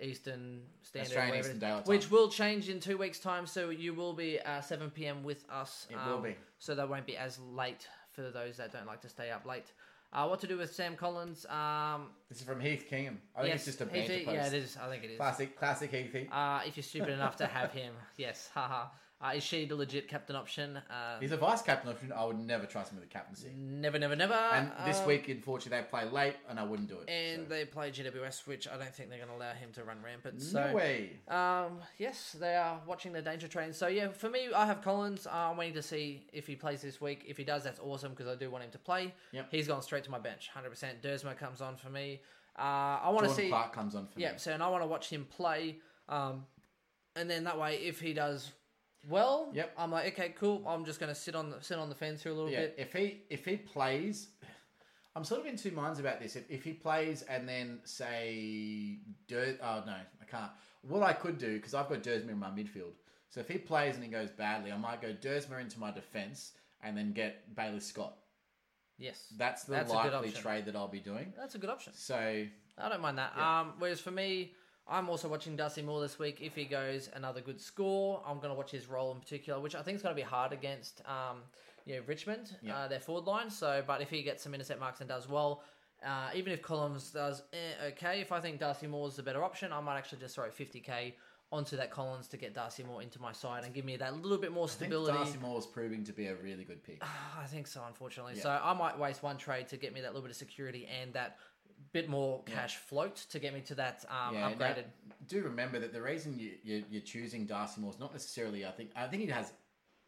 [SPEAKER 2] Eastern Standard,
[SPEAKER 3] Australian
[SPEAKER 2] whatever it
[SPEAKER 3] Eastern
[SPEAKER 2] is,
[SPEAKER 3] Daylight Time.
[SPEAKER 2] which will change in two weeks' time. So, you will be uh, 7 p.m. with us. It
[SPEAKER 3] will be.
[SPEAKER 2] So, that won't be as late for those that don't like to stay up late. Uh, what to do with Sam Collins? Um,
[SPEAKER 3] This is from Heath Kingham. I think
[SPEAKER 2] yes,
[SPEAKER 3] it's just a
[SPEAKER 2] he's-
[SPEAKER 3] banter post.
[SPEAKER 2] Yeah, it is. I think it is.
[SPEAKER 3] Classic, classic Heathy.
[SPEAKER 2] Uh, if you're stupid enough to have him, yes, haha. Uh, is she the legit captain option? Uh,
[SPEAKER 3] He's a vice captain option. I would never trust him with the captaincy.
[SPEAKER 2] Never, never, never.
[SPEAKER 3] And this
[SPEAKER 2] Mm, Um,
[SPEAKER 3] week, unfortunately, they play late, and I wouldn't do it.
[SPEAKER 2] and
[SPEAKER 3] so.
[SPEAKER 2] they play GWS, which I don't think they're going to allow him to run rampant.
[SPEAKER 3] no
[SPEAKER 2] So,
[SPEAKER 3] way.
[SPEAKER 2] um, yes, they are watching the danger train. So yeah, for me, I have Collins. Uh, I'm waiting to see if he plays this week. If he does, that's awesome because I do want him to play.
[SPEAKER 3] Yep.
[SPEAKER 2] He's gone straight to my bench, 100. percent Dersma comes on for me. Uh, I want to
[SPEAKER 3] Jordan
[SPEAKER 2] see.
[SPEAKER 3] Clark comes on for
[SPEAKER 2] Yeah,
[SPEAKER 3] me.
[SPEAKER 2] so and I want to watch him play. Um, and then that way, if he does well,
[SPEAKER 3] Yep.
[SPEAKER 2] I'm like, okay, cool. I'm just going to sit on the sit on the fence here a little
[SPEAKER 3] Yeah,
[SPEAKER 2] bit.
[SPEAKER 3] if he if he plays, I'm sort of in two minds about this. If, if he plays and then say dirt, oh no, I can't. What I could do because I've got Dersmer in my midfield. So if he plays and he goes badly, I might go Dersmer into my defence and then get Bailey Scott.
[SPEAKER 2] Yes,
[SPEAKER 3] That's the
[SPEAKER 2] That's a good
[SPEAKER 3] likely
[SPEAKER 2] option.
[SPEAKER 3] trade that I'll be doing.
[SPEAKER 2] that's a good option.
[SPEAKER 3] So
[SPEAKER 2] I don't mind that. Um, whereas for me, I'm also watching Darcy Moore this week. If he goes another good score, I'm going to watch his role in particular, which I think is going to be hard against um, you know, Richmond,
[SPEAKER 3] Yeah.
[SPEAKER 2] uh, their forward line. So, but if he gets some intercept marks and does well, uh, even if Collins does eh, okay, if I think Darcy Moore's the better option, I might actually just throw 50k onto that Collins to get Darcy Moore into my side and give me that little bit more
[SPEAKER 3] I think
[SPEAKER 2] stability.
[SPEAKER 3] Darcy Moore's proving to be a really good pick.
[SPEAKER 2] I think so, unfortunately.
[SPEAKER 3] Yeah.
[SPEAKER 2] So I might waste one trade to get me that little bit of security and that bit more cash float to get me to that um,
[SPEAKER 3] Yeah, and that-
[SPEAKER 2] upgraded.
[SPEAKER 3] do remember that the reason you, you, you're choosing Darcy Moore's not necessarily. I think I think he has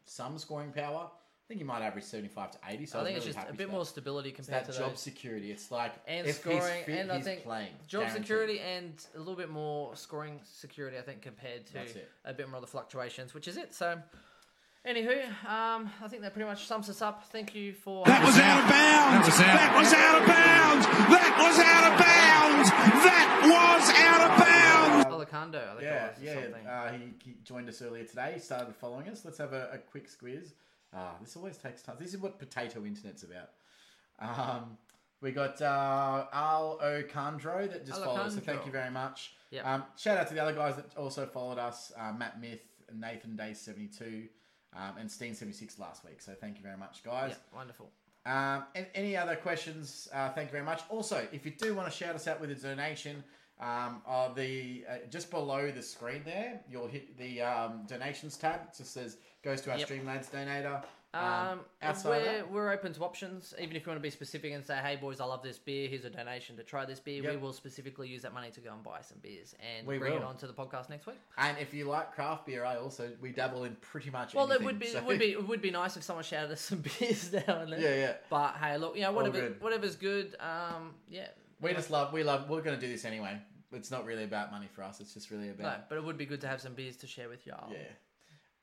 [SPEAKER 3] some scoring power. I think he might average 75 to 80. So
[SPEAKER 2] I
[SPEAKER 3] was
[SPEAKER 2] think it's
[SPEAKER 3] really
[SPEAKER 2] just a
[SPEAKER 3] happy
[SPEAKER 2] bit
[SPEAKER 3] for
[SPEAKER 2] more
[SPEAKER 3] that.
[SPEAKER 2] stability compared
[SPEAKER 3] that
[SPEAKER 2] to
[SPEAKER 3] job
[SPEAKER 2] those.
[SPEAKER 3] security. It's like
[SPEAKER 2] And
[SPEAKER 3] if
[SPEAKER 2] scoring,
[SPEAKER 3] he's fit,
[SPEAKER 2] and I
[SPEAKER 3] he's
[SPEAKER 2] think
[SPEAKER 3] playing.
[SPEAKER 2] job
[SPEAKER 3] Guaranteed.
[SPEAKER 2] security and a little bit more scoring security, I think, compared to
[SPEAKER 3] That's it.
[SPEAKER 2] a bit more of the fluctuations, which is it. So Anywho, um, I think that pretty much sums us up. Thank you for.
[SPEAKER 4] That was out of bounds.
[SPEAKER 5] was out.
[SPEAKER 4] That was out of bounds. That was out of bounds. That was out of bounds.
[SPEAKER 2] Alacando, I think
[SPEAKER 3] Yeah,
[SPEAKER 2] it was, or
[SPEAKER 3] yeah.
[SPEAKER 2] something.
[SPEAKER 3] Uh, he, he joined us earlier today. He started following us. Let's have a, a quick squiz. Uh, this always takes time. This is what potato internet's about. Um, we got uh, Al O'Condro that just followed us. So thank
[SPEAKER 2] Alejandro.
[SPEAKER 3] you very much.
[SPEAKER 2] Yep.
[SPEAKER 3] Um, shout out to the other guys that also followed us uh, Matt Myth, Nathan Day 72, um, and Steen 76 last week. So thank you very much, guys.
[SPEAKER 2] yeah, wonderful.
[SPEAKER 3] Um, and any other questions? Uh, thank you very much. Also, if you do want to shout us out with a donation, um, uh, the uh, just below the screen there, you'll hit the um, donations tab. It just says goes to our
[SPEAKER 2] Yep.
[SPEAKER 3] Streamlabs donator. Um,
[SPEAKER 2] Um,
[SPEAKER 3] outside of
[SPEAKER 2] we're,
[SPEAKER 3] that,
[SPEAKER 2] we're open to options, even if you want to be specific and say, "Hey, boys, I love this beer. Here's a donation to try this beer." We
[SPEAKER 3] Yep.
[SPEAKER 2] will specifically use that money to go and buy some beers and
[SPEAKER 3] We
[SPEAKER 2] bring it
[SPEAKER 3] will.
[SPEAKER 2] onto the podcast next week.
[SPEAKER 3] and if you like craft beer, I also we dabble in pretty much.
[SPEAKER 2] Well, it
[SPEAKER 3] anything,
[SPEAKER 2] would be
[SPEAKER 3] so-
[SPEAKER 2] it would be it would be nice if someone shouted us some beers now and then.
[SPEAKER 3] Yeah, yeah.
[SPEAKER 2] But hey, look, you know whatever
[SPEAKER 3] good.
[SPEAKER 2] whatever's good. Um, yeah,
[SPEAKER 3] We just love. We love. We're going to do this anyway. It's not really about money for us. It's just really
[SPEAKER 2] no,
[SPEAKER 3] about.
[SPEAKER 2] but it would be good to have some beers to share with y'all.
[SPEAKER 3] Yeah.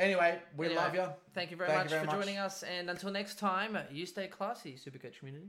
[SPEAKER 3] Anyway, we
[SPEAKER 2] Anyway,
[SPEAKER 3] love you.
[SPEAKER 2] Thank you very much
[SPEAKER 3] Thank you
[SPEAKER 2] for
[SPEAKER 3] very much.
[SPEAKER 2] joining us, and until next time, you stay classy, Supercoach community.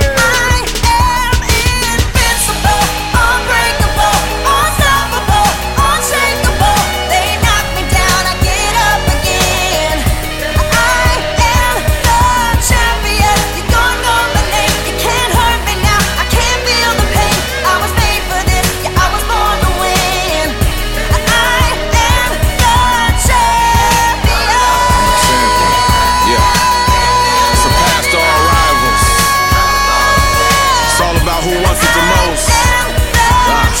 [SPEAKER 5] Yeah. Surpassed all rivals. It's all about who wants it the most.
[SPEAKER 1] I'm the
[SPEAKER 5] Ah.